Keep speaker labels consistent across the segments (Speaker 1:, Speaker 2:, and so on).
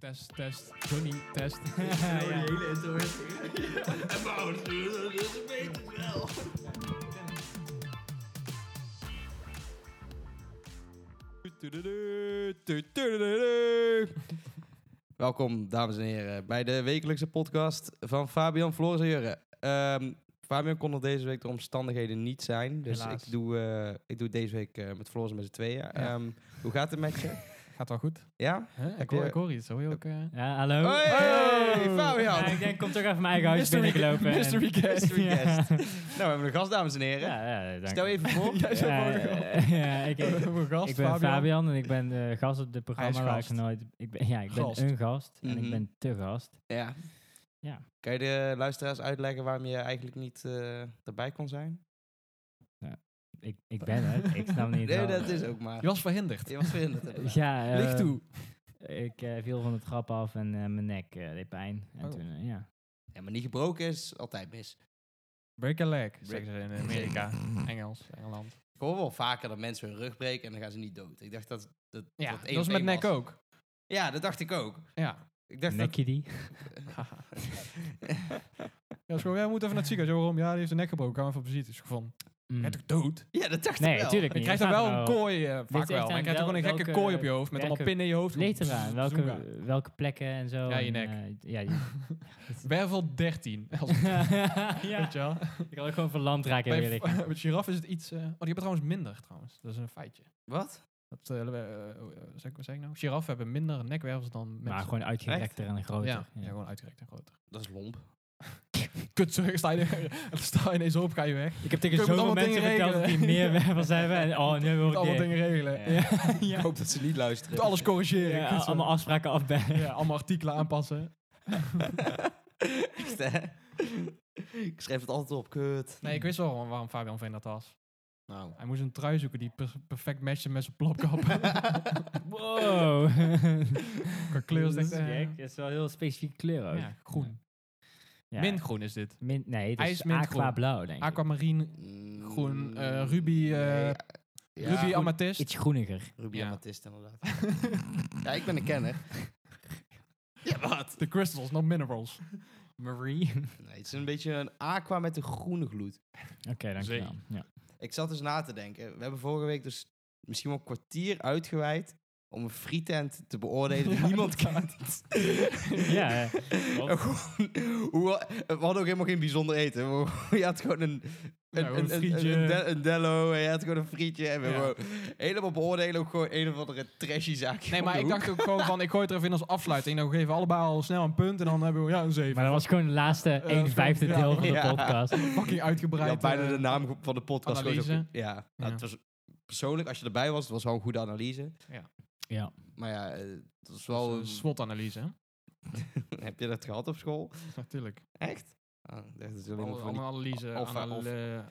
Speaker 1: Test, test. Johnny, test.
Speaker 2: Ja,
Speaker 1: Ja.
Speaker 2: hele intro is En mijn ouders, dat is beter wel.
Speaker 3: Welkom, dames en heren, bij de wekelijkse podcast van Fabian Floris en Jurre. Ehm, Fabian kon er deze week de omstandigheden niet zijn, dus
Speaker 1: Helaas.
Speaker 3: ik doe, eh, ik doe het deze week eh, met Floris en met z'n tweeën. Ehm, hoe gaat het met je?
Speaker 1: Gaat wel goed?
Speaker 3: Ja?
Speaker 1: Huh? Ik,
Speaker 3: Heb
Speaker 1: hoor,
Speaker 3: je-
Speaker 1: ik hoor iets. Hoor je ook? eh?
Speaker 4: Ja, hallo.
Speaker 3: Hoi, Fabian.
Speaker 4: Ja, ik denk, kom toch even mijn eigen huis binnenlopen. en-
Speaker 1: Mystery guest.
Speaker 3: Mystery
Speaker 4: Ja.
Speaker 3: guest. Nou, we hebben een gast, dames en heren.
Speaker 4: Ja, ja, dank
Speaker 3: Stel even voor.
Speaker 1: Jij
Speaker 4: Ja,
Speaker 1: bent
Speaker 4: ja,
Speaker 1: ook-
Speaker 4: ja, ik, ik,
Speaker 1: Mijn gast,
Speaker 4: ik ben Fabian. en ik ben eh, gast op dit
Speaker 1: Hij
Speaker 4: programma
Speaker 1: is
Speaker 4: waar
Speaker 1: gast.
Speaker 4: ik nooit... Ik ben, ja, ik ben
Speaker 1: Gast.
Speaker 4: een gast en
Speaker 3: Mhm.
Speaker 4: ik ben te gast.
Speaker 3: Ja.
Speaker 4: Ja.
Speaker 3: Kan je de luisteraars uitleggen waarom je eigenlijk niet eh, erbij kon zijn?
Speaker 4: Ik, ik ben het, ik snap niet
Speaker 3: Nee,
Speaker 4: waarom.
Speaker 3: dat is ook maar.
Speaker 1: Je was verhinderd.
Speaker 3: Je was verhinderd. inderdaad.
Speaker 4: Ja, eh,
Speaker 1: Licht toe.
Speaker 4: Ik eh, viel van de trap af en eh, mijn nek eh, deed pijn. En
Speaker 1: Oh.
Speaker 4: toen, eh, ja.
Speaker 3: Ja, maar niet gebroken is altijd mis.
Speaker 1: Break a leg,
Speaker 3: Break-
Speaker 1: zeggen ze in Amerika. Engels, Engeland.
Speaker 3: Ik hoor wel vaker dat mensen hun rug breken en dan gaan ze niet dood. Ik dacht dat... Dat,
Speaker 1: Ja,
Speaker 3: dat,
Speaker 1: dat
Speaker 3: één
Speaker 1: is
Speaker 3: op
Speaker 1: met
Speaker 3: één
Speaker 1: nek
Speaker 3: was.
Speaker 1: ook.
Speaker 3: Ja, dat dacht ik ook.
Speaker 1: Ja.
Speaker 3: Ik dacht dat...
Speaker 4: Nekje die.
Speaker 1: Ja, is gewoon, jij moet even naar het ziekenhuis. Waarom? Ja, die heeft zijn nek gebroken. Gaan we even op visite. Is gewoon,
Speaker 4: Mm.
Speaker 1: ben je toch dood?
Speaker 3: ja, dat dacht
Speaker 4: Nee,
Speaker 3: ik wel.
Speaker 4: natuurlijk
Speaker 1: En je
Speaker 4: niet.
Speaker 1: krijgt
Speaker 4: dat nou
Speaker 1: dan wel
Speaker 4: snap
Speaker 1: een
Speaker 4: ik
Speaker 1: kooi eh,
Speaker 4: Dit
Speaker 1: vaak
Speaker 4: is
Speaker 1: wel.
Speaker 4: echt
Speaker 1: Dan
Speaker 4: aan
Speaker 1: krijg je gewoon een
Speaker 4: wel-
Speaker 1: gekke
Speaker 4: welke-
Speaker 1: kooi op je hoofd met allemaal
Speaker 4: welke-
Speaker 1: pinnen in je hoofd.
Speaker 4: Leed eraan,
Speaker 1: Zoeka.
Speaker 4: welke, welke plekken en zo.
Speaker 1: Ja, je
Speaker 4: en,
Speaker 1: nek.
Speaker 4: eh, ja, je-
Speaker 1: Wervel 13. Als
Speaker 4: ja,
Speaker 1: Weet je wel?
Speaker 4: ik had ook gewoon verlamd raken,
Speaker 1: Bij
Speaker 4: wil ik.
Speaker 1: v- met giraf is het iets... eh, oh, die hebben trouwens minder trouwens. Dat is een feitje.
Speaker 3: Wat?
Speaker 1: Dat, eh, eh, eh, wat zeg ik- wat zeg ik nou? Giraffen hebben minder nekwervels dan mensen.
Speaker 4: Maar gewoon uitgerekter en groter.
Speaker 1: ja, ja.
Speaker 4: ja.
Speaker 1: gewoon uitgerekt en groter.
Speaker 3: Dat is lomp.
Speaker 1: Kut, sorry, sta je, sta je ineens op, ga je weg.
Speaker 4: Ik heb
Speaker 1: Kun
Speaker 4: tegen
Speaker 1: je met allemaal
Speaker 4: zoveel mensen
Speaker 1: dingen
Speaker 4: verteld dat die
Speaker 1: regelen?
Speaker 4: meer wervels hebben. En, oh, nu wil
Speaker 1: Moet
Speaker 4: ik
Speaker 1: allemaal
Speaker 4: dit.
Speaker 1: dingen regelen.
Speaker 4: Ja. Ja.
Speaker 3: Ik hoop dat ze niet luisteren.
Speaker 1: Moet alles corrigeren.
Speaker 4: Ja,
Speaker 1: Kut, sorry.
Speaker 4: allemaal afspraken afbellen.
Speaker 1: Ja, allemaal artikelen aanpassen.
Speaker 3: ik, sta- ik schreef het altijd op. Kut.
Speaker 1: Nee, ik wist wel waarom- waarom Fabian Veen dat was.
Speaker 3: Nou.
Speaker 1: Hij moest een trui zoeken die per- perfect matchte met zijn plopkap.
Speaker 4: Wow.
Speaker 1: Qua kleur is
Speaker 4: dat
Speaker 1: het
Speaker 4: is
Speaker 1: echt, eh,
Speaker 4: gek. Dat is wel een heel specifieke kleur ook.
Speaker 1: ja, groen.
Speaker 4: Ja.
Speaker 1: Min groen is dit.
Speaker 4: Min- nee, het
Speaker 1: Hij
Speaker 4: is,
Speaker 1: is mint
Speaker 4: aqua
Speaker 1: groen.
Speaker 4: blauw, denk ik.
Speaker 1: Aquamarine,
Speaker 3: Mm,
Speaker 1: Groen, eh, ruby, eh,
Speaker 3: nee, ja,
Speaker 1: ruby
Speaker 3: groen-
Speaker 1: amethyst.
Speaker 4: Iets groeniger.
Speaker 3: Ruby
Speaker 1: Ja.
Speaker 3: amethyst, inderdaad. ja, ik ben een kenner. ja, wat?
Speaker 1: De crystals, not minerals.
Speaker 4: Marie.
Speaker 3: Nee, het is een beetje een aqua met een groene gloed.
Speaker 4: Oké, dankjewel. Ja.
Speaker 3: Ik zat dus na te denken. We hebben vorige week dus misschien wel een kwartier uitgewijd om een frietent te beoordelen die niemand kent.
Speaker 4: Ja, ja.
Speaker 1: Oh,
Speaker 3: En gewoon- hoe- we hadden ook helemaal geen bijzonder eten. We- Je had gewoon een, een,
Speaker 1: Ja, gewoon
Speaker 3: een,
Speaker 1: een
Speaker 3: een,
Speaker 1: frietje.
Speaker 3: een de- een dello en je had gewoon een frietje. En we
Speaker 1: Ja.
Speaker 3: gewoon helemaal beoordelen ook gewoon een of andere trashy zaak.
Speaker 1: Nee, maar ik dacht ook gewoon van, ik gooi het er even in als afsluiting. Dan geven we allebei al snel een punt en dan hebben we ja, een 7.
Speaker 4: Maar dat was gewoon de laatste
Speaker 1: Eh,
Speaker 4: 1 vijfde
Speaker 1: ja.
Speaker 4: deel van de
Speaker 3: Ja.
Speaker 4: podcast.
Speaker 1: fucking uitgebreid.
Speaker 3: Je had bijna
Speaker 1: eh,
Speaker 3: de naam ge- van de podcast gewoon zo-
Speaker 1: analyse.
Speaker 3: Ja, nou,
Speaker 1: Ja.
Speaker 3: het was persoonlijk, als je erbij was, het was wel een goede analyse.
Speaker 4: Ja.
Speaker 3: Maar ja, eh, het was
Speaker 1: dat
Speaker 3: wel...
Speaker 1: is een SWOT-analyse. hè?
Speaker 3: heb je dat gehad op school?
Speaker 1: Natuurlijk.
Speaker 3: Echt? Ah, ik dacht, dat is
Speaker 4: Oh,
Speaker 3: alleen maar
Speaker 1: Alle-
Speaker 3: van die
Speaker 1: Analyse,
Speaker 3: alpha-
Speaker 1: anal-
Speaker 3: alpha-
Speaker 1: eh,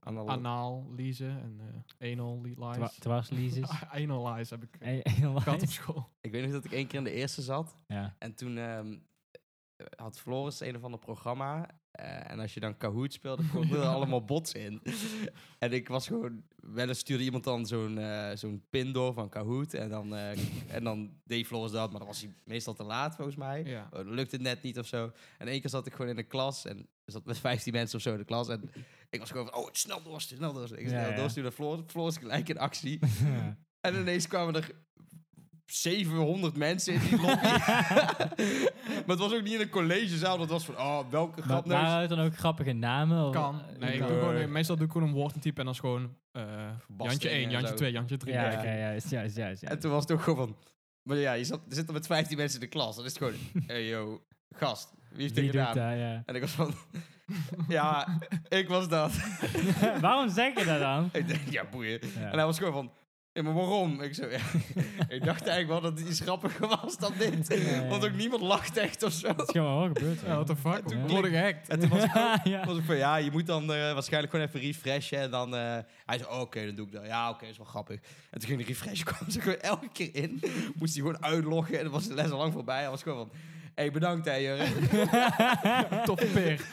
Speaker 3: anal-
Speaker 1: analyse en eh anal
Speaker 4: Twa
Speaker 1: lies.
Speaker 4: dwarsleases.
Speaker 1: Analyse heb ik eh,
Speaker 4: Eh, heel
Speaker 1: gehad op
Speaker 4: nice.
Speaker 1: school.
Speaker 3: Ik weet nog dat ik één keer in de eerste zat.
Speaker 4: Ja.
Speaker 3: En toen ehm, eh, had Floris een of ander programma. eh, en als je dan Kahoot speelde, kon er allemaal bots in. en ik was gewoon... Wel eens stuurde iemand dan zo'n eh, zo'n pin door van Kahoot. En dan, eh, en dan deed Floris dat. Maar dan was hij meestal te laat, volgens mij.
Speaker 1: Ja.
Speaker 3: Oh, dan lukte het net niet of zo. En één keer zat ik gewoon in de klas. En er zat met 15 mensen of zo in de klas. En ik was gewoon van, oh, snel doorsturen, snel doorsturen. Ik
Speaker 4: Ja,
Speaker 3: snel
Speaker 4: ja.
Speaker 3: doorsturen naar Floor. Floor is gelijk in actie. en ineens kwamen er 700 mensen in die lobby. maar het was ook niet in een collegezaal. Dat was van, oh, welke
Speaker 4: Maar
Speaker 3: grapneus.
Speaker 4: waren het dan ook grappige namen? of-
Speaker 1: Kan.
Speaker 4: eh,
Speaker 1: Nee, ik
Speaker 4: kan.
Speaker 1: doe gewoon, eh, meestal doe ik gewoon een woord en type en dan is gewoon eh Jantje
Speaker 3: en
Speaker 1: 1, Jantje
Speaker 3: zo.
Speaker 1: 2, Jantje 3.
Speaker 4: Ja, oké, ja, juist, juist, juist.
Speaker 3: en toen was het ook gewoon van... Maar ja, je zat, er zitten met 15 mensen in de klas. Dan is het gewoon, hey yo, gast, wie heeft dit
Speaker 4: Die doet dat,
Speaker 3: gedaan?
Speaker 4: ja.
Speaker 3: En ik was van, ja, ik was dat.
Speaker 4: Waarom zeg je dat dan?
Speaker 3: Ik dacht, ja, boeien.
Speaker 4: Ja.
Speaker 3: En hij was gewoon van, "Ja, maar waarom? Ik, zo, ja. ik dacht eigenlijk wel dat het iets grappiger was dan dit.
Speaker 4: Ja, ja,
Speaker 3: Want ook
Speaker 4: ja.
Speaker 3: niemand lacht echt of zo.
Speaker 4: Dat is gewoon wel gebeurd.
Speaker 1: Ja, what the fuck?
Speaker 3: En toen
Speaker 1: Toen
Speaker 3: bleek-
Speaker 1: word ik gehackt.
Speaker 3: En toen was ik ook,
Speaker 4: Ja.
Speaker 3: was ik van, ja, je moet dan eh, waarschijnlijk gewoon even refreshen. En dan, eh, hij zei, oh, oké, dan doe ik dat. Ja, oké, is wel grappig. En toen ging de refresh, kwam ze gewoon elke keer in. Moest hij gewoon uitloggen en dan was de les al lang voorbij. Hij was gewoon van, hé, hey, bedankt hè, Jurre.
Speaker 1: Top peer.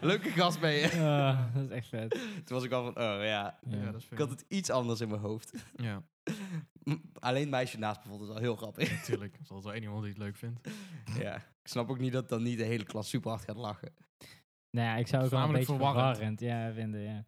Speaker 3: Leuke gast ben je.
Speaker 4: Eh, dat is echt vet.
Speaker 3: Toen was ik al van, oh ja.
Speaker 4: Ja.
Speaker 1: Ja, dat is
Speaker 3: Ik
Speaker 1: fair.
Speaker 3: had het iets anders in mijn hoofd.
Speaker 1: Ja.
Speaker 3: M- Alleen meisje naast me vond het wel heel grappig.
Speaker 1: Natuurlijk. Er is altijd wel één iemand die het leuk vindt.
Speaker 3: ja. Ik snap ook niet dat dan niet de hele klas super hard gaat lachen.
Speaker 4: Nou ja, ik zou het wel een
Speaker 1: Voornamelijk
Speaker 4: beetje
Speaker 1: verwarrend.
Speaker 4: verwarrend, ja, vinden. Ja.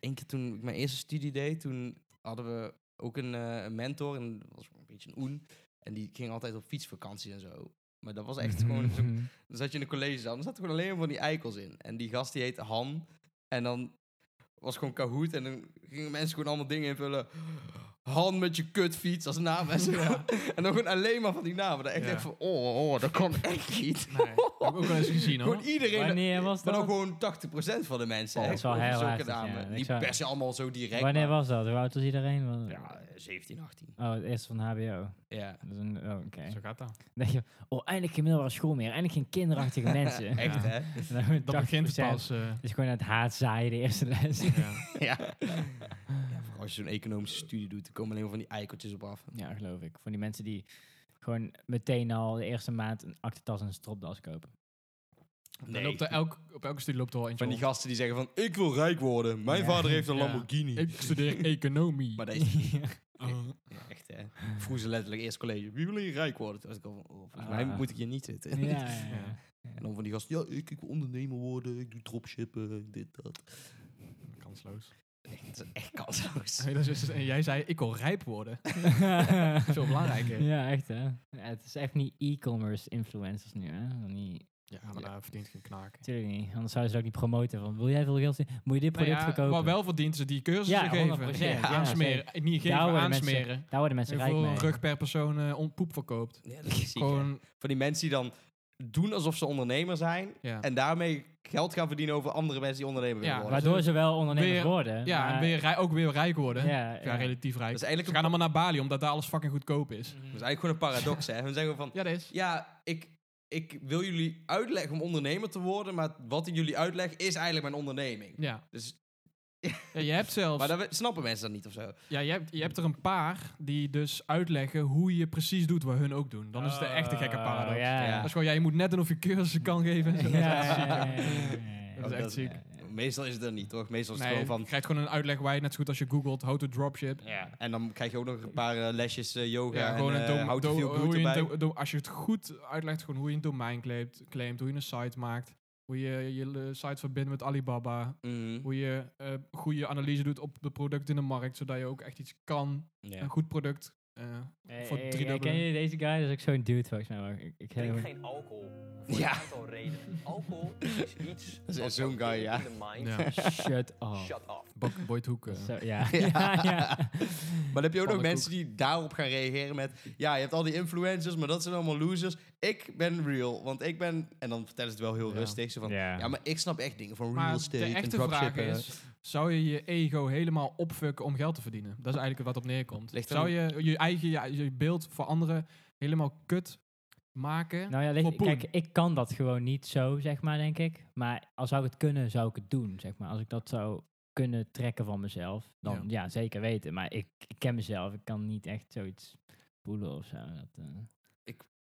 Speaker 3: Eén keer toen ik mijn eerste studie deed, toen hadden we ook een, eh, een mentor. En dat was een beetje een oen. En die ging altijd op fietsvakanties en zo. Maar dat was echt gewoon zo'n Dan zat je in de collegezaal, dan zaten gewoon alleen maar van die eikels in. En die gast die heette Han. En dan was gewoon Kahoot. En dan gingen mensen gewoon allemaal dingen invullen. Han met je kutfiets als naam en zo. En dan gewoon alleen maar van die namen. Dan echt
Speaker 1: Ja.
Speaker 3: echt van, oh, oh, dat kan echt niet.
Speaker 1: Nee, dat heb ik ook wel eens gezien hoor.
Speaker 3: Gewoon iedereen,
Speaker 4: Wanneer was
Speaker 3: maar dan
Speaker 4: dat?
Speaker 3: gewoon 80% van de mensen.
Speaker 4: Oh,
Speaker 3: hè,
Speaker 4: dat is wel
Speaker 3: gewoon
Speaker 4: heel
Speaker 3: zulke
Speaker 4: heftig,
Speaker 3: namen.
Speaker 4: ja. Ik
Speaker 3: Die
Speaker 4: zou-
Speaker 3: persen allemaal zo direct.
Speaker 4: Wanneer
Speaker 3: maar-
Speaker 4: was dat? Hoe oud was iedereen? Want-
Speaker 3: Ja, eh, 17, 18.
Speaker 4: Oh, het eerste van HBO.
Speaker 3: Ja.
Speaker 4: Dat is een- oh, Oké.
Speaker 1: Zo gaat dat.
Speaker 4: denk je, oh, eindelijk geen middelbare school meer. Eindelijk geen kinderachtige mensen.
Speaker 3: Echt,
Speaker 1: Ja.
Speaker 3: hè?
Speaker 4: Nou,
Speaker 1: Dat begint
Speaker 4: 80%.
Speaker 1: pas. eh,
Speaker 4: Het is Dus gewoon het haatzaaien, de eerste les.
Speaker 1: ja.
Speaker 3: ja. ja. vooral Als je zo'n economische studie doet, dan komen alleen maar van die eikeltjes op af.
Speaker 4: Ja, geloof ik. Van die mensen die gewoon meteen al de eerste maand een actetas en een stropdas kopen.
Speaker 1: Dan loopt er elk, op elke studie loopt er wel eentje
Speaker 3: Van die
Speaker 1: rond.
Speaker 3: gasten die zeggen van, ik wil rijk worden. Mijn
Speaker 4: Ja.
Speaker 3: vader heeft een
Speaker 1: Ja.
Speaker 3: Lamborghini.
Speaker 1: Ik studeer economie.
Speaker 3: Maar dat is niet
Speaker 1: Oh.
Speaker 3: ja, echt, hè. Ik vroeg ze letterlijk eerst college, wie wil hier rijk worden? Toen was ik al van, oh, volgens mij
Speaker 4: Ah.
Speaker 3: moet ik hier niet
Speaker 4: Ja,
Speaker 3: zitten.
Speaker 4: ja, ja.
Speaker 3: En dan van die gasten, ja, ik, ik wil ondernemer worden, ik doe dropshippen, dit, dat.
Speaker 1: Kansloos.
Speaker 3: Echt, dat is echt kansloos.
Speaker 1: Nee, dat is dus- en jij zei, ik wil rijp worden. Veel belangrijker.
Speaker 4: Ja, echt hè. Ja, het is echt niet e-commerce influencers nu hè. Dan Niet,
Speaker 1: Ja, maar daar verdient geen knaken.
Speaker 4: natuurlijk niet. Anders zouden ze het ook niet promoten. Van, wil jij veel geld zien? Moet je dit
Speaker 1: Nou
Speaker 4: product
Speaker 1: ja,
Speaker 4: verkopen?
Speaker 1: Maar wel verdient ze die cursussen
Speaker 4: Ja,
Speaker 1: geven.
Speaker 4: 100%, ja,
Speaker 1: aansmeren. niet geven,
Speaker 4: Daar worden mensen
Speaker 1: aansmeren.
Speaker 4: Daar worden mensen
Speaker 1: Hoeveel
Speaker 4: rijk mee.
Speaker 1: rug per persoon eh, on- poep verkoopt.
Speaker 3: Ja, dat is ziek, hè.
Speaker 1: Gewoon,
Speaker 3: Van die mensen die dan doen alsof ze ondernemer zijn
Speaker 1: ja.
Speaker 3: en daarmee geld gaan verdienen over andere mensen die ondernemer willen
Speaker 1: Ja,
Speaker 3: worden.
Speaker 4: Waardoor ze wel ondernemers
Speaker 1: Weer-
Speaker 4: worden.
Speaker 1: ja, en
Speaker 4: maar-
Speaker 1: weer rij- ook weer rijk worden. Ja,
Speaker 4: Ja, ja.
Speaker 1: relatief rijk.
Speaker 3: Dat is
Speaker 1: Ze
Speaker 3: eigenlijk,
Speaker 1: gaan allemaal naar Bali, omdat daar alles fucking goedkoop is.
Speaker 4: Mm.
Speaker 3: een, dat is eigenlijk gewoon een paradox, hè. We zeggen van,
Speaker 1: Ja, dat is.
Speaker 3: ja, ik, ik wil jullie uitleggen om ondernemer te worden, maar wat ik jullie uitleg is eigenlijk mijn onderneming.
Speaker 1: Ja.
Speaker 3: Dus,
Speaker 1: Ja, je hebt zelfs...
Speaker 3: maar dat we- snappen mensen dat niet of zo.
Speaker 1: Ja, je hebt, je hebt er een paar die dus uitleggen hoe je precies doet wat hun ook doen. Dan is het de echte gekke
Speaker 4: Oh,
Speaker 1: paradox.
Speaker 4: Ja,
Speaker 3: Ja.
Speaker 1: Dat is gewoon, ja, je moet net doen of je cursussen kan geven.
Speaker 4: Ja,
Speaker 1: Dat is echt ziek, ja.
Speaker 4: ja, ja, ja, ja.
Speaker 1: Dat is
Speaker 3: Oh,
Speaker 1: echt
Speaker 3: dat-
Speaker 1: ziek.
Speaker 3: Meestal is het er niet, toch? Meestal is het
Speaker 1: Nee, je
Speaker 3: gewoon van...
Speaker 1: krijgt gewoon een uitleg waar je net zo goed als je googelt how to dropship.
Speaker 3: Ja. En dan krijg je ook nog een paar eh, lesjes eh, yoga
Speaker 1: Ja, gewoon
Speaker 3: en
Speaker 1: een dom-
Speaker 3: eh, how to
Speaker 1: do-
Speaker 3: feel good
Speaker 1: hoe je een
Speaker 3: erbij.
Speaker 1: do- do- Als je het goed uitlegt, gewoon hoe je een domein claimt, claimt hoe je een site maakt, hoe je je eh, site verbindt met Alibaba,
Speaker 3: Mhm.
Speaker 1: hoe je eh, goede analyse doet op de producten in de markt, zodat je ook echt iets kan,
Speaker 3: Ja.
Speaker 1: een goed product. eh, Voor
Speaker 4: Voor
Speaker 1: 3W.
Speaker 4: Ken je deze guy? Dat is ook zo'n dude volgens mij. Maar ik, ik
Speaker 5: Drink geen alcohol. Voor
Speaker 3: Ja.
Speaker 5: een aantal redenen. Alcohol is iets.
Speaker 3: is
Speaker 5: wat
Speaker 3: echt zo'n
Speaker 5: jouw
Speaker 3: guy, ja.
Speaker 5: in the mind
Speaker 1: ja,
Speaker 4: Shut up.
Speaker 5: Shut up.
Speaker 1: Bak- Boyd Hoek. eh.
Speaker 4: Zo, ja. ja, ja.
Speaker 3: Maar dan heb je ook nog
Speaker 1: Pannenkoek.
Speaker 3: mensen die daarop gaan reageren met... Ja, je hebt al die influencers, maar dat zijn allemaal losers. Ik ben real, want ik ben... En dan vertellen ze het wel heel
Speaker 1: Ja.
Speaker 3: rustig. Zo van, ja.
Speaker 4: Ja.
Speaker 3: maar ik snap echt dingen van real
Speaker 1: Maar
Speaker 3: estate
Speaker 1: de
Speaker 3: en eh,
Speaker 1: echte vraag
Speaker 3: dropshippen.
Speaker 1: is, zou je je ego helemaal opfucken om geld te verdienen? Dat is eigenlijk wat op neerkomt.
Speaker 3: Ligt er
Speaker 1: zou je je eigen je, je beeld voor anderen helemaal kut maken?
Speaker 4: Nou ja, weet
Speaker 1: Voor
Speaker 4: je,
Speaker 1: poen.
Speaker 4: kijk, ik kan dat gewoon niet zo, zeg maar, denk ik. Maar als zou ik het kunnen, zou ik het doen, zeg maar. Als ik dat zou kunnen trekken van mezelf, dan ja, zeker weten. Maar ik, ik ken mezelf, ik kan niet echt zoiets voelen of zo. Dat, eh.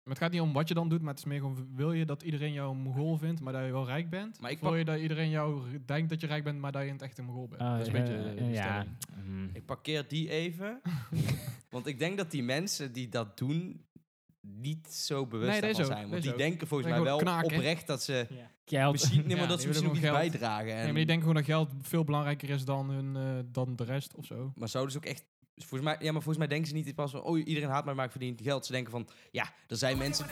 Speaker 1: Maar het gaat niet om wat je dan doet, maar het is meer gewoon... Wil je dat iedereen jou een mogol vindt, maar dat je wel rijk bent?
Speaker 3: Maar ik
Speaker 1: wil
Speaker 3: pak-
Speaker 1: je dat iedereen jou r- denkt dat je rijk bent, maar dat je in het echt een mogol bent?
Speaker 4: Oh,
Speaker 1: dat is een
Speaker 4: eh,
Speaker 1: beetje eh,
Speaker 4: eh,
Speaker 1: die
Speaker 4: ja.
Speaker 1: stelling.
Speaker 4: Mm.
Speaker 3: Ik parkeer die even. want ik denk dat die mensen die dat doen niet zo bewust
Speaker 1: Nee, dat is
Speaker 3: daarvan
Speaker 1: ook, dat
Speaker 3: zijn. Want
Speaker 1: is
Speaker 3: die
Speaker 1: ook.
Speaker 3: denken volgens mij
Speaker 1: Zijn
Speaker 3: wel
Speaker 1: gewoon knaken.
Speaker 3: oprecht dat ze...
Speaker 4: Geld.
Speaker 3: Misschien, nee, maar
Speaker 1: Ja,
Speaker 3: dat
Speaker 1: die
Speaker 3: ze
Speaker 1: willen
Speaker 3: misschien ook iets
Speaker 1: gewoon geld.
Speaker 3: bijdragen. En,
Speaker 1: Nee, maar die denken gewoon dat geld veel belangrijker is dan, hun, eh, dan de rest of zo.
Speaker 3: maar zouden ze ook echt... Volgens mij, ja, maar volgens mij denken ze niet pas van... Oh, iedereen haat mij, maar ik verdien het geld. Ze denken van... Ja, er zijn mensen...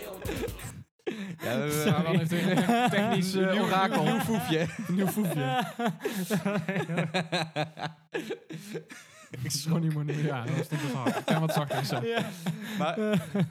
Speaker 3: ja, we hebben
Speaker 1: Maar dan heeft hij een technisch eh,
Speaker 3: Eh, Nieuw-
Speaker 1: orakel.
Speaker 3: nieuw foefje.
Speaker 1: Een nieuw foefje. Het is gewoon niet meer nieuw. Ja, dat stond dus hard. Ik ben wat zachter zo.
Speaker 3: maar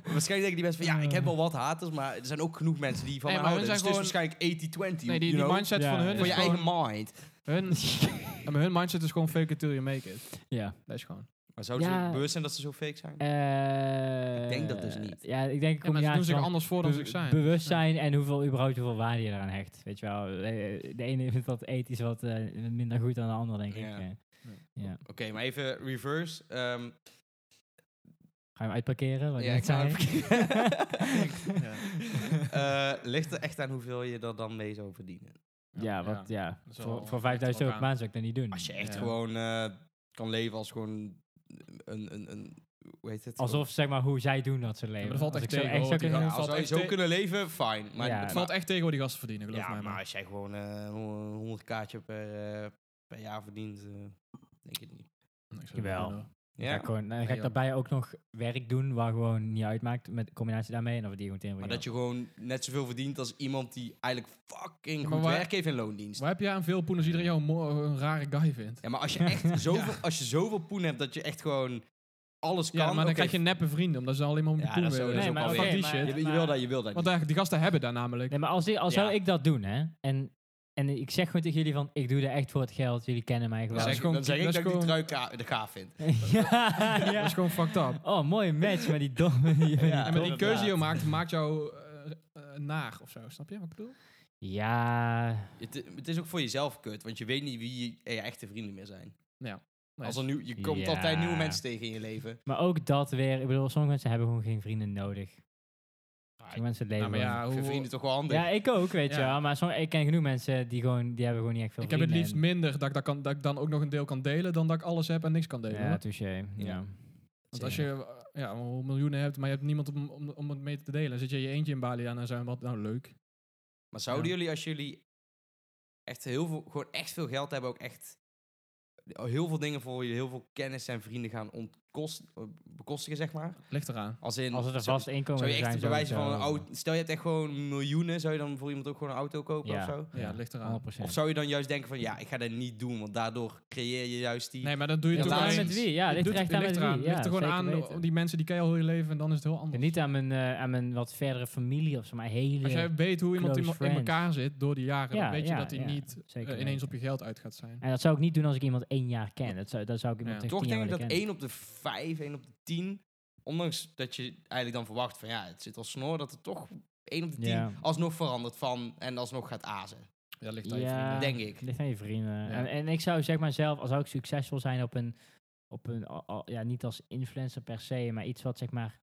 Speaker 3: waarschijnlijk denken die mensen van... Ja, ik heb wel wat haters, maar er zijn ook genoeg mensen die van
Speaker 1: Nee,
Speaker 3: mij
Speaker 1: maar hun
Speaker 3: houden. Dus
Speaker 1: zijn
Speaker 3: het is waarschijnlijk 80-20,
Speaker 1: Nee, die,
Speaker 3: you
Speaker 1: die
Speaker 3: know?
Speaker 1: mindset
Speaker 4: Ja,
Speaker 1: van hun
Speaker 4: ja.
Speaker 3: Voor
Speaker 1: is
Speaker 3: je
Speaker 1: gewoon...
Speaker 3: eigen mind.
Speaker 1: Hun, Ja, maar hun mindset is gewoon fake it till you make it.
Speaker 4: Ja.
Speaker 1: Dat is gewoon...
Speaker 3: Maar zouden
Speaker 4: Ja.
Speaker 3: ze bewust zijn dat ze zo fake zijn?
Speaker 4: Eh,
Speaker 3: Ik denk dat dus niet.
Speaker 4: Ja, ik denk
Speaker 1: Ja, maar ze
Speaker 4: combinatie
Speaker 1: doen zich
Speaker 4: van
Speaker 1: anders voor dan ze
Speaker 4: be-
Speaker 1: zijn.
Speaker 4: Bewustzijn en hoeveel, überhaupt hoeveel waarde je eraan hecht. Weet je wel, Eh, de ene vindt dat ethisch wat eh, minder goed dan de ander, denk
Speaker 3: Ja.
Speaker 4: ik. eh. Ja.
Speaker 3: Oké, maar even reverse. ehm,
Speaker 4: Ga je hem uitparkeren? Wat
Speaker 3: ja,
Speaker 4: ja,
Speaker 3: ik
Speaker 4: ik
Speaker 3: ga
Speaker 4: zei.
Speaker 3: even- Eh, ligt er echt aan hoeveel je er dan mee zou verdienen.
Speaker 4: Ja, wat, ja.
Speaker 1: is wel
Speaker 4: Voor,
Speaker 1: echt
Speaker 4: voor 5000 euro per
Speaker 1: wel
Speaker 4: maand zou ik dat niet doen.
Speaker 3: Als je echt
Speaker 4: Ja.
Speaker 3: gewoon eh, kan leven als gewoon een, een, een hoe heet het?
Speaker 4: Alsof, zeg maar, hoe zij doen dat ze leven.
Speaker 1: maar dat valt
Speaker 4: Als
Speaker 1: echt
Speaker 4: ik zo
Speaker 1: tegen,
Speaker 4: echt
Speaker 1: hoor,
Speaker 4: zou
Speaker 1: die
Speaker 4: kunnen-
Speaker 1: gaan-
Speaker 3: Ja,
Speaker 1: het valt
Speaker 3: als wij
Speaker 1: echt
Speaker 3: zo
Speaker 1: te-
Speaker 3: kunnen leven, fijn. Maar,
Speaker 4: Ja.
Speaker 1: Het
Speaker 3: maar-
Speaker 1: valt echt tegen wat die gasten verdienen, geloof
Speaker 3: ja,
Speaker 1: mij
Speaker 3: maar.
Speaker 1: maar.
Speaker 3: als jij gewoon eh 100 kaartje per, eh, per jaar verdient, eh, denk ik het niet.
Speaker 1: Ik zou het
Speaker 4: Jawel.
Speaker 1: niet doen.
Speaker 4: Ja, ik gewoon, dan ga
Speaker 1: Nee,
Speaker 4: ik
Speaker 1: joh.
Speaker 4: daarbij ook nog werk doen waar gewoon niet uitmaakt met combinatie daarmee en of die gewoon tegen
Speaker 3: Maar dat je gewoon net zoveel verdient als iemand die eigenlijk fucking
Speaker 1: Ja, maar
Speaker 3: goed
Speaker 1: waar-
Speaker 3: werk heeft in loondienst.
Speaker 1: Waar heb jij aan veel poen als iedereen jou een, mo- een rare guy vindt?
Speaker 3: Ja, maar als je echt zoveel, als je zoveel poen hebt dat je echt gewoon alles kan.
Speaker 1: Ja, maar dan
Speaker 3: oké,
Speaker 1: krijg je neppe vrienden, omdat ze alleen maar om die
Speaker 3: Ja,
Speaker 1: poen
Speaker 3: dat is
Speaker 1: willen.
Speaker 3: zo- dat is Nee, ook maar wel oké,
Speaker 1: Fuck die
Speaker 4: maar-
Speaker 1: shit.
Speaker 3: je, je wil dat, je wil dat.
Speaker 1: Want
Speaker 3: niet.
Speaker 1: daar- die gasten hebben daar namelijk.
Speaker 4: Nee, maar als, ik, als zou
Speaker 3: Ja.
Speaker 4: ik dat doen, hè, en, en ik zeg gewoon tegen jullie van, ik doe dat echt voor het geld, jullie kennen
Speaker 3: dan
Speaker 4: mij
Speaker 1: dat
Speaker 4: gewoon.
Speaker 3: zeg,
Speaker 1: is
Speaker 3: ik-
Speaker 1: gewoon-
Speaker 3: dan zeg ik
Speaker 1: dat
Speaker 3: dat,
Speaker 1: is
Speaker 3: ik die
Speaker 1: gewoon-
Speaker 3: trui ka- de gaaf vind.
Speaker 4: ja,
Speaker 1: Dat is
Speaker 4: ja.
Speaker 1: gewoon fucked up.
Speaker 4: Oh, mooie match met die domme. die-
Speaker 3: Ja,
Speaker 1: en met die
Speaker 3: inderdaad.
Speaker 1: keuze die je maakt, maakt jou eh, eh, naar of zo. Snap je wat ik bedoel?
Speaker 4: Ja,
Speaker 3: Het, i- het is ook voor jezelf kut, want je weet niet wie je, je echte vrienden meer zijn.
Speaker 1: Nee.
Speaker 3: Als er nieuw, je komt
Speaker 4: Ja.
Speaker 3: altijd nieuwe mensen tegen in je leven.
Speaker 4: maar ook dat weer. Ik bedoel, sommige mensen hebben gewoon geen vrienden nodig. Sommige mensen leven
Speaker 1: Nou, maar
Speaker 4: gewoon-
Speaker 1: ja,
Speaker 3: Ik vind
Speaker 1: hoe,
Speaker 3: vrienden toch wel handig.
Speaker 4: ja, ik ook, weet je
Speaker 1: Ja.
Speaker 4: wel. Maar somm- ik ken genoeg mensen die gewoon, die hebben gewoon niet echt veel
Speaker 1: ik heb het
Speaker 4: vrienden.
Speaker 1: liefst
Speaker 4: en-
Speaker 1: minder dat ik, dat, kan, dat ik dan ook nog een deel kan delen dan dat ik alles heb en niks kan delen.
Speaker 4: Ja,
Speaker 1: hoor.
Speaker 4: touché. Ja.
Speaker 1: Want als je eh, ja, wel miljoenen hebt, maar je hebt niemand om, om, om het mee te delen, dan zit je je eentje in Bali aan en zijn wat nou leuk.
Speaker 3: Maar zouden
Speaker 1: Ja.
Speaker 3: jullie, als jullie echt heel veel, gewoon echt veel geld hebben, ook echt heel veel dingen voor je, heel veel kennis en vrienden gaan ontkost, bekostigen, zeg maar?
Speaker 1: Ligt eraan.
Speaker 3: Als in,
Speaker 4: Als het een
Speaker 3: zou-
Speaker 4: vast inkomen
Speaker 3: zou
Speaker 4: zou
Speaker 3: je echt bij wijze van een
Speaker 4: auto.
Speaker 3: auto, stel je hebt echt gewoon miljoenen, zou je dan voor iemand ook gewoon een auto kopen
Speaker 4: Ja.
Speaker 3: of zo?
Speaker 1: Ja,
Speaker 4: Ja.
Speaker 1: het ligt eraan.
Speaker 4: 100%.
Speaker 3: Of zou je dan juist denken van, ja, ik ga dat niet doen, want daardoor creëer je juist die...
Speaker 1: Nee, maar dat doe je
Speaker 3: Ja,
Speaker 1: toch
Speaker 4: ligt
Speaker 3: laatst-
Speaker 4: aan
Speaker 1: alleen.
Speaker 4: met wie? Ja,
Speaker 1: Het
Speaker 4: ligt
Speaker 1: doet-
Speaker 4: er echt aan
Speaker 1: ligt
Speaker 4: met wie.
Speaker 1: eraan.
Speaker 4: Ja,
Speaker 1: ligt er gewoon
Speaker 4: zeker
Speaker 1: aan
Speaker 4: weten.
Speaker 1: om die mensen die ken je al heel je leven en dan is het heel
Speaker 4: En
Speaker 1: anders.
Speaker 4: niet aan mijn, eh, aan mijn wat verdere familie of zo, maar hele...
Speaker 1: Als jij weet hoe iemand in,
Speaker 4: close
Speaker 1: in
Speaker 4: friends.
Speaker 1: elkaar zit door die jaren,
Speaker 4: Ja,
Speaker 1: dan weet je
Speaker 4: ja,
Speaker 1: dat hij
Speaker 4: ja,
Speaker 1: niet eh,
Speaker 4: zeker
Speaker 1: ineens
Speaker 4: weten.
Speaker 1: op je geld uit gaat zijn.
Speaker 4: En dat zou ik niet doen als ik iemand één jaar ken. Dat zou, dat zou ik iemand
Speaker 1: Ja.
Speaker 4: echt
Speaker 3: Toch
Speaker 4: tien jaar
Speaker 3: denk ik dat
Speaker 4: willen kennen.
Speaker 3: één op de vijf, één op de tien, ondanks dat je eigenlijk dan verwacht van, ja, het zit al snor, dat het toch één op de tien
Speaker 4: Ja.
Speaker 3: alsnog verandert van en alsnog gaat azen.
Speaker 1: Ja, dat ligt aan je
Speaker 4: Ja.
Speaker 1: vrienden.
Speaker 3: Denk ik.
Speaker 4: Ligt aan je vrienden.
Speaker 1: Ja.
Speaker 4: En, en ik zou zeg maar zelf, als zou ik succesvol zijn op een, op een al- al- ja, niet als influencer per se, maar iets wat zeg maar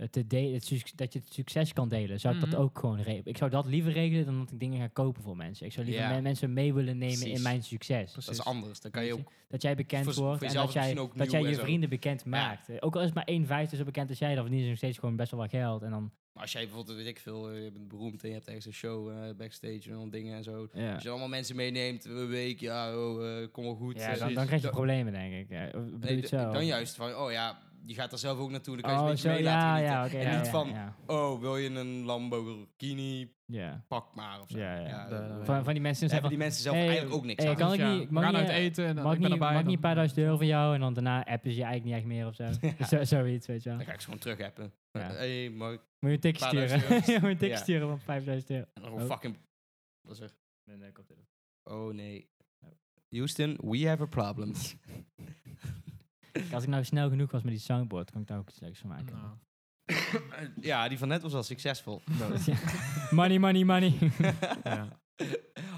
Speaker 4: eh, te delen, het suc- dat je het succes kan delen, zou ik
Speaker 1: Mhm.
Speaker 4: dat ook gewoon regelen. Ik zou dat liever regelen dan dat ik dingen ga kopen voor mensen. Ik zou liever
Speaker 3: Ja.
Speaker 4: me- mensen mee willen nemen
Speaker 3: Precies.
Speaker 4: in mijn succes.
Speaker 1: Precies.
Speaker 3: Dat is anders. Dan kan je
Speaker 4: Weet
Speaker 3: ook.
Speaker 4: Dat jij bekend
Speaker 3: Voor z-
Speaker 4: wordt
Speaker 3: voor
Speaker 4: en
Speaker 3: jezelf
Speaker 4: dat jij,
Speaker 3: misschien ook
Speaker 4: dat jij
Speaker 3: nieuw
Speaker 4: je
Speaker 3: en zo.
Speaker 4: vrienden bekend
Speaker 3: Ja.
Speaker 4: maakt. Eh, Ook al is maar één vijfde zo bekend als jij, dan verdienen ze nog steeds gewoon best wel wat geld. En dan,
Speaker 3: maar Als jij bijvoorbeeld, weet ik veel, eh, je bent beroemd en je hebt ergens een show eh, backstage en al dingen en zo.
Speaker 4: ja.
Speaker 3: Als je allemaal mensen meeneemt, een week, ja, oh, eh, kom wel goed.
Speaker 4: Ja,
Speaker 3: eh,
Speaker 4: dan, dan
Speaker 1: precies.
Speaker 4: krijg je
Speaker 3: Dan-
Speaker 4: problemen, denk ik. Ja, eh, bedoel je
Speaker 3: nee,
Speaker 4: het zo?
Speaker 3: d- dan juist van, oh ja, je gaat er zelf ook naartoe, dan kan je
Speaker 4: Oh,
Speaker 3: een beetje
Speaker 4: zo,
Speaker 3: mee laten genieten.
Speaker 4: ja, ja, oké.
Speaker 3: En
Speaker 4: ja,
Speaker 3: niet
Speaker 4: ja,
Speaker 3: van,
Speaker 4: ja.
Speaker 3: oh, wil je een Lamborghini,
Speaker 4: Ja.
Speaker 3: pak maar of zo.
Speaker 4: Ja, ja.
Speaker 1: De-
Speaker 3: dan-
Speaker 1: de-
Speaker 4: Van, van
Speaker 3: dan
Speaker 4: die mensen die zeggen
Speaker 3: hebben
Speaker 4: van...
Speaker 3: die mensen zelf
Speaker 4: hey,
Speaker 3: eigenlijk ook niks
Speaker 4: hey,
Speaker 3: aan.
Speaker 4: kan ik
Speaker 1: ja,
Speaker 4: niet- ik
Speaker 1: we
Speaker 4: mag
Speaker 1: gaan
Speaker 4: niet,
Speaker 1: uit
Speaker 4: eh,
Speaker 1: eten en
Speaker 4: Mag
Speaker 1: ik
Speaker 4: ik niet,
Speaker 1: ben erbij.
Speaker 4: mag ik niet een
Speaker 1: dan-
Speaker 4: paar duizend euro van jou en dan daarna appen ze je eigenlijk niet echt meer of zo. Dus zo- zoiets, weet je wel.
Speaker 3: Dan ga ik ze gewoon terug appen.
Speaker 4: Ja.
Speaker 3: hey, Mark.
Speaker 4: Moet je een tikje
Speaker 3: Paar
Speaker 4: sturen.
Speaker 3: duizend euro's.
Speaker 4: Ja, Moet je een tikje
Speaker 3: Ja.
Speaker 4: sturen van 5000 euro.
Speaker 3: En dan gewoon
Speaker 4: Oh.
Speaker 3: fucking... Wat is er? Oh nee. Houston, we have a problem.
Speaker 4: Kijk, Als ik nou snel genoeg was met die soundboard, kon ik daar ook iets leuks van maken.
Speaker 1: Nou.
Speaker 3: Eh, ja, die van net was al succesvol.
Speaker 4: Ja. money, money, money.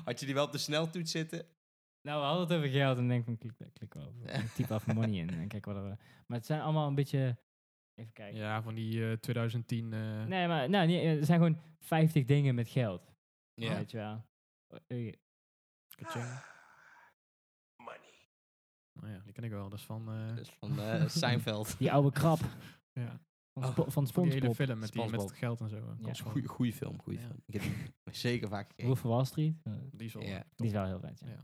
Speaker 3: Had je die wel op de sneltoets zitten?
Speaker 4: nou, we hadden het over geld en denk van klik, klik wel. Ik Typ af money in en kijk wat er... Maar het zijn allemaal een beetje... Even kijken.
Speaker 1: Ja, van die eh, 2010. eh,
Speaker 4: Nee, maar nou, nee, er zijn gewoon 50 dingen met geld.
Speaker 3: Ja.
Speaker 4: Weet je wel. Eh,
Speaker 3: Ah.
Speaker 1: ka-ching. Nou ja, die ken ik wel. Dat is van. eh,
Speaker 3: Dus van eh, Seinfeld.
Speaker 4: Die oude krap
Speaker 1: ja.
Speaker 4: van, Spo-
Speaker 1: Van
Speaker 4: van
Speaker 1: Oh, die hele
Speaker 4: SpongeBob.
Speaker 1: film met, die, met het
Speaker 3: SpongeBob.
Speaker 1: geld en zo. eh,
Speaker 4: Ja.
Speaker 1: Cosmo.
Speaker 3: Goeie, goeie film, goeie
Speaker 1: Ja.
Speaker 3: film. Ik heb hem zeker vaak gekeken.
Speaker 4: Wolf van Wall Street. Eh,
Speaker 1: Die is wel.
Speaker 3: Ja.
Speaker 4: Die is wel heel vet, ja.
Speaker 1: Ja.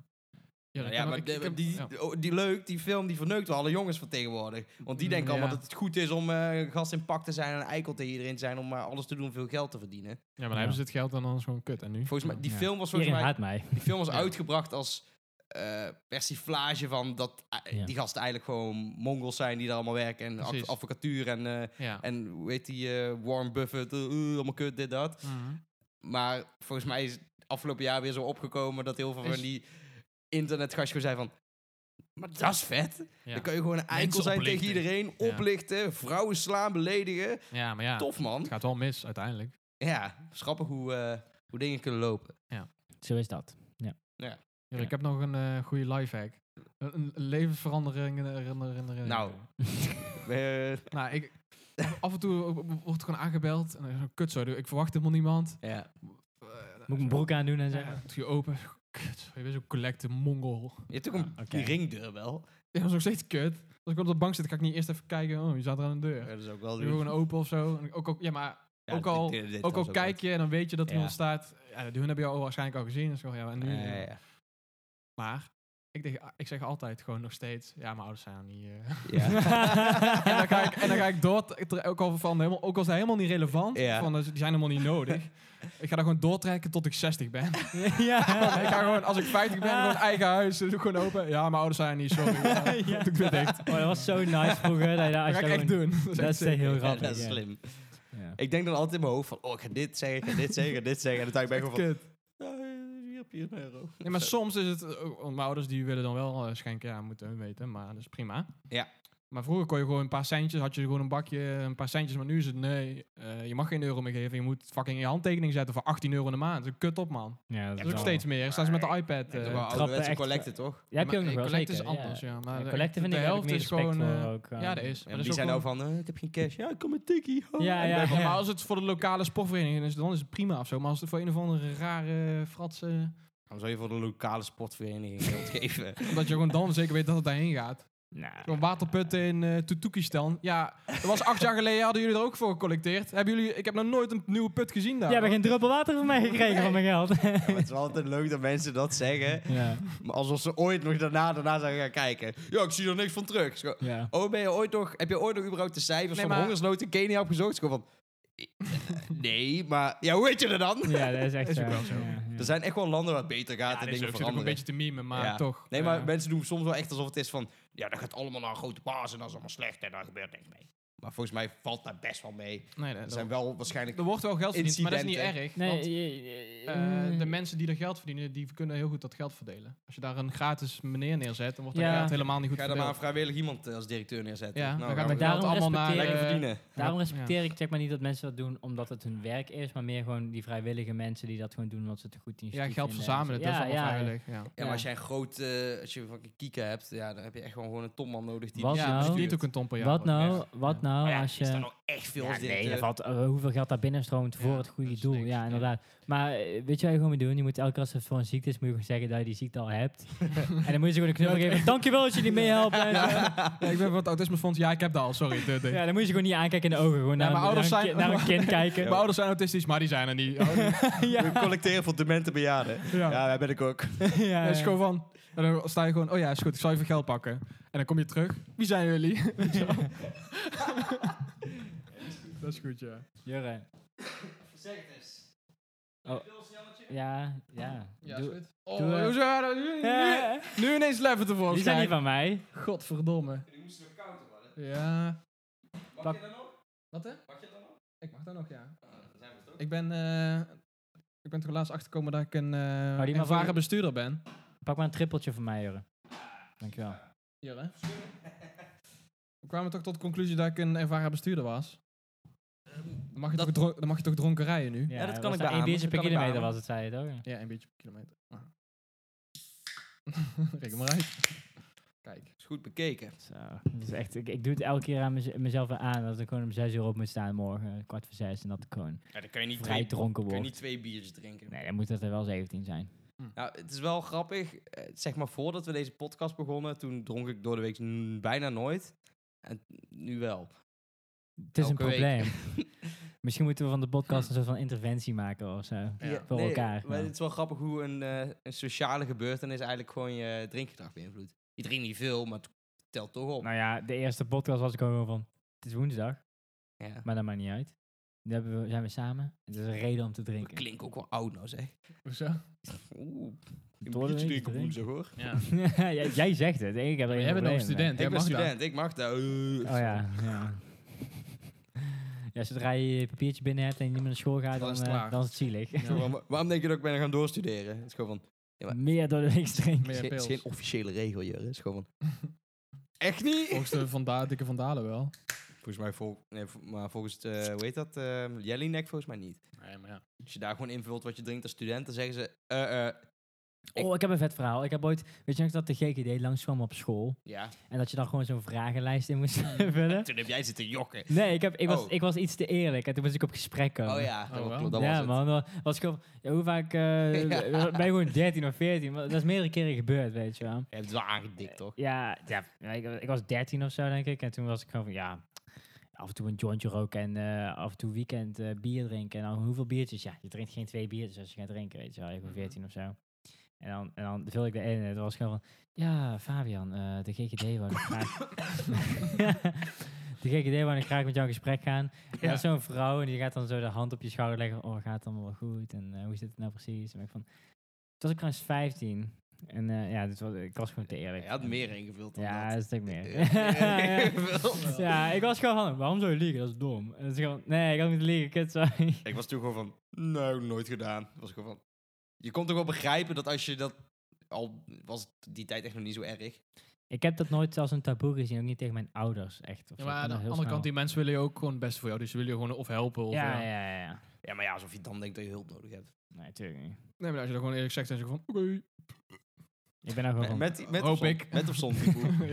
Speaker 3: Nou
Speaker 1: ik
Speaker 3: Ja,
Speaker 1: ken-
Speaker 3: maar
Speaker 1: ik-
Speaker 3: de-
Speaker 1: ik ken-
Speaker 3: die,
Speaker 1: ja.
Speaker 3: oh, die leuk, die film, die verneukt wel alle jongens van tegenwoordig. Want die
Speaker 1: Mm,
Speaker 3: denken allemaal
Speaker 1: ja.
Speaker 3: dat het goed is om eh gast in pak te zijn en een eikel tegen iedereen te zijn om maar alles te doen om veel geld te verdienen.
Speaker 1: Ja, maar dan
Speaker 4: Ja.
Speaker 1: hebben ze het geld dan anders gewoon kut. En nu?
Speaker 3: Volgens mij, die
Speaker 4: Ja.
Speaker 3: film was volgens
Speaker 4: Iedereen
Speaker 3: mij,
Speaker 4: haat mij.
Speaker 3: die film was
Speaker 1: Ja.
Speaker 3: uitgebracht als eh persiflage van dat eh,
Speaker 4: Ja.
Speaker 3: die gasten eigenlijk gewoon mongols zijn die daar allemaal werken en
Speaker 1: Precies.
Speaker 3: adv- advocatuur en, eh,
Speaker 1: Ja.
Speaker 3: en hoe heet die, eh, Warren Buffett, eh, eh, allemaal kut, dit, dat.
Speaker 1: Mhm.
Speaker 3: Maar volgens mij is het afgelopen jaar weer zo opgekomen dat heel veel
Speaker 1: Is-
Speaker 3: van die internetgastjes gewoon zijn van... Maar dat is vet.
Speaker 1: Ja.
Speaker 3: Dan kan je gewoon een eikel zijn tegen
Speaker 1: oplichten.
Speaker 3: iedereen.
Speaker 1: Ja.
Speaker 3: Oplichten, vrouwen slaan, beledigen.
Speaker 1: ja, maar ja.
Speaker 3: Tof, man.
Speaker 1: Het gaat wel mis uiteindelijk.
Speaker 3: Ja, schappig hoe, eh, hoe dingen kunnen lopen.
Speaker 4: Zo is dat.
Speaker 1: Ja,
Speaker 4: Ja.
Speaker 1: Ik heb nog een eh goede lifehack. Een, een levensverandering. eh, herinner- herinnering.
Speaker 3: Nou. Eh,
Speaker 1: Nou, ik, af- af en toe wordt gewoon aangebeld. En dan is het kut zo. Ik verwacht helemaal niemand.
Speaker 3: ja.
Speaker 1: Eh,
Speaker 4: Moet ik mijn broek aandoen en
Speaker 1: Ja,
Speaker 4: zeggen.
Speaker 1: het ging open. Kut, je bent zo'n collecte mongol.
Speaker 3: Je hebt ook een,
Speaker 4: Ah, oké.
Speaker 3: die ringdeurbel.
Speaker 1: Ja, dat is nog steeds kut. Als ik op de bank zit, ga ik niet eerst even kijken. Oh, je zat er aan de
Speaker 3: Ja,
Speaker 1: deur.
Speaker 3: dat is ook wel
Speaker 1: Ik wil
Speaker 3: lief.
Speaker 1: gewoon open of zo. En Ook, ook, ja, maar
Speaker 3: Ja,
Speaker 1: ook al-
Speaker 3: dit- dit- dit
Speaker 1: ook
Speaker 3: was
Speaker 1: al kijk je en dan weet je dat
Speaker 3: Ja.
Speaker 1: iemand staat. Ja, de hun heb je al waarschijnlijk al gezien. Dus gewoon, ja, en nu,
Speaker 3: Ja, ja, ja.
Speaker 1: Maar ik, denk, ah, ik zeg altijd gewoon nog steeds. Ja, mijn ouders zijn er niet. eh.
Speaker 3: Ja.
Speaker 1: en, dan ga ik, en dan ga ik doortrekken, ook al, van, helemaal, ook al is hij helemaal niet relevant,
Speaker 3: Ja.
Speaker 1: van, eh, die zijn helemaal niet nodig. ik ga dan gewoon doortrekken tot ik 60 ben.
Speaker 4: ja.
Speaker 1: ik ga gewoon, als ik 50 ben, gewoon eigen huis, dus doe ik gewoon open. Ja, mijn ouders zijn er niet, sorry. Ja,
Speaker 4: Ja.
Speaker 1: Ik ben dicht.
Speaker 4: Oh, dat was zo nice vroeger. Dat, je daar-
Speaker 1: Dat
Speaker 4: als
Speaker 1: ga ik
Speaker 4: je
Speaker 1: echt doen.
Speaker 4: gewoon-
Speaker 1: Dat is
Speaker 4: Dat
Speaker 1: echt
Speaker 4: is
Speaker 1: sick.
Speaker 4: heel
Speaker 3: Ja,
Speaker 4: grappig.
Speaker 3: dat is
Speaker 4: ja.
Speaker 3: slim.
Speaker 4: Ja.
Speaker 3: Ik denk dan altijd in mijn hoofd van, oh, ik ga dit zeggen, ik ga dit zeggen, ik ga dit zeggen. En dan denk ik
Speaker 1: Echt
Speaker 3: gewoon van,
Speaker 1: kut.
Speaker 3: "Nou, eh, hier heb je een euro.
Speaker 1: Nee, maar soms is het, eh, ook- want mijn ouders die willen dan wel eh, schenken, ja, moeten hun weten, maar dat is prima.
Speaker 3: Ja.
Speaker 1: Maar vroeger kon je gewoon een paar centjes, had je gewoon een bakje, een paar centjes, maar nu is het nee, eh, je mag geen euro meer geven, je moet fucking je handtekening zetten voor 18 euro in de maand. Dat is kut op, man.
Speaker 4: Ja,
Speaker 1: Dat
Speaker 4: dat
Speaker 1: is ook
Speaker 4: wel-
Speaker 1: steeds meer, staan ze met de iPad.
Speaker 3: Dat is
Speaker 1: eh,
Speaker 3: wel
Speaker 4: trappen
Speaker 3: ouderwetse
Speaker 4: echt-
Speaker 3: collecten, toch?
Speaker 4: Ja, heb je
Speaker 1: maar,
Speaker 4: ook
Speaker 1: eh,
Speaker 4: nog wel.
Speaker 1: collect is
Speaker 4: zeker,
Speaker 1: anders, ja. maar
Speaker 4: Ja,
Speaker 1: de-
Speaker 4: collecten vind
Speaker 1: de
Speaker 4: ik heb ik
Speaker 1: helft
Speaker 4: meer
Speaker 1: is
Speaker 4: respect
Speaker 1: gewoon,
Speaker 4: voor
Speaker 1: eh,
Speaker 4: ook, eh.
Speaker 1: ja, dat is. Maar
Speaker 3: En
Speaker 1: dat is
Speaker 3: die
Speaker 1: ook
Speaker 3: zijn
Speaker 1: wel-
Speaker 3: nou van, eh, ik heb geen cash. Ja, kom een tikkie. Oh.
Speaker 4: Ja,
Speaker 3: En
Speaker 4: ja.
Speaker 3: dan
Speaker 1: Ja,
Speaker 3: van,
Speaker 1: maar als het voor de lokale sportvereniging is, dan is het prima of zo. Maar als het voor een of andere rare fratse...
Speaker 3: Waarom zou je voor de lokale sportvereniging geld geven?
Speaker 1: Omdat je gewoon dan zeker weet dat het daarheen gaat.
Speaker 4: Nou,
Speaker 1: Zo'n waterputten in eh Tutukistan. Ja, dat was acht jaar geleden, hadden jullie er ook voor gecollecteerd. Hebben jullie, ik heb nog nooit een nieuwe put gezien daar.
Speaker 4: Jij hebt geen druppel water van mij gekregen van mijn geld.
Speaker 3: Ja, maar het is wel altijd leuk dat mensen dat zeggen.
Speaker 4: ja,
Speaker 3: Maar alsof ze ooit nog daarna, daarna zijn gaan kijken. Ja, ik zie er niks van terug. Is gewoon,
Speaker 4: ja.
Speaker 3: Oh, ben je ooit nog, heb je ooit nog überhaupt de cijfers
Speaker 1: Nee,
Speaker 3: van
Speaker 1: maar-
Speaker 3: hongersnood in Kenia opgezocht? Is gewoon van, eh, nee, maar ja, hoe weet je er dan?
Speaker 4: Ja, dat is echt
Speaker 1: Is
Speaker 4: zo.
Speaker 1: ook wel zo.
Speaker 4: Ja, ja.
Speaker 3: Er zijn echt wel landen waar het beter gaat
Speaker 1: Ja,
Speaker 3: en
Speaker 1: dit is
Speaker 3: dingen
Speaker 1: ook, zit ook een
Speaker 3: veranderen.
Speaker 1: beetje te mimen, maar
Speaker 3: Ja.
Speaker 1: toch.
Speaker 3: Nee, maar
Speaker 1: eh,
Speaker 3: mensen doen soms wel echt alsof het is van... Ja, dat gaat allemaal naar een grote baas en dat is allemaal slecht en daar gebeurt niks mee. Maar volgens mij valt daar best wel mee.
Speaker 1: nee, nee,
Speaker 3: Er
Speaker 1: dat-
Speaker 3: zijn wel waarschijnlijk...
Speaker 1: er wordt wel geld verdiend, maar dat is niet
Speaker 3: incidenten.
Speaker 1: erg.
Speaker 4: Nee,
Speaker 1: want,
Speaker 4: je- je-
Speaker 1: eh,
Speaker 4: mm.
Speaker 1: de mensen die er geld verdienen, die kunnen heel goed dat geld verdelen. Als je daar een gratis meneer neerzet, dan wordt dat
Speaker 4: Ja.
Speaker 1: geld helemaal niet goed
Speaker 3: Ga je dan maar
Speaker 1: verdeeld.
Speaker 3: vrijwillig iemand eh, als directeur neerzetten.
Speaker 1: Ja, dan gaat
Speaker 3: gaan
Speaker 1: het
Speaker 3: we
Speaker 4: daar-
Speaker 1: geld
Speaker 4: daarom
Speaker 1: allemaal naar...
Speaker 4: respecteren-
Speaker 3: Nou, lekker
Speaker 1: eh,
Speaker 3: verdienen.
Speaker 4: Daarom
Speaker 1: Ja.
Speaker 4: respecteer ik zeg maar niet dat mensen dat doen omdat het hun werk is, maar meer gewoon die vrijwillige mensen die dat gewoon doen omdat ze het een goed initiatief
Speaker 1: Ja, geld
Speaker 4: vinden.
Speaker 1: verzamelen, dat is allemaal
Speaker 4: ja,
Speaker 1: vrijwillig. Ja.
Speaker 3: Ja, maar
Speaker 4: Ja.
Speaker 3: als jij een groot, eh, als je een fucking kieken hebt, ja, dan heb je echt gewoon, gewoon een topman nodig die
Speaker 4: Wat
Speaker 3: die
Speaker 1: ja,
Speaker 4: nou?
Speaker 1: dus
Speaker 3: bestuurt.
Speaker 1: niet ook een ton per jaar.
Speaker 4: Wat
Speaker 1: wordt
Speaker 4: nou,
Speaker 1: echt,
Speaker 4: wat
Speaker 1: ja.
Speaker 4: nou
Speaker 3: Maar ja,
Speaker 4: als
Speaker 3: is daar
Speaker 4: je...
Speaker 3: nou echt veel
Speaker 4: Ja,
Speaker 3: als
Speaker 4: nee,
Speaker 3: directeur?
Speaker 4: dat valt, eh, hoeveel geld daar binnenstroomt voor
Speaker 1: Ja,
Speaker 4: het
Speaker 1: dat
Speaker 4: goede
Speaker 1: is
Speaker 4: doel.
Speaker 1: niks,
Speaker 4: ja,
Speaker 1: ja.
Speaker 4: inderdaad. Maar eh, weet je wat je gewoon moet doen? Je moet elke keer als het voor een ziekte is, moet je gewoon zeggen dat je die ziekte al hebt. en dan moet je ze gewoon een knuffel geven. Dankjewel dat jullie meehelpen. Ja.
Speaker 1: Ja, ik ben van het autismefonds. Ja, ik heb dat al. Sorry. de- de-
Speaker 4: ja, dan moet je ze gewoon niet aankijken in de ogen. Gewoon
Speaker 1: Ja,
Speaker 4: naar,
Speaker 1: maar
Speaker 4: een-
Speaker 1: ouders
Speaker 4: naar een
Speaker 1: zijn-
Speaker 4: ki- naar een kind kijken.
Speaker 1: Mijn ouders zijn autistisch, maar die zijn er niet. Oh, die-
Speaker 4: ja.
Speaker 3: We collecteren voor demente bejaarden.
Speaker 1: ja.
Speaker 3: Ja, daar ben ik ook.
Speaker 1: Ja,
Speaker 4: ja,
Speaker 1: is gewoon van. En dan sta je gewoon. Oh ja, is goed. Ik zal even geld pakken. En dan kom je terug. Wie zijn jullie? Zo. dat is goed, ja.
Speaker 4: Jurre. Zeg het eens. Oh. Ja, ja. Doe-
Speaker 1: Oh,
Speaker 4: Doe, eh,
Speaker 1: hoezo? Nu,
Speaker 4: Ja.
Speaker 1: nu, nu ineens level te
Speaker 4: Die
Speaker 1: volgen.
Speaker 4: zijn niet van mij.
Speaker 1: Godverdomme. Ja.
Speaker 4: Pak-
Speaker 1: Wat hè? Mag je dan nog? Ah, Ik mag dan nog, ja. Ik ben. eh, ik ben er helaas achtergekomen dat ik een eh
Speaker 4: maar voor
Speaker 1: ervaren
Speaker 4: je-
Speaker 1: bestuurder ben.
Speaker 4: Pak maar een trippeltje van mij, Jurre. Dankjewel.
Speaker 1: Hier, hè? We kwamen toch tot de conclusie dat ik een ervaren bestuurder was. Dan mag je, toch, dro- dan mag je toch dronken rijden nu?
Speaker 3: Ja, dat kan
Speaker 4: was
Speaker 3: ik
Speaker 4: dat één
Speaker 3: beamen,
Speaker 4: biertje
Speaker 3: dat
Speaker 4: per
Speaker 3: kan ik
Speaker 4: kilometer
Speaker 3: beamen.
Speaker 4: was het, zei je toch?
Speaker 1: Ja, een beetje per kilometer. Ah. Reken maar uit. Kijk.
Speaker 3: Is goed bekeken.
Speaker 4: Zo. Dus echt, ik, ik doe het elke keer aan mez- mezelf aan dat ik gewoon om zes uur op moet staan morgen, eh, kwart voor zes, en dat ik gewoon
Speaker 3: Ja, dan kan je niet
Speaker 4: vrij
Speaker 3: twee,
Speaker 4: dronken
Speaker 3: kan je
Speaker 4: word.
Speaker 3: niet twee biertjes drinken.
Speaker 4: Nee, dan moet dat er wel 17 zijn.
Speaker 3: Nou, het is wel grappig. eh, Zeg maar, voordat we deze podcast begonnen, toen dronk ik door de week n- bijna nooit. En nu wel.
Speaker 4: Het is
Speaker 3: Elke
Speaker 4: een
Speaker 3: week.
Speaker 4: probleem. Misschien moeten we van de podcast een soort van interventie maken of zo.
Speaker 1: Ja.
Speaker 4: Voor elkaar,
Speaker 3: Maar
Speaker 4: ja.
Speaker 3: het is wel grappig hoe een, eh, een sociale gebeurtenis eigenlijk gewoon je drinkgedrag beïnvloedt. Je drinkt niet veel, maar het telt toch op.
Speaker 4: Nou ja, de eerste podcast was ik ook gewoon van, het is woensdag,
Speaker 3: ja.
Speaker 4: maar dat maakt niet uit. Nu hebben we, zijn we samen. Het is een reden om te
Speaker 3: We
Speaker 4: drinken.
Speaker 3: klinken ook wel oud nou, zeg.
Speaker 1: Hoezo?
Speaker 3: Oeh. Een
Speaker 4: Door de
Speaker 3: biertje
Speaker 4: week
Speaker 3: drinken op woensdag,
Speaker 4: drinken.
Speaker 3: hoor.
Speaker 1: Ja.
Speaker 4: jij, jij zegt het, ik heb er
Speaker 1: Maar
Speaker 4: geen
Speaker 1: jij bent nog
Speaker 4: probleem
Speaker 1: een
Speaker 4: mee.
Speaker 1: student. Jij
Speaker 3: Ik ben
Speaker 1: mag dat.
Speaker 3: student, ik mag dat. Eh,
Speaker 4: Oh ja, ja. Ja, zodra je je papiertje binnen hebt en je niet meer naar school gaat,
Speaker 1: Dan
Speaker 4: dan,
Speaker 1: is
Speaker 4: eh,
Speaker 1: het
Speaker 4: dan,
Speaker 1: klaar.
Speaker 4: is het zielig.
Speaker 3: Waarom, waarom denk je dat ik ben gaan doorstuderen? Het is gewoon van... Ja.
Speaker 4: Meer door de week drinken.
Speaker 1: Meer
Speaker 3: Het is
Speaker 1: pils.
Speaker 3: geen officiële regel, Jur. Het is gewoon van... Echt niet?
Speaker 1: Volgens de van Da- dikke Vandalen wel.
Speaker 3: Volgens mij, vol, nee, vo- maar volgens, het, eh, hoe heet dat? eh Jellyneck volgens mij niet.
Speaker 1: Nee, maar ja.
Speaker 3: Als je daar gewoon invult wat je drinkt als student, dan zeggen ze... eh, eh, Ik-
Speaker 4: Oh, ik heb een vet verhaal. Ik heb ooit, weet je nog dat de GGD langskwam op school?
Speaker 3: Ja.
Speaker 4: En dat je dan gewoon zo'n vragenlijst in moest vullen?
Speaker 3: Toen heb jij zitten jokken.
Speaker 4: Nee, ik, heb, ik, was,
Speaker 3: Oh.
Speaker 4: ik was iets te eerlijk. En toen moest ik op gesprek komen.
Speaker 3: Oh ja, dat,
Speaker 1: Oh,
Speaker 3: was-
Speaker 1: wel.
Speaker 3: dat was
Speaker 4: ja,
Speaker 3: het.
Speaker 4: man. dan was ik gewoon, ja, hoe vaak eh,
Speaker 3: Ja.
Speaker 4: ben je gewoon 13 of 14? Maar Dat is meerdere keren gebeurd, weet je wel.
Speaker 3: Je hebt het wel aangedikt, toch?
Speaker 4: Ja, ja ik, ik was 13 of zo, denk ik. En toen was ik gewoon van, ja, af en toe een jointje roken en eh, af en toe weekend eh, bier drinken. En dan hoeveel biertjes? Ja, je drinkt geen twee biertjes als je gaat drinken, weet je wel. Ik
Speaker 3: Mhm.
Speaker 4: was 14 of zo. En dan, en dan vul ik de ene en het was gewoon van, ja, Fabian, eh, de GGD wou ik graag... de GGD wou ik graag met jou in gesprek gaan. En dat is zo'n vrouw en die gaat dan zo de hand op je schouder leggen. Oh, gaat het allemaal wel goed? En eh, hoe zit het nou precies? En ben ik van, toen was ik trouwens 15. En eh, ja, dit was, ik was gewoon te eerlijk.
Speaker 3: Je had
Speaker 4: En-
Speaker 3: meer ingevuld dan
Speaker 4: ja,
Speaker 3: dat.
Speaker 4: een stuk meer.
Speaker 3: Ja, ingevuld.
Speaker 4: ja, ik was gewoon van, waarom zou je liegen? Dat is dom. En het is gewoon, nee, ik had niet liegen, kut, sorry.
Speaker 3: Ik was toen gewoon van, nou, nooit gedaan. Was ik gewoon van, je kon toch wel begrijpen dat als je dat... Al was het die tijd echt nog niet zo erg.
Speaker 4: Ik heb dat nooit als een taboe gezien, ook niet tegen mijn ouders, echt. Of
Speaker 1: Ja,
Speaker 4: zo. Ik
Speaker 1: maar
Speaker 4: ben
Speaker 1: aan de
Speaker 4: daar heel
Speaker 1: andere kant, die
Speaker 4: snel-
Speaker 1: mensen willen je ook gewoon het beste voor jou. Dus ze willen je gewoon of helpen. Of,
Speaker 4: Ja,
Speaker 1: eh,
Speaker 4: ja, ja, ja.
Speaker 3: Ja, maar ja, alsof je dan denkt dat je hulp nodig hebt.
Speaker 4: Nee, natuurlijk niet.
Speaker 1: Nee, maar als je dat gewoon eerlijk zegt, dan is het gewoon, oké.
Speaker 4: Ik ben daar gewoon van,
Speaker 3: Met, met,
Speaker 1: Hoop
Speaker 3: of zon-
Speaker 1: ik.
Speaker 3: Met of zonder.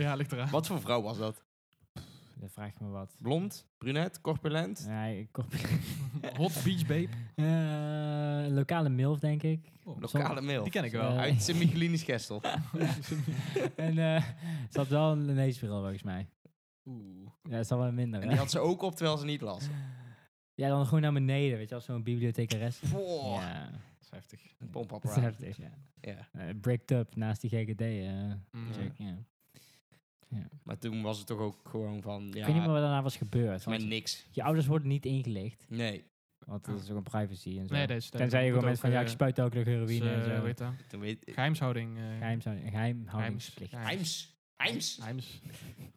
Speaker 1: ja, ligt eraan.
Speaker 3: Wat voor vrouw was dat?
Speaker 4: dan vraag je me wat.
Speaker 3: Blond, brunet, corpulent?
Speaker 4: Nee, ik kop...
Speaker 1: Hot Beach Babe.
Speaker 4: Eh, lokale milf, denk ik.
Speaker 1: Oh,
Speaker 3: Lokale mail.
Speaker 1: Die ken ik wel.
Speaker 4: Eh,
Speaker 3: Uit Sint-Michelinisch Gestel.
Speaker 4: en eh ze had wel een leesbril, volgens mij.
Speaker 1: Oeh.
Speaker 4: Ja, dat is al wel minder,
Speaker 3: En
Speaker 4: hè?
Speaker 3: die had ze ook op terwijl ze niet las.
Speaker 4: Ja, dan gewoon naar beneden, weet je, als zo'n bibliothecares.
Speaker 3: Wow.
Speaker 4: Ja,
Speaker 1: Dat is heftig.
Speaker 3: Een
Speaker 4: dat is
Speaker 3: pompapparaat.
Speaker 4: heftig, ja.
Speaker 3: Oh, Ja.
Speaker 4: eh breaked up naast die GGD. eh,
Speaker 1: Mm.
Speaker 4: check, ja.
Speaker 3: Maar toen was het toch ook gewoon van,
Speaker 4: Ik weet niet meer
Speaker 3: ja,
Speaker 4: wat daarna was gebeurd.
Speaker 3: met
Speaker 4: want
Speaker 3: niks.
Speaker 4: je ouders worden niet ingelicht,
Speaker 3: Nee,
Speaker 4: want
Speaker 3: Ah.
Speaker 4: dat is ook een privacy en zo.
Speaker 1: Nee, dat is... dat
Speaker 4: Tenzij je
Speaker 1: moet
Speaker 4: gewoon met
Speaker 1: ook,
Speaker 4: van, ja, ik
Speaker 1: eh,
Speaker 4: spuit ook nog
Speaker 1: is,
Speaker 4: heroïne en
Speaker 1: eh,
Speaker 4: zo.
Speaker 1: hoe heet dat?
Speaker 3: toen weet ik...
Speaker 1: Geheimshouding. eh,
Speaker 4: Geheim zou- Geheimhoudingsplicht.
Speaker 1: geheims-
Speaker 3: Heims. Heims.
Speaker 1: Heims.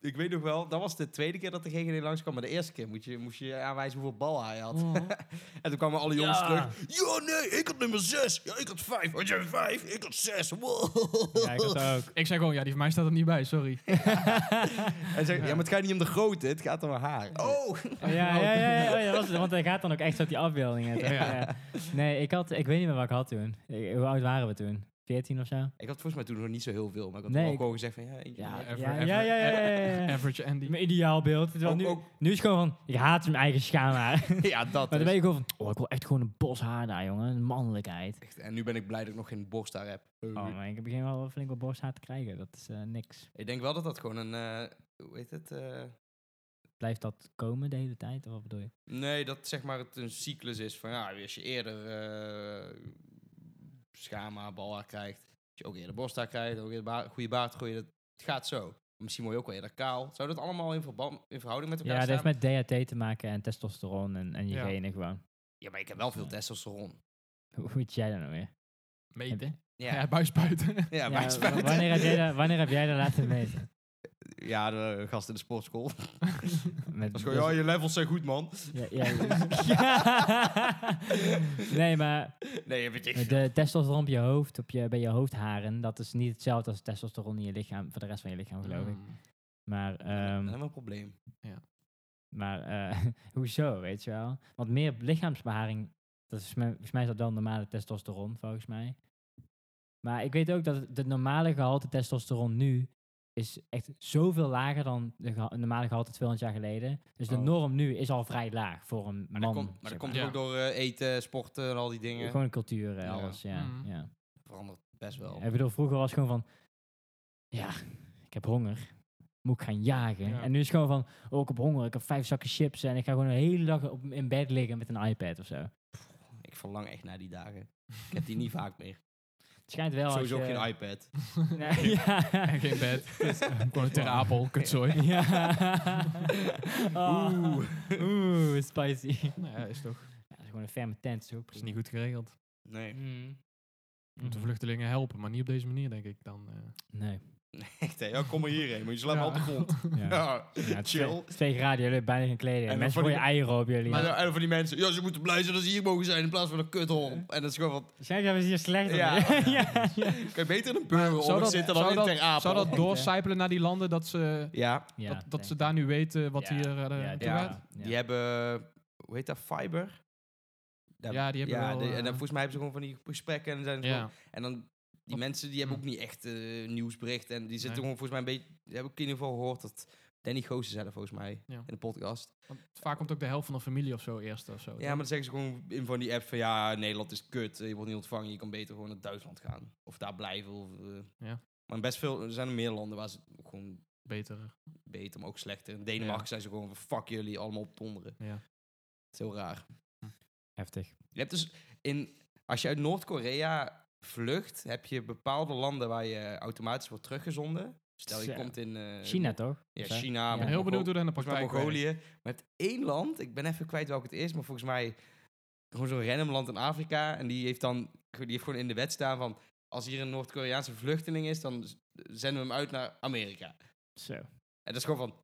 Speaker 3: Ik weet nog wel, dat was de tweede keer dat de GGD langskwam. Maar de eerste keer moest je, moest je aanwijzen hoeveel ballen hij had. En toen kwamen alle jongens
Speaker 4: Oh. Ja.
Speaker 3: terug. Ja, nee, ik had nummer 6. Ja, ik had 5. Had jij 5? Ik had 6. Wow.
Speaker 4: Ja, ik had dat ook.
Speaker 1: Ik zei gewoon, ja, die van mij staat er niet bij, sorry.
Speaker 3: Hij zei, ja, maar het gaat niet om de grootte, het gaat om haar haar. Oh!
Speaker 4: Oh, ja, ja, ja, ja, ja, dat was het, want hij gaat dan ook echt op die afbeeldingen. toch?
Speaker 1: Ja.
Speaker 4: Ja. Nee, ik, had, ik weet niet meer wat ik had toen. Ik- hoe oud waren we toen? 14 of zo?
Speaker 3: Ik had volgens mij toen nog niet zo heel veel, maar ik had
Speaker 4: Nee,
Speaker 3: wel
Speaker 4: ik-
Speaker 3: gewoon gezegd van, ja, eentje.
Speaker 4: Ja,
Speaker 3: meer.
Speaker 4: ja,
Speaker 1: ever-
Speaker 4: ja,
Speaker 1: ever-
Speaker 4: ja, ja, ja, ja.
Speaker 1: Average Andy.
Speaker 4: Mijn ideaalbeeld. Terwijl
Speaker 3: Ook-
Speaker 4: nu,
Speaker 3: Oh, ook-
Speaker 4: nu is het gewoon van, ik haat mijn eigen schaamhaar.
Speaker 3: ja, dat
Speaker 4: Maar dan
Speaker 3: dus.
Speaker 4: ben ik gewoon van, oh, ik wil echt gewoon een bos haar daar, jongen. Een mannelijkheid.
Speaker 3: Echt, En nu ben ik blij dat ik nog geen borsthaar heb.
Speaker 4: Oh, maar ik begin wel flink wat borsthaar te krijgen. Dat is eh, niks.
Speaker 3: Ik denk wel dat dat gewoon een, eh, hoe heet het? eh,
Speaker 4: Blijft dat komen de hele tijd? Of wat bedoel je?
Speaker 3: nee, dat zeg maar het een cyclus is van, ja, als je eerder eh schama, balhaar krijgt, als je ook eerder borsthaar krijgt, ook eerder ba goede baard groeien, dat het gaat zo. Misschien word je ook wel eerder kaal. Zou dat allemaal in, verband, in verhouding met
Speaker 4: Ja,
Speaker 3: elkaar
Speaker 4: dat
Speaker 3: staan?
Speaker 4: heeft met DHT te maken en testosteron en, en je
Speaker 1: Ja.
Speaker 4: genen gewoon.
Speaker 3: Ja, maar ik heb wel veel testosteron.
Speaker 4: Hoe weet jij dat nou weer?
Speaker 1: Meten.
Speaker 3: Ja,
Speaker 1: Ja,
Speaker 3: ja,
Speaker 1: buisbuiten.
Speaker 4: Ja,
Speaker 3: maar
Speaker 4: wa-
Speaker 3: ik spuit-
Speaker 4: wanneer, heb jij dat, wanneer heb jij dat laten meten?
Speaker 3: Ja, de eh, gast in de sportschool.
Speaker 4: Met, dus-
Speaker 3: Dat is gewoon, ja, je levels zijn goed, man.
Speaker 4: ja, ja. nee, maar
Speaker 3: Nee, je weet ik veel.
Speaker 4: de testosteron op je hoofd, op je, bij je hoofdharen, dat is niet hetzelfde als testosteron in je lichaam, voor de rest van je lichaam, geloof ik.
Speaker 1: Mm.
Speaker 4: Maar,
Speaker 3: Dat
Speaker 4: ehm,
Speaker 3: is wel een probleem.
Speaker 4: Maar eh, hoezo, weet je wel? Want meer lichaamsbeharing, dat is me- volgens mij is dat wel normale testosteron, volgens mij. Maar ik weet ook dat het- de normale gehalte testosteron nu is echt zoveel lager dan de geha- normale gehalte 200 jaar geleden. Dus de
Speaker 3: Oh.
Speaker 4: norm nu is al vrij laag voor een
Speaker 3: Maar
Speaker 4: man.
Speaker 3: dat komt, maar
Speaker 4: zeg
Speaker 3: dat komt
Speaker 1: maar.
Speaker 3: ook door eh, eten, sporten en al die dingen.
Speaker 4: Gewoon de cultuur, eh,
Speaker 3: Ja.
Speaker 4: alles, ja.
Speaker 1: Mhm.
Speaker 4: ja.
Speaker 3: verandert best wel.
Speaker 4: Ik bedoel, vroeger was het gewoon van, ja, ik heb honger. Moet ik gaan jagen.
Speaker 1: Ja.
Speaker 4: En nu is het gewoon van, oh, ik heb honger. Ik heb vijf zakken chips en ik ga gewoon een hele dag op, in bed liggen met een iPad of zo.
Speaker 3: Ik verlang echt naar die dagen. Ik heb die niet vaak meer.
Speaker 4: Het schijnt wel als
Speaker 3: Sowieso
Speaker 4: je...
Speaker 3: geen iPad.
Speaker 4: Nee, ja. Dus-
Speaker 1: En geen bed. Gewoon een terapel, kutzooi.
Speaker 4: ja. Oh. Oeh, spicy. Ja,
Speaker 1: Nou ja, is toch.
Speaker 4: dat is gewoon een ferme tent, zo
Speaker 1: Is niet goed geregeld.
Speaker 3: Nee.
Speaker 1: Je moet de
Speaker 4: Mhm.
Speaker 1: vluchtelingen helpen, maar niet op deze manier, denk ik. Dan, eh.
Speaker 4: Nee.
Speaker 3: Echt, hè? Ja, kom maar hierheen. Moet je slaan
Speaker 1: Ja.
Speaker 3: op de grond.
Speaker 4: Ja.
Speaker 3: Ja,
Speaker 4: Ja,
Speaker 3: chill.
Speaker 4: Twee, twee graden, jullie hebben bijna geen kleding.
Speaker 3: En
Speaker 4: En
Speaker 3: dan
Speaker 4: mensen
Speaker 3: van
Speaker 4: gooien eieren op jullie.
Speaker 3: Maar
Speaker 4: Ja.
Speaker 3: dan- en dan van die mensen, ja, ze moeten blij zijn dat ze hier mogen zijn in plaats van een kuthol. En dat is gewoon wat,
Speaker 4: Zijn jij hier slecht
Speaker 3: Ja.
Speaker 4: op? ja. ja.
Speaker 3: kan je beter in een burger zitten dan
Speaker 1: zou
Speaker 3: in
Speaker 1: dat-
Speaker 3: Ter Apel.
Speaker 1: zou dat doorcijpelen naar die landen dat ze,
Speaker 3: Ja,
Speaker 4: Ja,
Speaker 1: dat, dat ze
Speaker 4: denk
Speaker 1: daar nu weten wat
Speaker 4: Ja,
Speaker 1: hier eh, er
Speaker 4: ja,
Speaker 1: toe
Speaker 3: ja.
Speaker 1: gaat?
Speaker 3: die hebben, hoe heet dat, fiber? Daar-
Speaker 1: Ja, die hebben wel,
Speaker 3: de- en
Speaker 1: eh,
Speaker 3: dan, volgens mij hebben ze gewoon van die gesprekken en zijn ze
Speaker 1: Ja.
Speaker 3: gewoon- en dan Die mensen die hebben
Speaker 1: Hm.
Speaker 3: ook niet echt eh, nieuwsbericht. En die zitten
Speaker 1: Nee.
Speaker 3: gewoon volgens mij een beetje... Heb ik in ieder geval gehoord dat Danny Goosen zelf volgens mij
Speaker 1: Ja.
Speaker 3: in de podcast.
Speaker 1: Want vaak komt ook de helft van de familie of zo eerst of zo.
Speaker 3: Ja, maar dan zeggen ze gewoon in van die app van... Ja, Nederland is kut. eh, Je wordt niet ontvangen. Je kan beter gewoon naar Duitsland gaan. Of daar blijven. Of, eh.
Speaker 1: Ja.
Speaker 3: Maar best veel... Er zijn er meer landen waar ze gewoon
Speaker 1: Beter.
Speaker 3: beter, maar ook slechter. In Denemarken
Speaker 1: Ja.
Speaker 3: zijn ze gewoon van... Fuck jullie, allemaal op donderen.
Speaker 1: Ja.
Speaker 3: Het is heel raar.
Speaker 4: Heftig.
Speaker 3: Je hebt dus in, als je uit Noord-Korea vlucht, heb je bepaalde landen waar je automatisch wordt teruggezonden. Stel, je
Speaker 4: Zo.
Speaker 3: komt in eh,
Speaker 4: China toch?
Speaker 3: Ja,
Speaker 4: Of zo?
Speaker 3: China.
Speaker 1: Ik ben heel benieuwd hoe dat in de
Speaker 3: Volgens mij
Speaker 1: praktijk werkt.
Speaker 3: Mongolië. Maar het één land, ik ben even kwijt welk het is, maar volgens mij gewoon zo'n random land in Afrika. En die heeft dan die heeft gewoon in de wet staan van, als hier een Noord-Koreaanse vluchteling is, dan z- zenden we hem uit naar Amerika.
Speaker 4: Zo. Oh,
Speaker 3: En dat is gewoon van,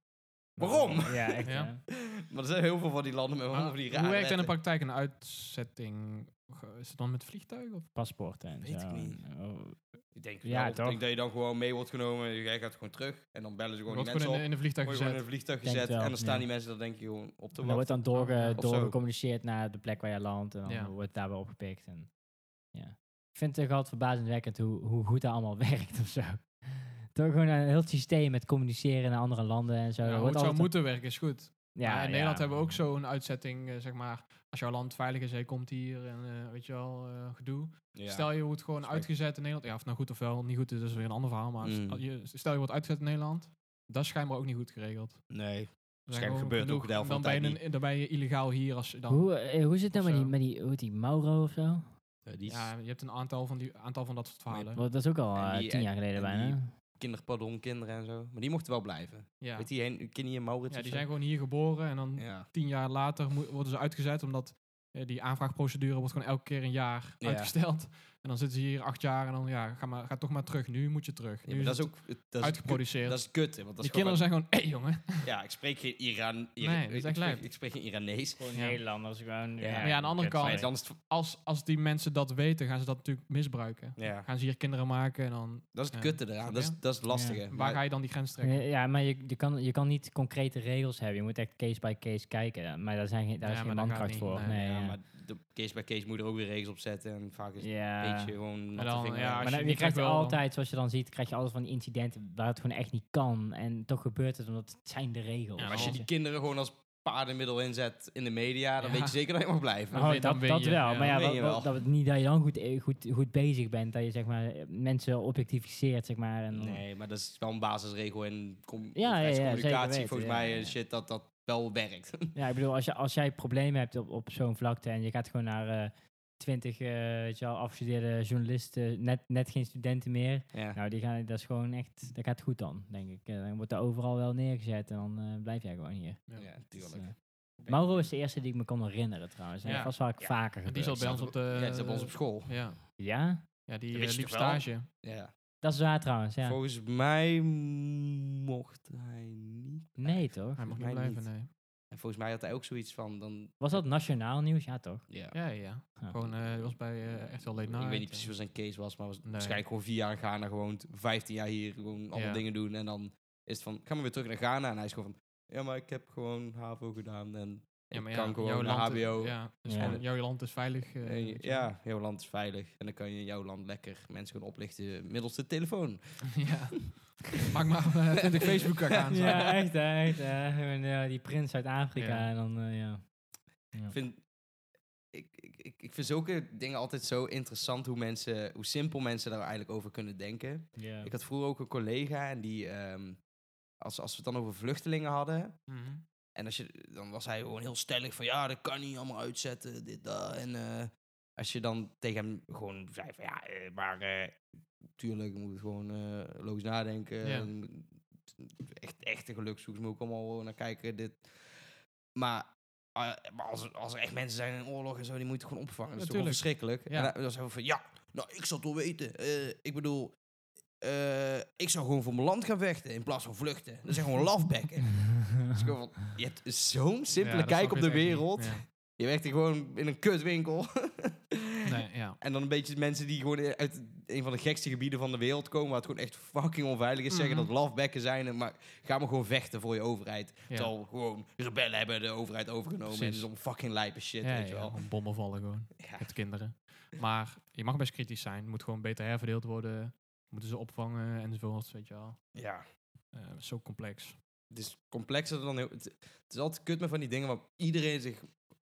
Speaker 3: waarom?
Speaker 4: Ja, echt. eh,
Speaker 1: Ja.
Speaker 4: hè.
Speaker 3: Maar er zijn heel veel van die landen met allemaal
Speaker 1: Maar
Speaker 3: van die rare
Speaker 1: Hoe werkt dat in de
Speaker 3: wetten.
Speaker 1: praktijk een uitzetting? Ge- Is het dan met vliegtuigen? Of?
Speaker 4: Paspoorten en
Speaker 3: Weet
Speaker 4: zo.
Speaker 3: ik niet.
Speaker 4: En, oh,
Speaker 3: Ik denk,
Speaker 4: Ja,
Speaker 3: wel. ik
Speaker 4: toch?
Speaker 3: denk dat je dan gewoon mee wordt genomen. Jij gaat gewoon terug. En dan bellen ze gewoon
Speaker 1: Wordt
Speaker 3: die mensen
Speaker 1: gewoon in,
Speaker 3: op.
Speaker 1: in de vliegtuig
Speaker 3: Word je gewoon in
Speaker 1: gezet.
Speaker 3: een vliegtuig
Speaker 4: Denk
Speaker 3: gezet.
Speaker 4: wel,
Speaker 3: en dan staan
Speaker 4: ja. Nou,
Speaker 3: die mensen dan denk je gewoon op te
Speaker 4: dan wordt
Speaker 3: wachten.
Speaker 4: dan doorge,
Speaker 1: Of
Speaker 3: Oh, zo.
Speaker 4: doorgecommuniceerd naar de plek waar je landt. En dan
Speaker 1: Ja.
Speaker 4: wordt het daar weer opgepikt. En, ja. Ik vind het toch altijd verbazingwekkend hoe, hoe goed dat allemaal werkt of zo. Toch gewoon een heel systeem met communiceren naar andere landen en zo.
Speaker 1: Ja,
Speaker 4: Dat
Speaker 1: hoe
Speaker 4: wordt
Speaker 1: het zou
Speaker 4: altijd-
Speaker 1: moeten werken is goed.
Speaker 4: Ja,
Speaker 1: Maar in
Speaker 4: ja.
Speaker 1: Nederland hebben we ook zo'n uitzetting, eh, zeg maar. Als jouw land veilig is, jij komt hier en eh, weet je wel, eh, gedoe.
Speaker 3: Ja.
Speaker 1: Stel je wordt gewoon
Speaker 3: Spreek.
Speaker 1: uitgezet in Nederland. Ja, of het nou goed of wel, niet goed is, dat is weer een ander verhaal. Maar
Speaker 3: Mm.
Speaker 1: als- je- stel je wordt uitgezet in Nederland, dat is schijnbaar ook niet goed geregeld. Er
Speaker 3: Nee.
Speaker 1: zijn
Speaker 3: Waarschijnlijk
Speaker 1: gewoon
Speaker 3: gebeurt het ook
Speaker 1: genoeg-
Speaker 3: de helft
Speaker 1: dan
Speaker 3: van de
Speaker 1: ben je
Speaker 3: tijd
Speaker 1: een- Dan ben je illegaal hier als je dan...
Speaker 4: Hoe, eh, hoe zit het
Speaker 1: Of
Speaker 4: nou met die,
Speaker 1: zo.
Speaker 4: met die, hoe heet die Mauro of zo?
Speaker 3: eh, die is
Speaker 1: Ja, je hebt een aantal van, die, aantal van dat soort verhalen.
Speaker 4: Want dat is ook al
Speaker 3: En
Speaker 4: eh,
Speaker 3: die-
Speaker 4: tien
Speaker 3: en-
Speaker 4: jaar geleden
Speaker 3: en
Speaker 4: bijna.
Speaker 3: die- kinderpardon, kinderen en zo. Maar die mochten wel blijven.
Speaker 1: Ja.
Speaker 3: Weet die heen, Kenny en Maurits
Speaker 1: ja,
Speaker 3: of
Speaker 1: die
Speaker 3: zo?
Speaker 1: zijn gewoon hier geboren en dan
Speaker 3: Ja.
Speaker 1: tien jaar later moe- worden ze uitgezet, omdat eh, die aanvraagprocedure wordt gewoon elke keer een jaar
Speaker 3: Ja.
Speaker 1: uitgesteld. En dan zitten ze hier acht jaar en dan, ja, ga, maar, ga toch maar terug. Nu moet je terug.
Speaker 3: Ja,
Speaker 1: nu
Speaker 3: maar
Speaker 1: is
Speaker 3: dat is
Speaker 1: het
Speaker 3: ook... het- Dat is
Speaker 1: uitgeproduceerd.
Speaker 3: kut- Dat is kut, hè, want dat
Speaker 1: die
Speaker 3: is
Speaker 1: kinderen
Speaker 3: gewoon
Speaker 1: zijn gewoon, hé jongen.
Speaker 3: van- Ja, ik spreek geen Iran... Ira-
Speaker 1: Nee, dat is
Speaker 3: ik,
Speaker 1: echt
Speaker 3: spreek,
Speaker 1: lijp.
Speaker 3: ik spreek geen Iranees.
Speaker 4: Gewoon
Speaker 1: Ja.
Speaker 4: Nederlanders gewoon.
Speaker 3: Ja,
Speaker 1: maar ja, aan de andere
Speaker 4: kut,
Speaker 1: kant-
Speaker 3: Maar
Speaker 1: Nee.
Speaker 4: sorry.
Speaker 3: dan is het-
Speaker 1: Als, als die mensen dat weten, gaan ze dat natuurlijk misbruiken.
Speaker 3: Ja,
Speaker 1: Gaan ze hier kinderen maken en dan,
Speaker 3: dat is het
Speaker 1: Ja.
Speaker 3: kutte eraan.
Speaker 1: Snap
Speaker 3: Dat is,
Speaker 1: je?
Speaker 3: dat is het lastige. Maar-
Speaker 1: waar ga je dan die grens trekken?
Speaker 4: Ja, Eh, ja, maar je, je, kan, je kan niet concrete regels hebben. Je moet echt case by case kijken. Maar daar, zijn, geen- daar
Speaker 1: Ja,
Speaker 4: is
Speaker 1: maar
Speaker 4: geen
Speaker 1: dat gaat
Speaker 4: mankracht
Speaker 1: niet.
Speaker 4: voor.
Speaker 1: Nee,
Speaker 4: Nee,
Speaker 3: Ja,
Speaker 4: ja.
Speaker 3: maar de case bij case moet je er ook weer regels op zetten. En vaak is het
Speaker 4: Ja.
Speaker 3: een beetje gewoon
Speaker 1: Maar
Speaker 3: natte
Speaker 1: dan,
Speaker 3: vinger.
Speaker 1: ja,
Speaker 4: Maar
Speaker 1: als
Speaker 4: dan-
Speaker 1: je
Speaker 4: je
Speaker 1: niet
Speaker 4: krijgt
Speaker 1: weg wil, dan-
Speaker 4: altijd, zoals je dan ziet, krijg je altijd van die incidenten waar het gewoon echt niet kan. En toch gebeurt het, omdat het zijn de regels.
Speaker 1: Ja,
Speaker 3: Maar als je
Speaker 4: Weet
Speaker 3: die kinderen gewoon als paardenmiddel inzet in de media, dan
Speaker 1: Ja.
Speaker 3: weet je zeker dat je mag blijven.
Speaker 1: Dan
Speaker 4: Oh,
Speaker 1: win- dan
Speaker 4: dat,
Speaker 1: win
Speaker 4: dat
Speaker 1: je.
Speaker 4: wel.
Speaker 1: Ja,
Speaker 4: maar ja,
Speaker 3: dan win
Speaker 4: wel,
Speaker 3: je
Speaker 4: wel-
Speaker 3: wel.
Speaker 4: Dat, het niet dat je dan goed, eh, goed, goed bezig bent. Dat je zeg maar, eh, mensen objectificeert. Zeg maar, en dan-
Speaker 3: Nee, maar dat is wel een basisregel in com-
Speaker 4: Ja, ja, ja, zeker
Speaker 3: communicatie.
Speaker 4: weten,
Speaker 3: Volgens
Speaker 4: ja,
Speaker 3: mij
Speaker 4: ja,
Speaker 3: eh,
Speaker 4: ja.
Speaker 3: shit dat dat wel werkt.
Speaker 4: Ja, ik bedoel, als, je, als jij problemen hebt op, op zo'n vlakte en je gaat gewoon naar eh, twintig eh, weet je wel, afgestudeerde journalisten, net, net geen studenten meer.
Speaker 3: ja.
Speaker 4: Nou, die gaan, dat is gewoon echt, dat gaat goed dan, denk ik. Eh, Dan wordt er overal wel neergezet en dan eh, blijf jij gewoon hier.
Speaker 1: Ja.
Speaker 3: ja,
Speaker 4: Dus,
Speaker 3: tuurlijk.
Speaker 4: eh,
Speaker 3: Denk
Speaker 4: Mauro is de eerste die ik me kon herinneren trouwens.
Speaker 1: Ja.
Speaker 4: Ja. Dat was vaak
Speaker 3: Ja.
Speaker 4: vaker
Speaker 1: Die
Speaker 4: gebeurd.
Speaker 1: zat bij ons op de...
Speaker 3: ja, het is op ons op school.
Speaker 1: Ja,
Speaker 4: Ja?
Speaker 1: ja die eh,
Speaker 3: Dat wist je
Speaker 1: liep
Speaker 3: toch wel?
Speaker 1: stage.
Speaker 3: Ja.
Speaker 4: Dat is waar trouwens, ja.
Speaker 3: Volgens mij mocht hij niet.
Speaker 4: Nee toch?
Speaker 1: Hij mag niet
Speaker 3: mij
Speaker 1: blijven,
Speaker 3: niet.
Speaker 1: nee.
Speaker 3: En volgens mij had hij ook zoiets van dan.
Speaker 4: Was dat nationaal nieuws? Ja toch?
Speaker 3: Ja.
Speaker 1: Ja, ja.
Speaker 4: Ja.
Speaker 1: Gewoon, eh, hij was bij echt wel Late
Speaker 3: ik
Speaker 1: Night,
Speaker 3: weet niet
Speaker 1: eh.
Speaker 3: precies wat zijn case was, maar was
Speaker 1: Nee.
Speaker 3: waarschijnlijk gewoon vier jaar in Ghana gewoond, vijftien jaar hier, gewoon allemaal
Speaker 1: Ja.
Speaker 3: dingen doen. En dan is het van, ga maar weer terug naar Ghana. En hij is gewoon van, ja, maar ik heb gewoon HAVO gedaan en
Speaker 1: Ja, maar
Speaker 3: ik
Speaker 1: ja,
Speaker 3: kan
Speaker 1: jouw
Speaker 3: gewoon naar
Speaker 1: land is-
Speaker 3: HBO.
Speaker 1: Ja, dus
Speaker 4: Ja.
Speaker 1: gewoon, jouw land is veilig. eh,
Speaker 3: Eh,
Speaker 1: weet je
Speaker 3: ja, jouw land is veilig. En dan kan je in jouw land lekker mensen gewoon oplichten middels de telefoon.
Speaker 1: wel. ja. Maak maar eh, 20 facebook accounts aan.
Speaker 4: Ja, echt hè, echt hè. Gewoon, ja, die prins uit Afrika
Speaker 1: Ja.
Speaker 4: en dan, eh, ja. Ja.
Speaker 3: Ik vind, ik, ik, ik, ik vind zulke dingen altijd zo interessant hoe mensen, hoe simpel mensen daar eigenlijk over kunnen denken.
Speaker 4: Ja.
Speaker 3: Ik had vroeger ook een collega en die, ehm, als, als we het dan over vluchtelingen hadden,
Speaker 1: Mhm.
Speaker 3: en als je, dan was hij gewoon heel stellig van, ja, dat kan niet allemaal uitzetten, dit, dat. En eh, als je dan tegen hem gewoon zei van, ja, eh, maar eh, tuurlijk, je moet gewoon eh, logisch nadenken.
Speaker 1: Ja.
Speaker 3: Je moet- Echt, echte gelukszoekers moet ook allemaal eh, naar kijken, dit. Maar, ah, maar als, er- als er echt mensen zijn in oorlog en zo, die moeten gewoon opvangen. Dat is toch wel
Speaker 1: Natuurlijk.
Speaker 3: verschrikkelijk.
Speaker 1: Ja.
Speaker 3: En dan- dan zei hij van, ja, nou, ik zal het wel weten. Eh, ik bedoel... eh, ik zou gewoon voor mijn land gaan vechten in plaats van vluchten. Dat zijn gewoon lafbekken. Het is gewoon van, je hebt zo'n simpele
Speaker 1: Ja, dat
Speaker 3: kijk
Speaker 1: snap
Speaker 3: op
Speaker 1: je
Speaker 3: de
Speaker 1: echt niet.
Speaker 3: wereld.
Speaker 1: Ja.
Speaker 3: Je werkt hier gewoon in een kutwinkel.
Speaker 1: Nee, ja.
Speaker 3: En dan een beetje mensen die gewoon uit een van de gekste gebieden van de wereld komen, waar het gewoon echt fucking onveilig is, zeggen
Speaker 1: Mhm.
Speaker 3: dat lafbekken zijn, en maar ga maar gewoon vechten voor je overheid.
Speaker 1: Ja.
Speaker 3: Terwijl gewoon rebellen hebben de overheid overgenomen en
Speaker 1: Precies.
Speaker 3: en zo'n fucking lijpe shit,
Speaker 1: ja,
Speaker 3: weet je
Speaker 1: ja,
Speaker 3: wel.
Speaker 1: gewoon bommen vallen gewoon.
Speaker 3: Ja.
Speaker 1: Met kinderen. Maar je mag best kritisch zijn. Moet gewoon beter herverdeeld worden. Moeten ze opvangen enzovoort, weet je wel.
Speaker 3: ja.
Speaker 1: Eh, het is zo complex.
Speaker 3: Het is complexer dan heel... Het, het is altijd kut met van die dingen waar iedereen zich...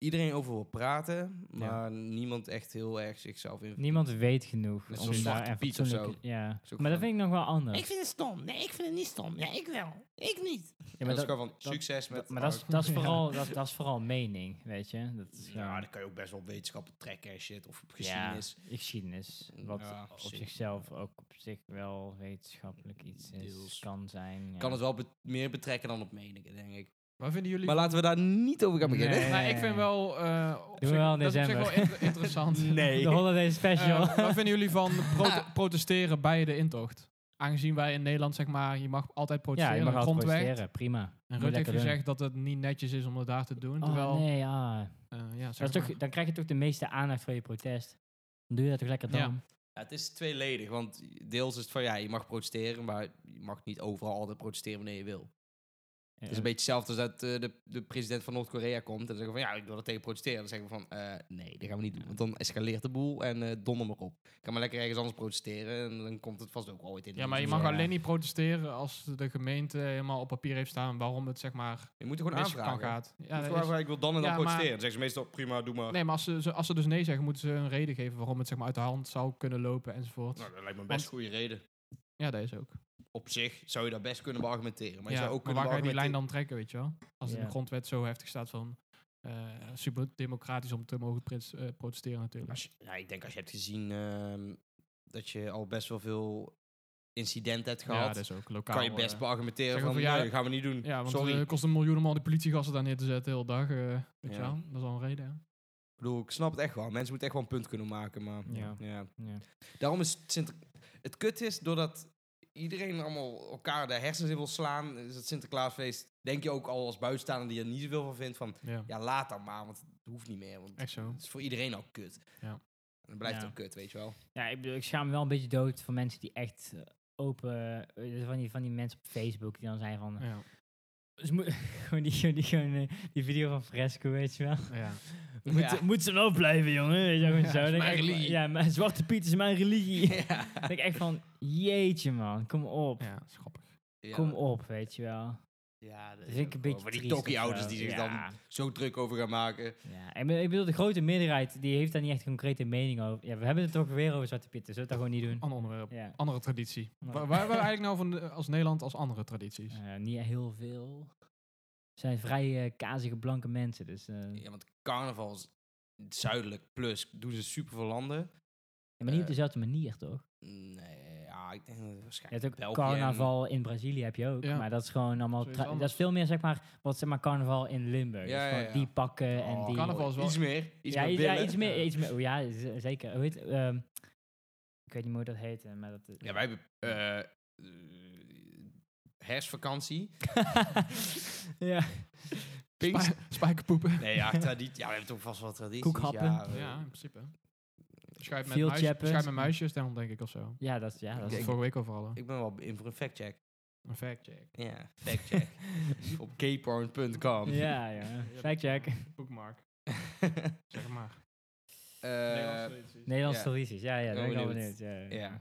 Speaker 3: Iedereen over wil praten, maar niemand echt heel erg zichzelf in.
Speaker 4: Niemand weet genoeg.
Speaker 3: Net
Speaker 4: om
Speaker 3: zoals
Speaker 4: daar
Speaker 3: Zwarte
Speaker 4: een
Speaker 3: Piet of zo.
Speaker 4: fatsoenlijke- Ja.
Speaker 3: Is ook
Speaker 4: Maar dat
Speaker 3: gewoon-
Speaker 4: vind ik nog wel anders.
Speaker 3: vind het stom. Nee, ik vind het niet stom. Nee, ik wel. Ik niet.
Speaker 4: ja,
Speaker 3: maar
Speaker 4: maar
Speaker 3: dat is
Speaker 4: dat,
Speaker 3: gewoon van
Speaker 4: dat-
Speaker 3: succes met...
Speaker 4: maar dat is, dat, is vooral, dat, dat is vooral mening, weet je. Dat is
Speaker 3: Ja,
Speaker 4: gewoon-
Speaker 3: dan kan je ook best wel wetenschappen trekken en shit. Of op
Speaker 4: Ja,
Speaker 3: geschiedenis.
Speaker 4: geschiedenis. Wat
Speaker 3: Ja,
Speaker 4: op
Speaker 3: precies.
Speaker 4: zichzelf ook op zich wel wetenschappelijk iets is,
Speaker 3: Deels.
Speaker 4: kan zijn. ja.
Speaker 3: Kan het wel be- meer betrekken dan op meningen, denk ik.
Speaker 1: Waar vinden jullie...
Speaker 3: Maar laten we daar niet over gaan beginnen.
Speaker 4: Nee.
Speaker 1: Nou, ik vind wel... eh, op
Speaker 4: Doen we
Speaker 1: zich-
Speaker 4: wel in
Speaker 1: dat is op zich wel
Speaker 4: december.
Speaker 1: inter- interessant.
Speaker 4: De holiday special.
Speaker 1: Eh, wat vinden jullie van prote- protesteren bij de intocht? Aangezien wij in Nederland, zeg maar, je mag altijd
Speaker 4: ja,
Speaker 1: protesteren.
Speaker 4: je mag altijd
Speaker 1: grondwet.
Speaker 4: protesteren, prima.
Speaker 1: En
Speaker 4: Moet
Speaker 1: Rutte heeft
Speaker 4: lekker doen.
Speaker 1: gezegd dat het niet netjes is om dat daar te doen.
Speaker 4: Oh,
Speaker 1: terwijl,
Speaker 4: nee, ja.
Speaker 1: eh, ja,
Speaker 4: Dat
Speaker 1: zeg
Speaker 4: is toch,
Speaker 1: maar.
Speaker 4: dan krijg je toch de meeste aandacht voor je protest. Dan doe je dat toch lekker dan.
Speaker 1: Ja.
Speaker 3: Ja, het is tweeledig, want deels is het van ja, je mag protesteren, maar je mag niet overal altijd protesteren wanneer je wil.
Speaker 4: Eh,
Speaker 3: Het is een beetje hetzelfde als dat eh, de, de president van Noord-Korea komt en dan zeggen we van ja, ik wil er tegen protesteren. Dan zeggen we van eh, nee, dat gaan we niet doen, want dan escaleert de boel en eh donder maar op. Ik kan maar lekker ergens anders protesteren en dan komt het vast ook wel ooit in. de
Speaker 1: Ja, maar je
Speaker 3: nieuws.
Speaker 1: mag
Speaker 4: Ja.
Speaker 1: alleen niet protesteren als de gemeente helemaal op papier heeft staan waarom het, zeg maar,
Speaker 3: Je moet er gewoon
Speaker 1: mis kan
Speaker 3: aanvragen. Je
Speaker 1: gaat. Ja,
Speaker 3: moet
Speaker 1: dat
Speaker 3: gewoon
Speaker 1: is-
Speaker 3: aanvragen, ik wil dan en dan
Speaker 1: Ja, maar-
Speaker 3: protesteren. Dan zeggen ze meestal prima, doe maar.
Speaker 1: nee, maar als ze, ze- als ze dus nee zeggen, moeten ze een reden geven waarom het, zeg maar, uit de hand zou kunnen lopen enzovoort.
Speaker 3: Nou, dat lijkt me best
Speaker 1: Want-
Speaker 3: goede reden.
Speaker 1: Ja, dat is ook.
Speaker 3: Op zich zou je dat best kunnen beargumenteren, maar je
Speaker 1: ja,
Speaker 3: zou ook
Speaker 1: maar
Speaker 3: kunnen
Speaker 1: waar ga je die lijn
Speaker 3: beargumenteren-
Speaker 1: dan trekken, weet je wel? Als het in
Speaker 4: Ja.
Speaker 1: de grondwet zo heftig staat van eh super democratisch om te mogen prins- eh, protesteren natuurlijk.
Speaker 3: Als je- nou, ik denk als je hebt gezien ehm, dat je al best wel veel incidenten hebt
Speaker 1: ja,
Speaker 3: gehad,
Speaker 1: dat is ook lokaal.
Speaker 3: kan je best
Speaker 1: eh,
Speaker 3: beargumenteren
Speaker 1: zeggen
Speaker 3: van,
Speaker 1: van, ja,
Speaker 3: nee, dat gaan we niet doen.
Speaker 1: ja, want
Speaker 3: Sorry.
Speaker 1: eh, het kost een miljoen om al die politiegassen daar neer te zetten, de hele dag. eh, weet
Speaker 3: Ja.
Speaker 1: je wel? Dat is al een reden. hè?
Speaker 3: Ik bedoel, ik snap het echt wel. Mensen moeten echt wel een punt kunnen maken, maar ja.
Speaker 4: Ja. Ja.
Speaker 3: Daarom is het, Sinter- het kut is, doordat iedereen allemaal elkaar de hersens in wil slaan, is het Sinterklaasfeest, denk je ook al als buitenstaander die er niet zoveel van vindt, van
Speaker 1: Ja,
Speaker 3: ja, laat dan maar, want het hoeft niet meer, want
Speaker 1: echt zo.
Speaker 3: het is voor iedereen al kut.
Speaker 1: Ja.
Speaker 3: En dan blijft
Speaker 4: Ja.
Speaker 3: het ook kut, weet je wel.
Speaker 4: Ja, ik, bedoel, ik schaam me wel een beetje dood voor mensen die echt eh, open... eh, van, die, van die mensen op Facebook die dan zijn van...
Speaker 1: Ja,
Speaker 4: Ze moet- gewoon die, die, gewoon, eh, die video van Fresco, weet je wel.
Speaker 1: ja.
Speaker 4: Moet, moet ze nou blijven, jongen? Weet je wel, gewoon zo. Dan denk ik
Speaker 3: mijn
Speaker 4: echt van,
Speaker 3: religie.
Speaker 4: Ja, mijn Zwarte Piet is mijn religie. Dan
Speaker 3: Ja.
Speaker 4: denk ik echt van, jeetje man, kom op.
Speaker 1: ja dat is grappig.
Speaker 3: Ja.
Speaker 4: Kom op, weet je wel.
Speaker 3: Ja, dat
Speaker 4: Dat vind ik een beetje
Speaker 3: Van die
Speaker 4: triest of
Speaker 3: tokkie-ouders
Speaker 4: zo.
Speaker 3: die zich
Speaker 4: Ja.
Speaker 3: dan zo druk over gaan maken.
Speaker 4: Ja, ik be- ik bedoel, de grote meerderheid die heeft daar niet echt een concrete mening over. Ja, we hebben het toch weer over Zwarte Pieten, zullen we dat gewoon niet doen?
Speaker 1: Ander onderwerp.
Speaker 3: Oh.
Speaker 4: Ja,
Speaker 1: Andere traditie.
Speaker 4: Ja.
Speaker 1: Waar waar hebben we eigenlijk nou van de- als Nederland als andere tradities?
Speaker 4: Eh, niet heel veel. Het zijn vrij eh, kazige blanke mensen, dus... eh,
Speaker 3: Ja, want carnaval is zuidelijk plus. Doen ze super veel landen?
Speaker 4: ja, maar niet op
Speaker 3: eh,
Speaker 4: dezelfde manier, toch?
Speaker 3: Nee, ja, ik denk dat het
Speaker 4: Je hebt
Speaker 3: waarschijnlijk
Speaker 4: ook
Speaker 3: België
Speaker 4: carnaval in Brazilië heb je ook,
Speaker 1: Ja.
Speaker 4: maar dat is gewoon allemaal...
Speaker 1: Zoiets
Speaker 4: tra- Dat
Speaker 1: anders.
Speaker 4: is veel meer, zeg maar, wat zeg maar carnaval in Limburg.
Speaker 3: Ja,
Speaker 4: dus
Speaker 3: ja,
Speaker 4: gewoon
Speaker 3: ja.
Speaker 4: die pakken
Speaker 3: en-
Speaker 4: en
Speaker 3: Oh,
Speaker 4: die...
Speaker 1: carnaval is wel-
Speaker 3: Iets meer. Iets
Speaker 4: ja,
Speaker 3: meer
Speaker 4: i- ja,
Speaker 3: billen.
Speaker 4: iets meer, iets meer, oh ja, z- zeker. Hoe heet, ehm, ik weet niet meer hoe dat heet, eh, maar dat...
Speaker 3: Ja, wij hebben eh, eh, herfstvakantie.
Speaker 4: ja.
Speaker 3: Pinkst-
Speaker 1: Spij- spijkerpoepen.
Speaker 3: Nee, ja, traditie. Ja, we hebben toch vast wel tradities.
Speaker 4: Koekhappen.
Speaker 3: Ja, eh,
Speaker 1: Ja, in principe. Schuif met,
Speaker 4: Veel
Speaker 1: muis,
Speaker 4: chappen.
Speaker 1: schuif met muisjes, daarom denk ik of zo.
Speaker 4: ja, dat is... Ja,
Speaker 1: Dat
Speaker 4: dat
Speaker 1: is
Speaker 4: is
Speaker 3: Kijk.
Speaker 1: vorige week overal. hè?
Speaker 3: Ik ben wel in voor een factcheck.
Speaker 1: Een fact check.
Speaker 3: Ja, factcheck. Op gayporn.com.
Speaker 4: Ja, ja. Fact check.
Speaker 1: Bookmark, eh, zeg maar.
Speaker 3: Eh,
Speaker 4: Nederlandse
Speaker 3: Ja.
Speaker 4: tradities, ja, ja.
Speaker 3: Ik
Speaker 4: dat
Speaker 3: ben
Speaker 4: ben ik wel
Speaker 3: benieuwd.
Speaker 4: benieuwd. Ja, ja.
Speaker 3: Ja.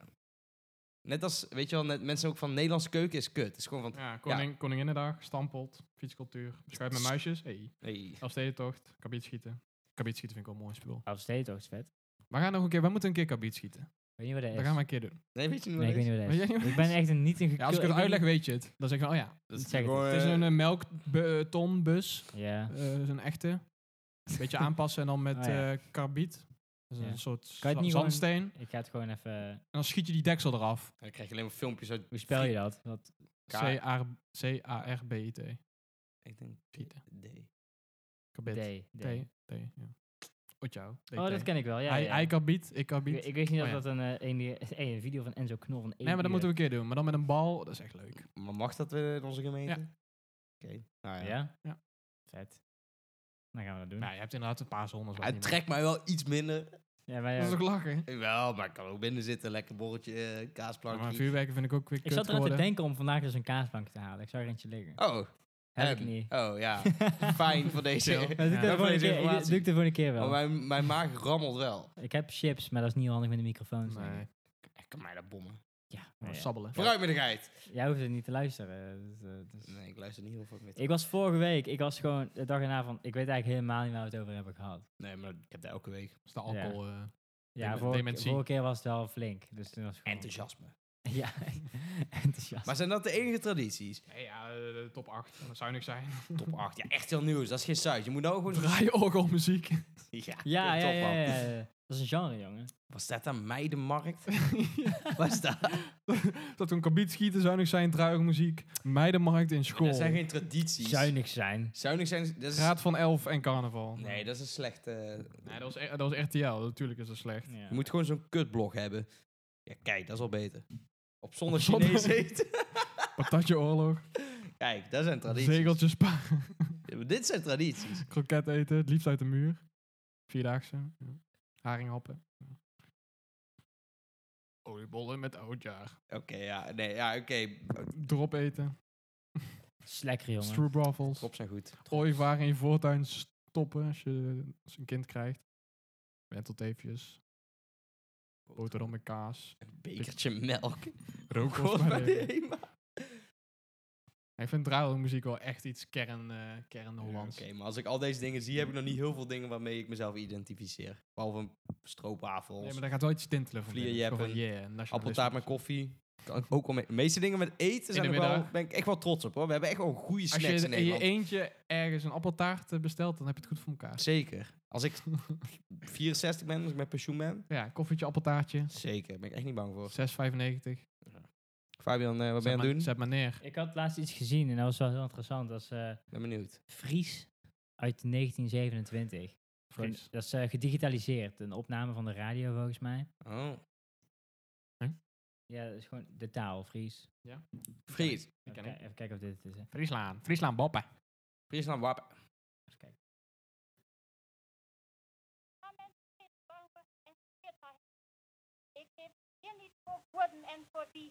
Speaker 3: Net als, weet je wel, net, mensen ook van Nederlandse keuken is kut. Het is gewoon van,
Speaker 1: Ja, koning, Koninginnedag, stampot, fietscultuur, schuif met muisjes, hey.
Speaker 3: hey,
Speaker 1: Elfstedentocht, kabiet schieten. Kabiet schieten vind ik wel een mooi spul.
Speaker 4: Of steeds toch, is vet.
Speaker 1: We gaan nog een keer, we moeten een keer kabiet schieten.
Speaker 4: Weet je wat dat is?
Speaker 1: Dat gaan we een keer doen.
Speaker 3: nee, weet je niet
Speaker 4: Nee, ik
Speaker 3: wat
Speaker 4: weet
Speaker 3: het
Speaker 4: niet wat
Speaker 1: Weet jij
Speaker 4: dat
Speaker 1: niet
Speaker 4: is.
Speaker 1: wat
Speaker 4: Ik ben echt een niet een
Speaker 1: Ja, als ik het
Speaker 4: gekul-
Speaker 1: uitleg
Speaker 4: ben-
Speaker 1: weet je het. Dan zeg ik van, oh ja,
Speaker 3: is?
Speaker 4: Zeg het.
Speaker 3: Gewoon,
Speaker 1: het is
Speaker 3: eh,
Speaker 1: een eh, melkton bus.
Speaker 4: Ja.
Speaker 1: eh zo'n echte. Beetje aanpassen en dan met
Speaker 4: Oh ja.
Speaker 1: eh karbiet. Dat is
Speaker 4: Ja.
Speaker 1: een soort
Speaker 4: Kan je het
Speaker 1: za-
Speaker 4: niet gewoon-
Speaker 1: zandsteen.
Speaker 4: Ik ga het gewoon even...
Speaker 1: En dan schiet je die deksel eraf.
Speaker 3: eh, Dan krijg je alleen maar filmpjes uit...
Speaker 4: Hoe spel je dat? Wat?
Speaker 3: Ka-
Speaker 1: C-A- C-A-R-B-I-T.
Speaker 3: Ik denk
Speaker 1: Schieten.
Speaker 3: D.
Speaker 4: D.
Speaker 1: Karbiet.
Speaker 4: D.
Speaker 1: T. T. Ja. Otjouw. D,
Speaker 4: Oh,
Speaker 1: T.
Speaker 4: dat ken ik wel, ja.
Speaker 1: Hij,
Speaker 4: ja.
Speaker 1: hij karbiet, ik karbiet.
Speaker 4: ik, ik weet niet
Speaker 1: Oh,
Speaker 4: of
Speaker 1: ja.
Speaker 4: dat een, eh, een, eh, een video van Enzo Knol van E één
Speaker 1: nee, maar dat
Speaker 4: uur-
Speaker 1: moeten we een keer doen. Maar dan met een bal, dat is echt leuk.
Speaker 3: Maar mag dat weer in onze gemeente? Oké. Nou ja.
Speaker 4: Ja?
Speaker 1: Ja.
Speaker 4: Vet. Dan gaan we dat doen.
Speaker 1: Nou, je hebt inderdaad een paar zones.
Speaker 3: Het trekt mij wel iets minder.
Speaker 4: Ja, eh, wij
Speaker 1: Dat is
Speaker 4: ook.
Speaker 1: toch lachen?
Speaker 3: Wel, maar ik kan ook binnen zitten. Lekker borreltje, eh,
Speaker 1: Maar
Speaker 3: kaasplankje.
Speaker 1: vuurwerken vind ik ook weer
Speaker 4: Ik
Speaker 1: kut
Speaker 4: zat eraan te
Speaker 1: geworden.
Speaker 4: denken om vandaag dus een kaasbank te halen. Ik zou er eentje liggen.
Speaker 3: oh,
Speaker 4: Heb ik
Speaker 3: hem.
Speaker 4: niet.
Speaker 3: Oh ja, fijn voor deze.
Speaker 1: Ja.
Speaker 4: Maar doe ik
Speaker 1: Ja,
Speaker 4: dat
Speaker 3: voor
Speaker 4: voor een
Speaker 3: deze
Speaker 4: keer- doe
Speaker 3: informatie.
Speaker 4: ik de volgende keer
Speaker 3: Maar
Speaker 4: wel.
Speaker 3: mijn, mijn maag rammelt wel.
Speaker 4: Ik heb chips, maar dat is niet handig met de microfoon. zeg.
Speaker 1: Nee,
Speaker 3: Ik kan mij dat bommen.
Speaker 4: Ja, maar
Speaker 1: maar
Speaker 4: ja.
Speaker 1: sabbelen.
Speaker 3: Vooruit met de geit.
Speaker 4: Jij hoeft het niet te luisteren. dus, eh, dus-
Speaker 3: Nee, ik luister niet heel vaak met.
Speaker 4: Ik was vorige week, ik was gewoon de dag erna van, ik weet eigenlijk helemaal niet waar we het over hebben gehad.
Speaker 3: Nee, maar ik heb dat elke week.
Speaker 1: Dat is de alcohol. eh.
Speaker 4: Ja,
Speaker 1: Dem-
Speaker 4: vorige,
Speaker 1: dementie.
Speaker 4: vorige keer was het al flink. Dus toen was het gewoon-
Speaker 3: Enthousiasme.
Speaker 4: Ja, enthousiast.
Speaker 3: Maar zijn dat de enige tradities?
Speaker 1: Nee, ja, eh, top 8. Dat zou niks zijn.
Speaker 3: Top 8. Ja, echt heel nieuws. Dat is geen saus. Je moet nou gewoon...
Speaker 1: Draai orgelmuziek.
Speaker 3: Ja,
Speaker 4: ja, ja,
Speaker 3: top
Speaker 4: ja,
Speaker 3: man.
Speaker 4: ja, ja, ja. Dat is een genre, jongen.
Speaker 3: Was dat dan meidenmarkt? Was dat?
Speaker 1: dat toen kabiet schieten, zuinig zijn, druigenmuziek, meidenmarkt in school.
Speaker 3: Dat zijn geen tradities.
Speaker 4: Zuinig zijn.
Speaker 3: Zuinig zijn... Dat is...
Speaker 1: Raad van elf en carnaval.
Speaker 3: Nee, dat is een slechte...
Speaker 1: Nee, dat, was, e- dat was RTL. Natuurlijk is dat slecht.
Speaker 4: Ja.
Speaker 3: Je moet gewoon zo'n kutblog hebben. Ja, kijk, dat is al beter. Op zondag
Speaker 1: Op zondag.
Speaker 3: Chinees eten.
Speaker 1: Patatje oorlog,
Speaker 3: Kijk, dat zijn tradities.
Speaker 1: zegeltjes sparen,
Speaker 3: Ja, maar dit zijn tradities.
Speaker 1: kroket eten, het liefst uit de muur. Vierdaagse. Ja. Haringhappen. Ja. Oliebollen met oudjaar.
Speaker 3: Oké, ja. Nee, ja, oké.
Speaker 1: Drop eten,
Speaker 4: is lekker, jongen.
Speaker 1: True brothels,
Speaker 3: Drops zijn goed.
Speaker 1: ooievaar in je voortuin stoppen als je, als je een kind krijgt. Wentelteefjes, boterham met kaas.
Speaker 3: Een bekertje melk.
Speaker 1: Rookworst
Speaker 3: Kost
Speaker 1: bij
Speaker 3: bij
Speaker 1: de-
Speaker 3: de Hema.
Speaker 1: Ik vind draaimuziek wel echt iets kern, eh kern
Speaker 3: Oké,
Speaker 1: Hollands.
Speaker 3: maar als ik al deze dingen zie, heb ik nog niet heel veel dingen waarmee ik mezelf identificeer. Behalve een stroopwafels,
Speaker 1: Nee, maar daar gaat wel iets tintelen van. binnen.
Speaker 3: Vlierjeppen,
Speaker 1: Zo van, yeah, nationalisme.
Speaker 3: appeltaart met koffie. Kan ik ook wel mee. De meeste dingen met eten zijn
Speaker 1: de
Speaker 3: er wel,
Speaker 1: middag.
Speaker 3: ben ik echt wel trots op hoor. We hebben echt wel goede
Speaker 1: Als
Speaker 3: snacks
Speaker 1: je
Speaker 3: in
Speaker 1: in je
Speaker 3: Nederland.
Speaker 1: eentje ergens een appeltaart eh, bestelt, dan heb je het goed voor elkaar.
Speaker 3: Zeker. Als ik 64 ben, als ik met pensioen ben.
Speaker 1: Ja, koffietje, appeltaartje.
Speaker 3: Zeker, daar ben ik echt niet bang voor.
Speaker 1: 6,95. Wat
Speaker 3: Fabian, eh, wat ben je aan het doen?
Speaker 1: Zet maar neer.
Speaker 4: Ik had laatst iets gezien en dat was wel heel interessant. Dat is eh,
Speaker 3: Ben benieuwd.
Speaker 4: Fries uit 1927. Gewoon-
Speaker 1: Fries.
Speaker 4: Dat is eh, gedigitaliseerd. Een opname van de radio, volgens mij.
Speaker 3: Oh.
Speaker 4: Ja, dat is gewoon de taal, Fries.
Speaker 3: Fries.
Speaker 1: Die
Speaker 4: Even,
Speaker 1: ken ik.
Speaker 4: ki- even kijken of dit het is. hè.
Speaker 1: Friesland. Friesland boppen.
Speaker 3: Friesland wapen.
Speaker 4: Even kijken.
Speaker 6: Amen. Ik boven en hierbij. Ik heb hier niet voor woorden en voor die.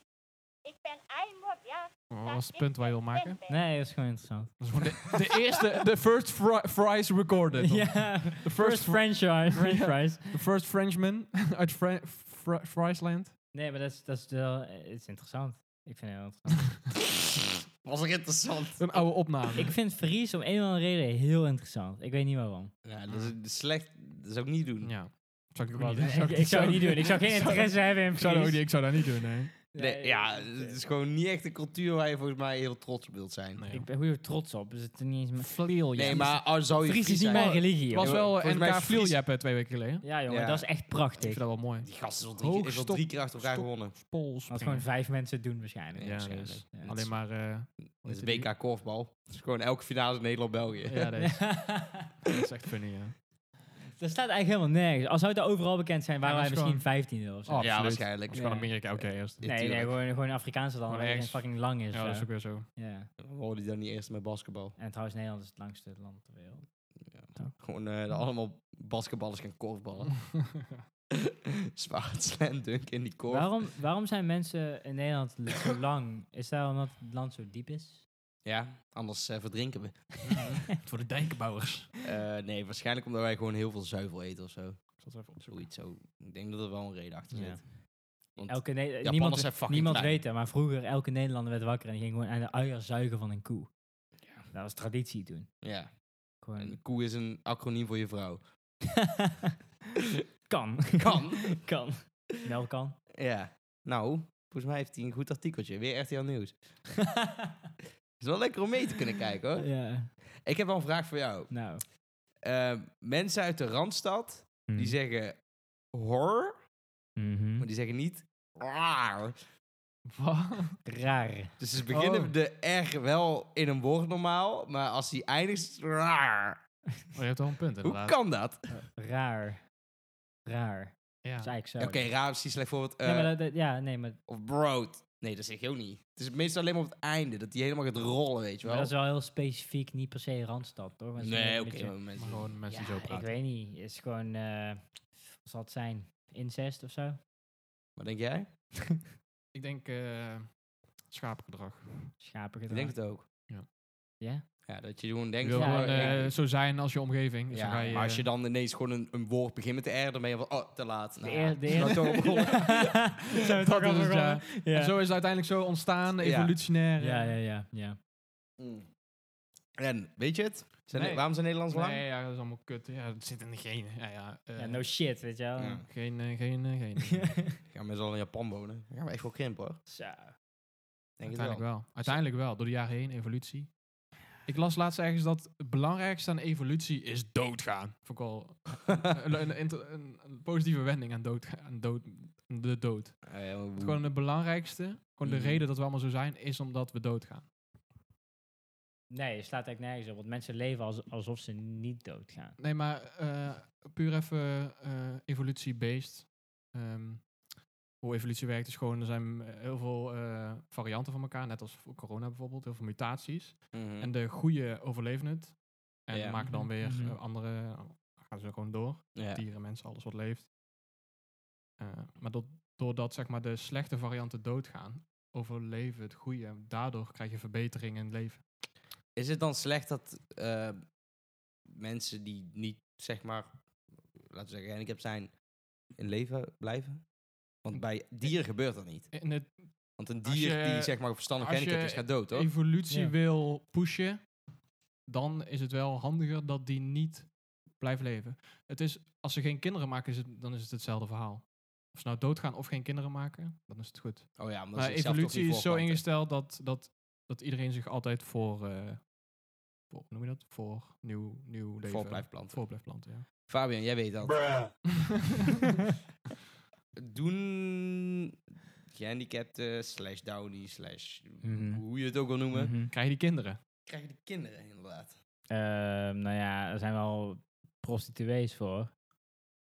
Speaker 6: Ik ben eenmaal ja.
Speaker 1: Oh,
Speaker 6: dat
Speaker 1: Wat was het
Speaker 6: ik
Speaker 1: punt waar je wil
Speaker 6: een
Speaker 1: maken?
Speaker 6: fan ben.
Speaker 4: Nee, dat is gewoon interessant.
Speaker 1: Dat is gewoon de, de eerste, de first fri- fries recorded.
Speaker 4: Ja,
Speaker 1: The
Speaker 4: first
Speaker 1: first, fr-
Speaker 4: franchise. French
Speaker 1: Ja.
Speaker 4: fries.
Speaker 1: the first Frenchman uit Fra- Fra- Friesland.
Speaker 4: Nee, maar dat is, dat is wel eh, het is interessant. Ik vind het heel interessant.
Speaker 3: Was er interessant.
Speaker 1: Een oude opname.
Speaker 4: ik vind Fries om een of andere reden heel interessant. Ik weet niet waarom.
Speaker 3: Ja, dat is slecht. Dat zou ik niet doen.
Speaker 1: ja. Zou ik ook
Speaker 4: Wat-
Speaker 1: niet doen.
Speaker 4: ik, ik zou het niet doen. Ik zou geen interesse hebben in
Speaker 1: Ik zou, dat ook
Speaker 4: Fries.
Speaker 1: niet, ik zou dat niet doen, nee.
Speaker 3: Nee, ja, het is gewoon niet echt een cultuur waar je volgens mij heel trots op wilt zijn.
Speaker 1: Nee.
Speaker 4: Ik ben heel trots op. Dus het is niet eens mijn...
Speaker 1: Vliel,
Speaker 3: Nee, maar als zou je
Speaker 4: Fries is niet
Speaker 3: zijn-
Speaker 4: mijn religie.
Speaker 1: Het
Speaker 4: hoor.
Speaker 1: was wel
Speaker 3: Volgens mij
Speaker 1: NK
Speaker 3: Fries-
Speaker 1: Vlieljeppen twee weken geleden.
Speaker 4: Ja, jongen,
Speaker 3: Ja.
Speaker 4: dat is echt
Speaker 1: Ik
Speaker 4: prachtig.
Speaker 1: vind dat wel mooi.
Speaker 3: Die gast is al drie, keer- is al
Speaker 1: Hoog,
Speaker 3: drie keer achter elkaar
Speaker 1: stop.
Speaker 3: gewonnen.
Speaker 1: Pols.
Speaker 4: Als gewoon vijf mensen het doen waarschijnlijk.
Speaker 1: Ja,
Speaker 3: waarschijnlijk.
Speaker 1: dus
Speaker 4: Ja.
Speaker 1: alleen maar... eh,
Speaker 3: Dat is
Speaker 1: weet je die-
Speaker 3: WK korfbal. Dat is gewoon elke finale Nederland-België.
Speaker 1: Ja, dat is, dat is echt funny, ja.
Speaker 4: dat staat eigenlijk helemaal nergens. Als zou het overal bekend zijn, waren
Speaker 1: Ja,
Speaker 4: wij
Speaker 1: maar het is
Speaker 4: misschien 15 of zo.
Speaker 1: Oh, absoluut.
Speaker 3: Ja, waarschijnlijk.
Speaker 1: Als gewoon
Speaker 4: Ja.
Speaker 1: Amerika, oké, eerst.
Speaker 3: Ja,
Speaker 4: nee, nee,
Speaker 3: tuurlijk.
Speaker 4: gewoon, gewoon Afrikaanse dan.
Speaker 1: Gewoon
Speaker 4: Waar het
Speaker 1: ergens-
Speaker 4: fucking lang is.
Speaker 1: Ja, dat is
Speaker 4: eh.
Speaker 1: ook weer zo.
Speaker 4: ja.
Speaker 3: Dan hoorde je dan niet eerst met basketbal.
Speaker 4: En trouwens, Nederland is het langste land ter wereld.
Speaker 3: Gewoon eh,
Speaker 4: Mm.
Speaker 3: dat allemaal basketballers gaan korfballen. Zwaar slam dunk in die korf.
Speaker 4: Waarom, waarom zijn mensen in Nederland l- zo lang? Is dat omdat het land zo diep is?
Speaker 3: Ja, anders eh, verdrinken we.
Speaker 1: Voor de dijkenbouwers.
Speaker 3: Eh, nee, waarschijnlijk omdat wij gewoon heel veel zuivel eten of zo.
Speaker 1: Ik zal het even opzoeken.
Speaker 3: Zoiets zo. Ik denk dat er wel een reden achter
Speaker 4: Ja.
Speaker 3: zit. Want
Speaker 4: Elke Ne-
Speaker 3: Japanners
Speaker 4: niemand
Speaker 3: zijn fucking
Speaker 4: niemand
Speaker 3: klein.
Speaker 4: weet het, maar vroeger elke Nederlander werd wakker en die ging gewoon aan de uier zuigen van een koe. Dat was traditie toen.
Speaker 3: Ja,
Speaker 4: Gewoon
Speaker 3: een koe is een acroniem voor je vrouw.
Speaker 4: kan.
Speaker 3: Kan.
Speaker 4: kan. Wel kan.
Speaker 3: Ja. Nou, volgens mij heeft hij een goed artikeltje. Weer RTL Nieuws. is wel lekker om mee te kunnen kijken hoor.
Speaker 4: Ja,
Speaker 3: Ik heb wel een vraag voor jou.
Speaker 4: nou.
Speaker 3: Eh, mensen uit de Randstad,
Speaker 4: Hmm.
Speaker 3: die zeggen horror,
Speaker 4: Mhm.
Speaker 3: maar die zeggen niet raar.
Speaker 1: Wat?
Speaker 4: Raar.
Speaker 3: Dus ze beginnen
Speaker 1: Oh.
Speaker 3: de R wel in een woord normaal, maar als die eindigt, is het raar.
Speaker 1: Oh, je hebt wel een punt,
Speaker 3: Hoe
Speaker 1: inderdaad.
Speaker 3: kan dat?
Speaker 4: Raar. Raar.
Speaker 1: Ja.
Speaker 4: Dat is eigenlijk zo.
Speaker 3: Ja, Oké, raar is die slecht voorbeeld. eh,
Speaker 4: Nee, maar dat- dat- ja, nee, maar,
Speaker 3: Of brood. Nee, dat zeg je ook niet. Het is meestal alleen maar op het einde, dat die helemaal gaat rollen, weet je
Speaker 4: maar
Speaker 3: wel.
Speaker 4: dat is wel heel specifiek, niet per se Randstad, toch? Dat is meer
Speaker 3: nee,
Speaker 4: een
Speaker 3: oké.
Speaker 4: beetje-
Speaker 3: maar mensen-
Speaker 1: Maar gewoon mensen
Speaker 4: Ja,
Speaker 1: die zo
Speaker 4: ik
Speaker 1: praten.
Speaker 4: weet niet. Het is gewoon... eh, zal het zijn incest of zo?
Speaker 3: Wat denk jij?
Speaker 1: Ik denk eh, schaapgedrag.
Speaker 4: Schapengedrag.
Speaker 3: Ik denk het ook.
Speaker 4: Ja?
Speaker 3: Ja, dat je gewoon
Speaker 1: Je
Speaker 3: denkt...
Speaker 1: wil
Speaker 4: Ja,
Speaker 1: gewoon
Speaker 3: van,
Speaker 4: ja,
Speaker 1: eh,
Speaker 3: eh,
Speaker 1: zo zijn als je omgeving.
Speaker 3: ja,
Speaker 1: Dus dan ga je,
Speaker 3: maar als je dan ineens gewoon een, een woord begint met de R, dan ben je van, oh, te laat.
Speaker 4: De
Speaker 3: Nou,
Speaker 4: eer, de
Speaker 3: is nou
Speaker 4: eer.
Speaker 3: toch al begonnen.
Speaker 4: Zijn we
Speaker 1: Dat
Speaker 4: toch al
Speaker 1: is het, ja.
Speaker 4: begonnen? Ja.
Speaker 1: En zo is het uiteindelijk zo ontstaan,
Speaker 3: Ja.
Speaker 1: evolutionair.
Speaker 4: Ja, ja, ja. ja.
Speaker 3: Mm. En, weet je het? Zijn
Speaker 1: Nee.
Speaker 3: Waarom zijn Nederlands lang?
Speaker 1: Nee, ja, dat is allemaal kut. Ja, dat zit in de genen. Ja, ja, eh,
Speaker 4: Ja, no shit, weet je wel.
Speaker 3: Ja.
Speaker 1: Geen, eh, geen, eh, geen.
Speaker 3: Gaan we met z'n allen in Japan wonen? Dan gaan we echt wel krimpen, hoor.
Speaker 4: Zo.
Speaker 3: Denk het wel.
Speaker 1: Uiteindelijk wel. Uiteindelijk wel, door de jaren heen, evolutie. Ik las laatst ergens dat het belangrijkste aan evolutie is doodgaan. Vond ik wel een, een, inter- een- een positieve wending aan, dood, aan dood, de dood. Het
Speaker 3: Eh, hoe-
Speaker 4: Mm.
Speaker 1: is gewoon het belangrijkste, gewoon de
Speaker 3: Mhm.
Speaker 1: reden dat we allemaal zo zijn, is omdat we doodgaan.
Speaker 4: Nee, je slaat eigenlijk nergens op. Want mensen leven als, alsof ze niet doodgaan.
Speaker 1: Nee, maar eh, puur even eh evolutie-based. Ehm, hoe evolutie werkt is gewoon, er zijn eh, heel veel eh, varianten van elkaar, net als voor corona bijvoorbeeld, heel veel mutaties.
Speaker 3: Mhm.
Speaker 1: En de goede overleven het. En
Speaker 3: Ja.
Speaker 1: maken dan weer
Speaker 4: Mm. Mhm.
Speaker 1: eh, andere. dan gaan ze gewoon door.
Speaker 3: Ja.
Speaker 1: Dieren, mensen, alles wat leeft. Eh, maar dat, doordat zeg maar, de slechte varianten doodgaan, overleven het goede. En Daardoor krijg je verbetering in het leven.
Speaker 3: Is het dan slecht dat eh, mensen die niet, zeg maar, laten we zeggen, gehandicapt zijn, in leven blijven? Want bij dieren gebeurt dat niet.
Speaker 1: In het
Speaker 3: Want een
Speaker 1: Als
Speaker 3: dier
Speaker 1: je-
Speaker 3: die, zeg maar, verstandig
Speaker 1: als
Speaker 3: gehandicapt is,
Speaker 1: je
Speaker 3: gaat dood, toch?
Speaker 1: evolutie
Speaker 4: Ja.
Speaker 1: wil pushen, dan is het wel handiger dat die niet blijft leven. Het is, als ze geen kinderen maken, is het, dan is het hetzelfde verhaal. Of ze nou doodgaan of geen kinderen maken, dan is het goed.
Speaker 3: Oh ja, omdat
Speaker 1: Maar
Speaker 3: ze zichzelf toch
Speaker 1: evolutie
Speaker 3: niet
Speaker 1: is zo
Speaker 3: voorplanten.
Speaker 1: ingesteld dat, dat, dat iedereen zich altijd voor, eh, voor hoe noem je dat? Voor nieuw, nieuw leven.
Speaker 3: Voor blijft planten.
Speaker 1: Voor blijft planten, ja.
Speaker 3: Fabian, jij weet dat. Doen gehandicapten, slash downy, slash
Speaker 4: Mhm.
Speaker 3: hoe je het ook wil noemen,
Speaker 1: Krijg je die kinderen?
Speaker 3: krijgen die kinderen inderdaad.
Speaker 4: Ehm, nou ja, er zijn wel prostituees voor.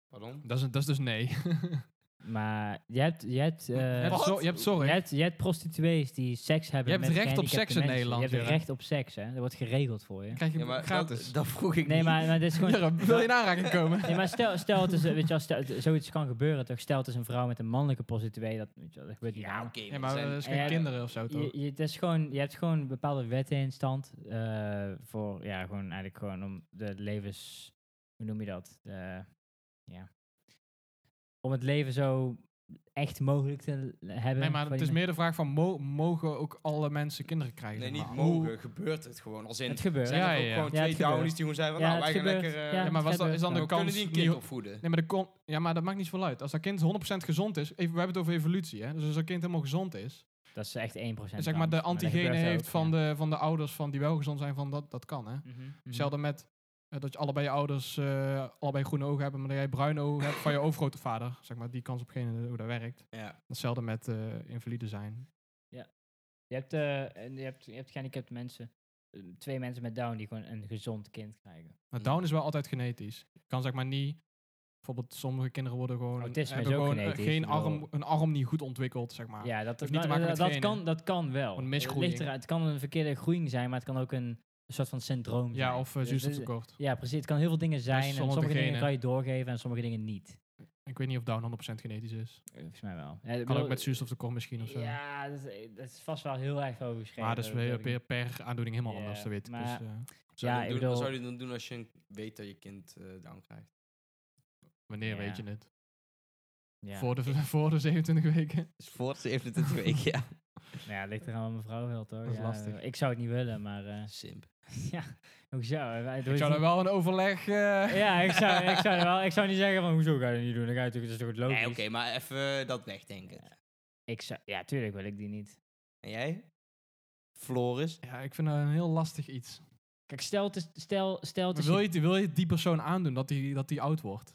Speaker 3: Pardon?
Speaker 1: Dat is, dat is dus nee.
Speaker 4: Eh, Maar je hebt... Je hebt, eh,
Speaker 1: je, hebt zo, je hebt
Speaker 4: je
Speaker 1: zorg.
Speaker 4: hebt, je hebt prostituees die seks hebben
Speaker 1: Je hebt
Speaker 4: met
Speaker 1: recht op
Speaker 4: gehandicapte
Speaker 1: seks in
Speaker 4: mensen.
Speaker 1: Nederland,
Speaker 4: Je hebt
Speaker 1: Jurre.
Speaker 4: recht op seks, hè. Dat wordt geregeld voor je.
Speaker 1: krijg je
Speaker 3: Ja, maar
Speaker 1: gratis.
Speaker 3: Dat, dat vroeg ik
Speaker 4: Nee,
Speaker 3: niet.
Speaker 4: maar, maar dit is gewoon...
Speaker 1: Jurre, wil je nou- in aanraking komen?
Speaker 4: Nee, maar stel, stel, het is, eh, weet je, wel, stel, het- zoiets kan gebeuren, toch? Stel, het is een vrouw met een mannelijke prostituee, dat, weet je, wel, dat gebeurt niet.
Speaker 3: Ja,
Speaker 4: aan.
Speaker 3: oké.
Speaker 1: Ja,
Speaker 3: maar
Speaker 1: maar
Speaker 3: zijn-
Speaker 1: dat is geen
Speaker 4: Ja,
Speaker 1: kinderen of zo, toch?
Speaker 4: Je, je, het is gewoon, je hebt gewoon bepaalde wetten in stand eh, voor, ja, gewoon eigenlijk gewoon om de levens, hoe noem je dat? De, ja. Om het leven zo echt mogelijk te l- hebben.
Speaker 1: Nee, maar
Speaker 4: voor
Speaker 1: het
Speaker 4: die
Speaker 1: is
Speaker 4: men-
Speaker 1: meer de vraag van, mo- mogen ook alle mensen kinderen krijgen?
Speaker 3: Nee,
Speaker 1: zeg
Speaker 3: niet
Speaker 1: maar? Hoe-
Speaker 3: mogen. Gebeurt het gewoon. Als in,
Speaker 4: Het gebeurt.
Speaker 3: zijn
Speaker 1: Ja,
Speaker 3: er ook
Speaker 1: ja.
Speaker 3: gewoon
Speaker 4: Ja,
Speaker 3: twee
Speaker 4: het gebeurt.
Speaker 3: downies die gewoon zijn van,
Speaker 4: Ja,
Speaker 3: nou,
Speaker 4: het
Speaker 3: wij gaan
Speaker 4: gebeurt.
Speaker 3: lekker... eh,
Speaker 4: Ja,
Speaker 1: Ja, maar was
Speaker 4: het
Speaker 1: dat, is dan
Speaker 4: gebeurt.
Speaker 1: de
Speaker 3: we kunnen
Speaker 1: kans
Speaker 3: die een
Speaker 1: niet
Speaker 3: kind
Speaker 1: ho-
Speaker 3: opvoeden.
Speaker 1: Nee, maar, de kon- ja, maar dat maakt niet zoveel uit. Als dat kind 100% gezond is, even, we hebben het over evolutie, hè? dus als dat kind helemaal gezond is,
Speaker 4: Dat is echt 1%.
Speaker 1: en zeg maar de
Speaker 4: kans, dat
Speaker 1: antigenen
Speaker 4: gebeurt
Speaker 1: heeft
Speaker 4: ook,
Speaker 1: van,
Speaker 4: ja.
Speaker 1: de, van de ouders van die wel gezond zijn, van dat, dat kan. Hè?
Speaker 4: Mhm, mhm.
Speaker 1: Hetzelfde met eh, dat je allebei je ouders eh, allebei groene ogen hebben, maar dat jij bruine ogen hebt van je overgrootvader. Zeg maar, die kans op geen hoe dat werkt.
Speaker 3: Ja.
Speaker 1: Hetzelfde met eh, invalide zijn.
Speaker 4: Je hebt, eh, en je hebt, je hebt gehandicapte mensen, eh, twee mensen met Down die gewoon een gezond kind krijgen.
Speaker 1: Maar Down is wel altijd genetisch. Je kan zeg maar niet... Bijvoorbeeld sommige kinderen worden gewoon...
Speaker 4: Autisme
Speaker 1: hebben
Speaker 4: is ook
Speaker 1: gewoon eh,
Speaker 4: genetisch,
Speaker 1: geen
Speaker 4: ik bedoel-
Speaker 1: arm, een arm niet goed ontwikkeld, zeg maar.
Speaker 4: Ja, dat,
Speaker 1: Ah, heeft
Speaker 4: dat,
Speaker 1: niet te maken met
Speaker 4: dat,
Speaker 1: genen.
Speaker 4: kan, dat kan wel.
Speaker 1: Een
Speaker 4: het,
Speaker 1: misgroeiing.
Speaker 4: ligt eraan. het kan een verkeerde groeiing zijn, maar het kan ook een soort van syndroom zijn.
Speaker 1: Ja, of eh,
Speaker 4: Dus het is-
Speaker 1: zuurstoftekort.
Speaker 4: ja, precies. Het kan heel veel dingen zijn. En
Speaker 1: sommige
Speaker 4: sommige dingen
Speaker 1: genen.
Speaker 4: kan je doorgeven en sommige dingen niet.
Speaker 1: Ik weet niet of Down 100% genetisch is.
Speaker 4: Eh, Volgens mij wel. Ja, ik
Speaker 1: Kan
Speaker 4: bedoel,
Speaker 1: ook met zuurstoftekort misschien of zo.
Speaker 4: Ja, dat is, eh, dat is vast wel heel erg overgeschreven.
Speaker 1: maar dat is weer
Speaker 4: weet ik
Speaker 1: per,
Speaker 4: niet.
Speaker 1: per aandoening helemaal
Speaker 4: Ja,
Speaker 1: anders, dat weet ik. Dus,
Speaker 4: maar-
Speaker 1: eh,
Speaker 3: Zou
Speaker 4: Ja,
Speaker 3: je
Speaker 4: ik
Speaker 3: doen,
Speaker 4: bedoel-
Speaker 3: Wat zou je dan doen als je een- weet dat je kind eh, down krijgt?
Speaker 1: wanneer
Speaker 4: Ja.
Speaker 1: weet je het?
Speaker 4: Ja.
Speaker 1: Voor, de, voor de 27 weken.
Speaker 3: Dus voor 27 weken, ja.
Speaker 4: Nou ja, het ligt eraan wat mevrouw wil, toch?
Speaker 1: is
Speaker 4: Ja,
Speaker 1: lastig.
Speaker 4: Ik zou het niet willen, maar... eh
Speaker 3: Simp.
Speaker 4: ja, hoezo? Wij-
Speaker 1: Ik
Speaker 4: doe
Speaker 1: zou
Speaker 4: je het
Speaker 1: dan
Speaker 4: niet-
Speaker 1: wel een overleg... eh,
Speaker 4: Ja, ik zou, ik zou, wel, ik zou niet zeggen van, hoezo ga je dat niet doen? Dan ga je natuurlijk, dat is toch goed
Speaker 3: Nee,
Speaker 4: logisch?
Speaker 3: oké, maar even dat wegdenken.
Speaker 4: ik zou, ja, tuurlijk wil ik die niet.
Speaker 3: En jij? Floris?
Speaker 1: Ja, ik vind dat een heel lastig iets.
Speaker 4: Kijk, stel het is... Stel, stel het
Speaker 1: Maar
Speaker 4: is
Speaker 1: wil, je, het- wil je het die persoon aandoen, dat die, dat die oud wordt?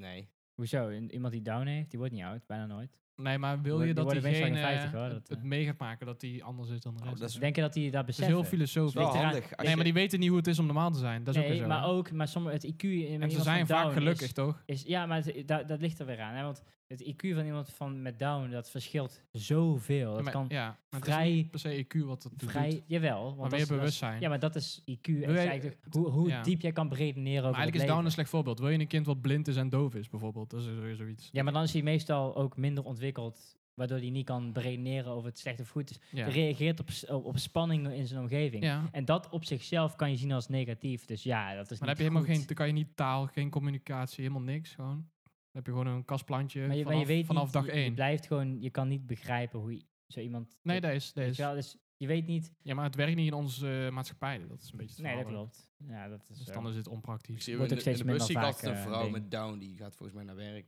Speaker 3: Nee.
Speaker 4: Hoezo? I- Iemand die down heeft, die wordt niet oud, bijna nooit.
Speaker 1: Nee, maar wil
Speaker 4: Die
Speaker 1: je
Speaker 4: worden-
Speaker 1: dat
Speaker 4: die worden meestal in
Speaker 1: diegene
Speaker 4: de 50 hoor,
Speaker 1: het,
Speaker 4: dat,
Speaker 1: het
Speaker 4: eh.
Speaker 1: mee gaat maken dat die anders is dan de
Speaker 3: Oh,
Speaker 1: rest?
Speaker 3: dat is
Speaker 4: Denk je dat die dat
Speaker 1: Het is
Speaker 4: beseffen?
Speaker 1: heel filosofisch.
Speaker 3: Dat is wel
Speaker 4: Ligt eraan.
Speaker 3: handig. als
Speaker 1: Nee,
Speaker 3: je-
Speaker 1: maar die weten niet hoe het is om normaal te zijn. Dat is ook
Speaker 4: Nee,
Speaker 1: weer zo.
Speaker 4: maar ook, maar sommige, het IQ in
Speaker 1: en ze zijn vaak gelukkig, toch?
Speaker 4: Is, ja, maar het- dat, dat ligt er weer aan. Hè? Want het IQ van iemand van met Down, dat verschilt zoveel. Dat
Speaker 1: maar,
Speaker 4: kan
Speaker 1: ja, maar het
Speaker 4: vrij-
Speaker 1: is niet per se EQ wat het doet.
Speaker 4: vrij, jawel. Want
Speaker 1: maar
Speaker 4: dat
Speaker 1: meer
Speaker 4: is- dat is-
Speaker 1: bewustzijn.
Speaker 4: Ja, maar dat is IQ. en het is
Speaker 1: jij-
Speaker 4: eigenlijk hoe hoe
Speaker 1: ja.
Speaker 4: diep jij kan beredeneren
Speaker 1: maar
Speaker 4: over het
Speaker 1: eigenlijk is Down
Speaker 4: leven.
Speaker 1: een slecht voorbeeld. Wil je een kind wat blind is en doof is, bijvoorbeeld? Dat is weer zoiets.
Speaker 4: Ja, maar dan is hij meestal ook minder ontwikkeld, waardoor hij niet kan beredeneren over het slecht of goed is.
Speaker 1: Ja.
Speaker 4: Hij reageert op, s- op, op spanningen in zijn omgeving.
Speaker 1: Ja. Maar
Speaker 4: En dat op zichzelf kan je zien als negatief. Dus ja, dat
Speaker 1: dan
Speaker 4: is niet
Speaker 1: heb je helemaal
Speaker 4: goed.
Speaker 1: geen, dan kan je niet taal, geen communicatie, helemaal niks. Gewoon. Dan heb je gewoon een kastplantje
Speaker 4: Maar je, maar
Speaker 1: vanaf,
Speaker 4: je weet
Speaker 1: vanaf
Speaker 4: niet,
Speaker 1: dag
Speaker 4: je- Je
Speaker 1: 1.
Speaker 4: blijft gewoon, je kan niet begrijpen hoe i- zo iemand...
Speaker 1: Nee,
Speaker 4: dat
Speaker 1: dat is, dat
Speaker 4: weet
Speaker 1: is.
Speaker 4: je wel, dus je weet niet...
Speaker 1: Ja, maar het werkt niet in onze eh, maatschappij. Dat is een beetje het
Speaker 4: Nee, dat
Speaker 1: verhaal.
Speaker 4: klopt. Ja, dat is
Speaker 1: Dus
Speaker 4: zo.
Speaker 1: dan is het onpraktisch.
Speaker 3: Ik zie
Speaker 4: Wordt
Speaker 3: in
Speaker 4: ook
Speaker 3: de,
Speaker 4: steeds
Speaker 3: in de bus
Speaker 4: minder
Speaker 3: zie ik
Speaker 4: vaak,
Speaker 3: altijd een
Speaker 4: eh,
Speaker 3: vrouw
Speaker 4: ding.
Speaker 3: met Down, die gaat volgens mij naar werk.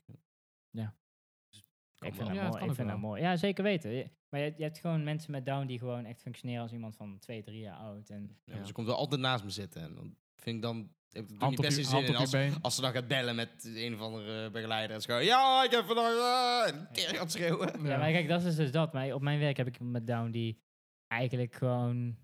Speaker 4: Ja.
Speaker 3: Dus kan
Speaker 4: Ik
Speaker 1: Ja,
Speaker 3: wel.
Speaker 4: vind, dat
Speaker 1: dat
Speaker 4: mooi.
Speaker 1: kan
Speaker 4: ik
Speaker 1: ook
Speaker 4: vind dat
Speaker 1: wel.
Speaker 4: mooi. Ja, zeker weten. Je- Maar je, je hebt gewoon mensen met Down die gewoon echt functioneren als iemand van twee, drie jaar oud. En
Speaker 3: Ja, maar Ze komt wel altijd naast me zitten. En dan vind ik dan... Heb ik er
Speaker 1: Hand
Speaker 3: niet
Speaker 1: op
Speaker 3: best
Speaker 1: je,
Speaker 3: in zin
Speaker 1: hand
Speaker 3: in.
Speaker 1: op je
Speaker 3: Als,
Speaker 1: been.
Speaker 3: als ze dan gaat bellen met een of andere begeleider. En ze gewoon... Ja, ik heb vandaag... eh," en keer gaat schreeuwen.
Speaker 4: Ja, maar kijk, dat is dus dat. Maar op mijn werk heb ik iemand met Down die eigenlijk gewoon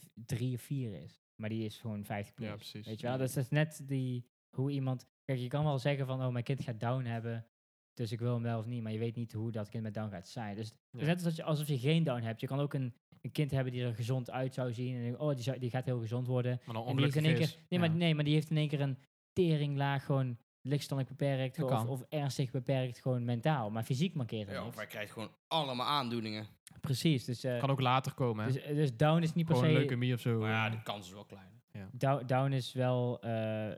Speaker 4: v- drie of vier is. Maar die is gewoon 50 plus.
Speaker 1: Ja, precies.
Speaker 4: Weet je wel? Dus dat is net die, hoe iemand... Kijk, je kan wel zeggen van, oh, mijn kind gaat Down hebben. Dus ik wil hem wel of niet. Maar je weet niet hoe dat kind met Down gaat zijn. Dus het
Speaker 1: Ja.
Speaker 4: is net alsof je, alsof je geen Down hebt. Je kan ook een, een kind hebben die er gezond uit zou zien. En denk, oh, die, zou- die gaat heel gezond worden.
Speaker 1: Maar dan
Speaker 4: En die heeft
Speaker 1: ongelukkig
Speaker 4: in één
Speaker 1: is.
Speaker 4: keer, nee,
Speaker 1: Ja.
Speaker 4: maar, nee, maar die heeft in één keer een teringlaag gewoon lichtstandig beperkt.
Speaker 1: Dat
Speaker 4: Of,
Speaker 1: kan.
Speaker 4: of ernstig beperkt gewoon mentaal. Maar fysiek mankeert er
Speaker 3: Ja, of
Speaker 4: niks.
Speaker 3: hij krijgt gewoon allemaal aandoeningen.
Speaker 4: Precies, dus, eh,
Speaker 1: Kan ook later komen, hè?
Speaker 4: dus, dus down is niet per
Speaker 1: Gewoon een
Speaker 4: se...
Speaker 1: leukemie of zo.
Speaker 3: Maar ja,
Speaker 1: eh.
Speaker 3: de kans is wel klein.
Speaker 4: Down, down is wel... eh,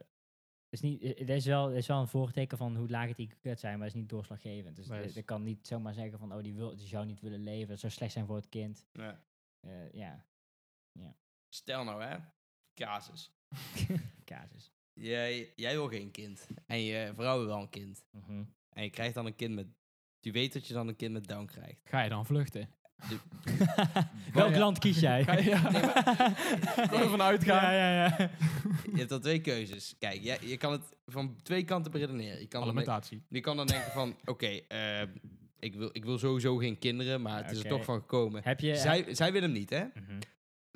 Speaker 4: is niet, eh, het is wel, het is wel een voorteken van hoe laag het IQ gaat zijn, maar het is niet doorslaggevend. Dus
Speaker 1: Nee,
Speaker 4: eh,
Speaker 1: is-
Speaker 4: je kan niet zomaar zeggen van, oh, die, wil, die zou niet willen leven, dat zou slecht zijn voor het kind.
Speaker 3: Ja.
Speaker 4: Eh, ja,
Speaker 3: Stel nou, hè. Casus.
Speaker 4: casus.
Speaker 3: Jij, jij wil geen kind. En je vrouw wil wel een kind.
Speaker 4: Mhm.
Speaker 1: Oh,
Speaker 3: En je krijgt dan een kind met... Je weet dat je dan een kind met Down krijgt.
Speaker 1: Ga je dan vluchten?
Speaker 4: Welk
Speaker 3: ja.
Speaker 4: land kies jij?
Speaker 1: Ga je, ja. Gewoon ervan uitgaan.
Speaker 4: Ja, ja, ja.
Speaker 3: Je hebt dan twee keuzes. Kijk, jij, je kan het van twee kanten beredeneren. Je kan dan denken-
Speaker 1: Alimentatie.
Speaker 3: Je kan dan denken van, oké, ehm, ik, wil, ik wil sowieso geen kinderen, maar het is
Speaker 4: Oké.
Speaker 3: er toch van gekomen.
Speaker 4: Heb je...
Speaker 3: Zij, zij willen hem niet, hè?
Speaker 4: Mhm.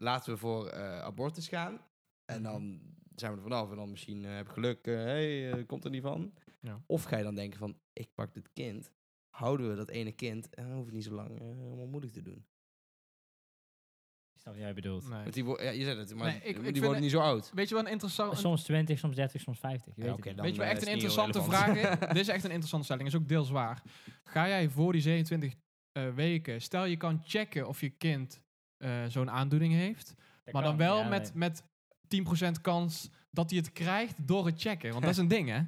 Speaker 3: Laten we voor eh, abortus gaan. En dan zijn we er vanaf. En dan misschien eh, heb ik geluk, hé, hey, eh, komt er niet van.
Speaker 1: Ja.
Speaker 3: Of ga je dan denken van, ik pak dit kind, houden we dat ene kind en dan hoef je niet zo lang eh, helemaal moeilijk te doen.
Speaker 4: Ik snap wat jij bedoelt.
Speaker 1: Nee.
Speaker 3: Want die wo- ja, je zei het, maar
Speaker 1: Nee, ik- ik
Speaker 3: die
Speaker 1: vind
Speaker 3: worden
Speaker 1: het-
Speaker 3: niet zo oud.
Speaker 1: Weet je wel een interessant... een-
Speaker 4: Soms 20, soms 30, soms 50. Je
Speaker 3: Ja,
Speaker 4: weet
Speaker 3: oké,
Speaker 4: het
Speaker 3: dan,
Speaker 1: Weet je wel,
Speaker 3: eh,
Speaker 1: echt een
Speaker 3: is het niet heel
Speaker 1: interessante vraag.
Speaker 3: relevant.
Speaker 1: hè? Dit is echt een interessante stelling. Is ook deels waar. Ga jij voor die 27 eh, weken... Stel, je kan checken of je kind eh, zo'n aandoening heeft.
Speaker 4: niet.
Speaker 1: maar
Speaker 4: Dat
Speaker 1: dan
Speaker 4: kan.
Speaker 1: wel
Speaker 4: Ja,
Speaker 1: met,
Speaker 4: nee.
Speaker 1: met 10% kans dat hij het krijgt door het checken. Want dat is een ding, hè?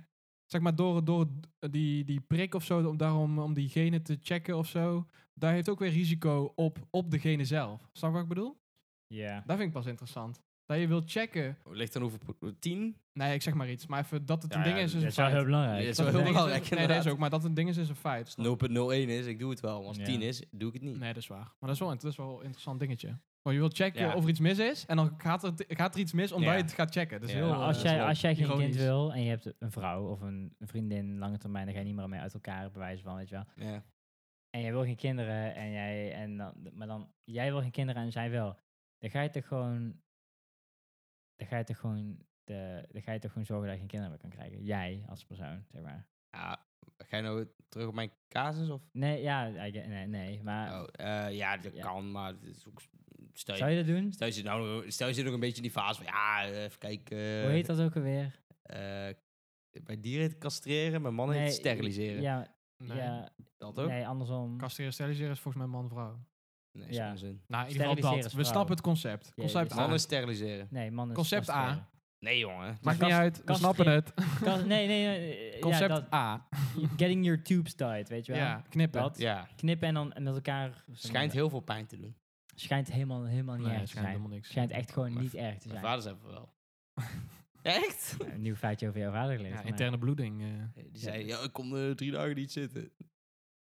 Speaker 1: Zeg maar door, door die, die prik of zo, om, daarom, om die genen te checken of zo. Daar heeft ook weer risico op, op de genen zelf. Snap je wat ik bedoel?
Speaker 4: Ja.
Speaker 1: Dat vind ik pas interessant. Dat je wilt checken.
Speaker 3: Ligt dan hoeveel... pro- Tien?
Speaker 1: Nee, ik zeg maar iets. Maar even dat het een
Speaker 3: Ja,
Speaker 1: ding
Speaker 3: ja,
Speaker 1: is, is
Speaker 4: Dat
Speaker 1: een
Speaker 4: is wel heel
Speaker 1: feit.
Speaker 4: belangrijk.
Speaker 3: Ja, is
Speaker 1: Dat
Speaker 3: wel
Speaker 1: het
Speaker 3: heel
Speaker 1: een ding is, Nee,
Speaker 3: belangrijk,
Speaker 1: dat is
Speaker 3: inderdaad.
Speaker 1: ook. Maar dat het een ding is, is een feit. snap je?
Speaker 3: 0.01 is, ik doe het wel. Als
Speaker 4: Ja.
Speaker 3: 10 is, doe ik het niet.
Speaker 1: Nee, dat is waar. Maar dat is wel, dat is wel een interessant dingetje. Want je wilt checken
Speaker 3: Ja.
Speaker 1: of er iets mis is. En dan gaat er, gaat er iets mis omdat
Speaker 3: Ja.
Speaker 1: je het gaat checken. Dat is
Speaker 3: Ja.
Speaker 1: heel,
Speaker 4: Maar
Speaker 1: eh,
Speaker 4: als,
Speaker 3: dat is
Speaker 4: jij,
Speaker 3: wel
Speaker 4: als jij geen kind
Speaker 1: ironisch.
Speaker 4: wil en je hebt een vrouw of een, een vriendin lange termijn, dan ga je niet meer mee uit elkaar, bij wijze van, weet je wel.
Speaker 3: Ja.
Speaker 4: En jij wil geen kinderen en jij, en dan, maar dan, jij wil geen kinderen en zij wel. Dan ga je toch gewoon, dan ga je toch gewoon, de, dan ga je toch gewoon zorgen dat je geen kinderen meer kan krijgen. Jij als persoon, zeg maar.
Speaker 3: Ja, ga je nou terug op mijn casus? Of?
Speaker 4: Nee, ja, I get- nee, nee, maar
Speaker 3: Oh, eh, ja, dat
Speaker 4: Ja.
Speaker 3: kan, maar het is ook, stel,
Speaker 4: zou
Speaker 3: je,
Speaker 4: je dat doen?
Speaker 3: stel, je zit nou, stel je zit nog een beetje in die fase van, ja, eh, even kijken. eh,
Speaker 4: Hoe heet dat ook alweer?
Speaker 3: eh, bij dieren heet het castreren, mijn man heet het steriliseren.
Speaker 4: Ja,
Speaker 1: Nee.
Speaker 4: ja
Speaker 3: Dat ook? Nee,
Speaker 4: nee, andersom.
Speaker 1: Kastreren, steriliseren is volgens mij man-vrouw.
Speaker 3: is
Speaker 4: Ja.
Speaker 3: onzin.
Speaker 1: Nou, in ieder geval
Speaker 4: Steriliseren
Speaker 1: dat.
Speaker 4: is
Speaker 1: We
Speaker 4: vrouw.
Speaker 1: snappen het concept.
Speaker 4: Ja,
Speaker 1: Concept
Speaker 4: dus
Speaker 1: A.
Speaker 3: Man is steriliseren.
Speaker 4: Nee, mannen.
Speaker 1: Concept A.
Speaker 3: Nee, jongen.
Speaker 1: Maakt
Speaker 4: Maar
Speaker 1: niet
Speaker 4: kast-
Speaker 1: uit, we
Speaker 4: kast-
Speaker 1: snappen het.
Speaker 4: Kan- nee, nee, nee. eh,
Speaker 1: Concept
Speaker 4: Ja, dat,
Speaker 1: A.
Speaker 4: getting your tubes tied, weet je wel.
Speaker 1: Ja, knippen.
Speaker 4: Dat.
Speaker 3: Ja,
Speaker 4: Knippen en dan met elkaar...
Speaker 3: schijnt heel veel pijn te doen.
Speaker 4: Schijnt helemaal, helemaal niet
Speaker 1: Nee,
Speaker 4: erg
Speaker 1: het
Speaker 4: te
Speaker 1: schijnt
Speaker 4: zijn.
Speaker 1: helemaal niks.
Speaker 4: Schijnt echt gewoon
Speaker 3: Mijn
Speaker 4: niet
Speaker 3: v-
Speaker 4: erg te
Speaker 3: Mijn
Speaker 4: zijn.
Speaker 3: vader zei van wel. Echt?
Speaker 4: Nou, Een nieuw feitje over jouw vader geleerd.
Speaker 1: Ja,
Speaker 4: van mij.
Speaker 1: interne bloeding. eh.
Speaker 3: Die zei,
Speaker 4: dus
Speaker 3: ja, ik kon er drie dagen niet zitten.
Speaker 4: Ja.